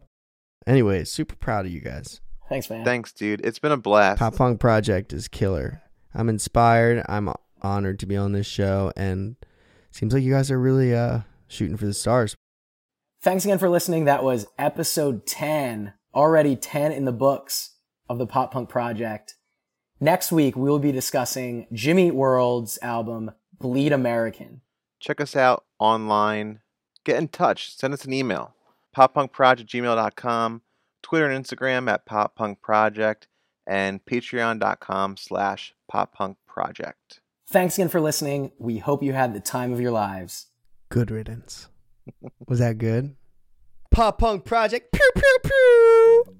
Anyway, super proud of you guys. Thanks, man. Thanks, dude. It's been a blast. Pop Punk Project is killer. I'm inspired. I'm honored to be on this show, and seems like you guys are really uh, shooting for the stars. Thanks again for listening. That was episode 10, already 10 in the books of the Pop Punk Project. Next week, we will be discussing Jimmy Eat World's album, Bleed American. Check us out online. Get in touch. Send us an email. poppunkprojectgmail.com, Twitter and Instagram at poppunkproject, and patreon.com slash poppunkproject. Thanks again for listening. We hope you had the time of your lives. Good riddance. Was that good? Pop Punk Project. Pew pew pew.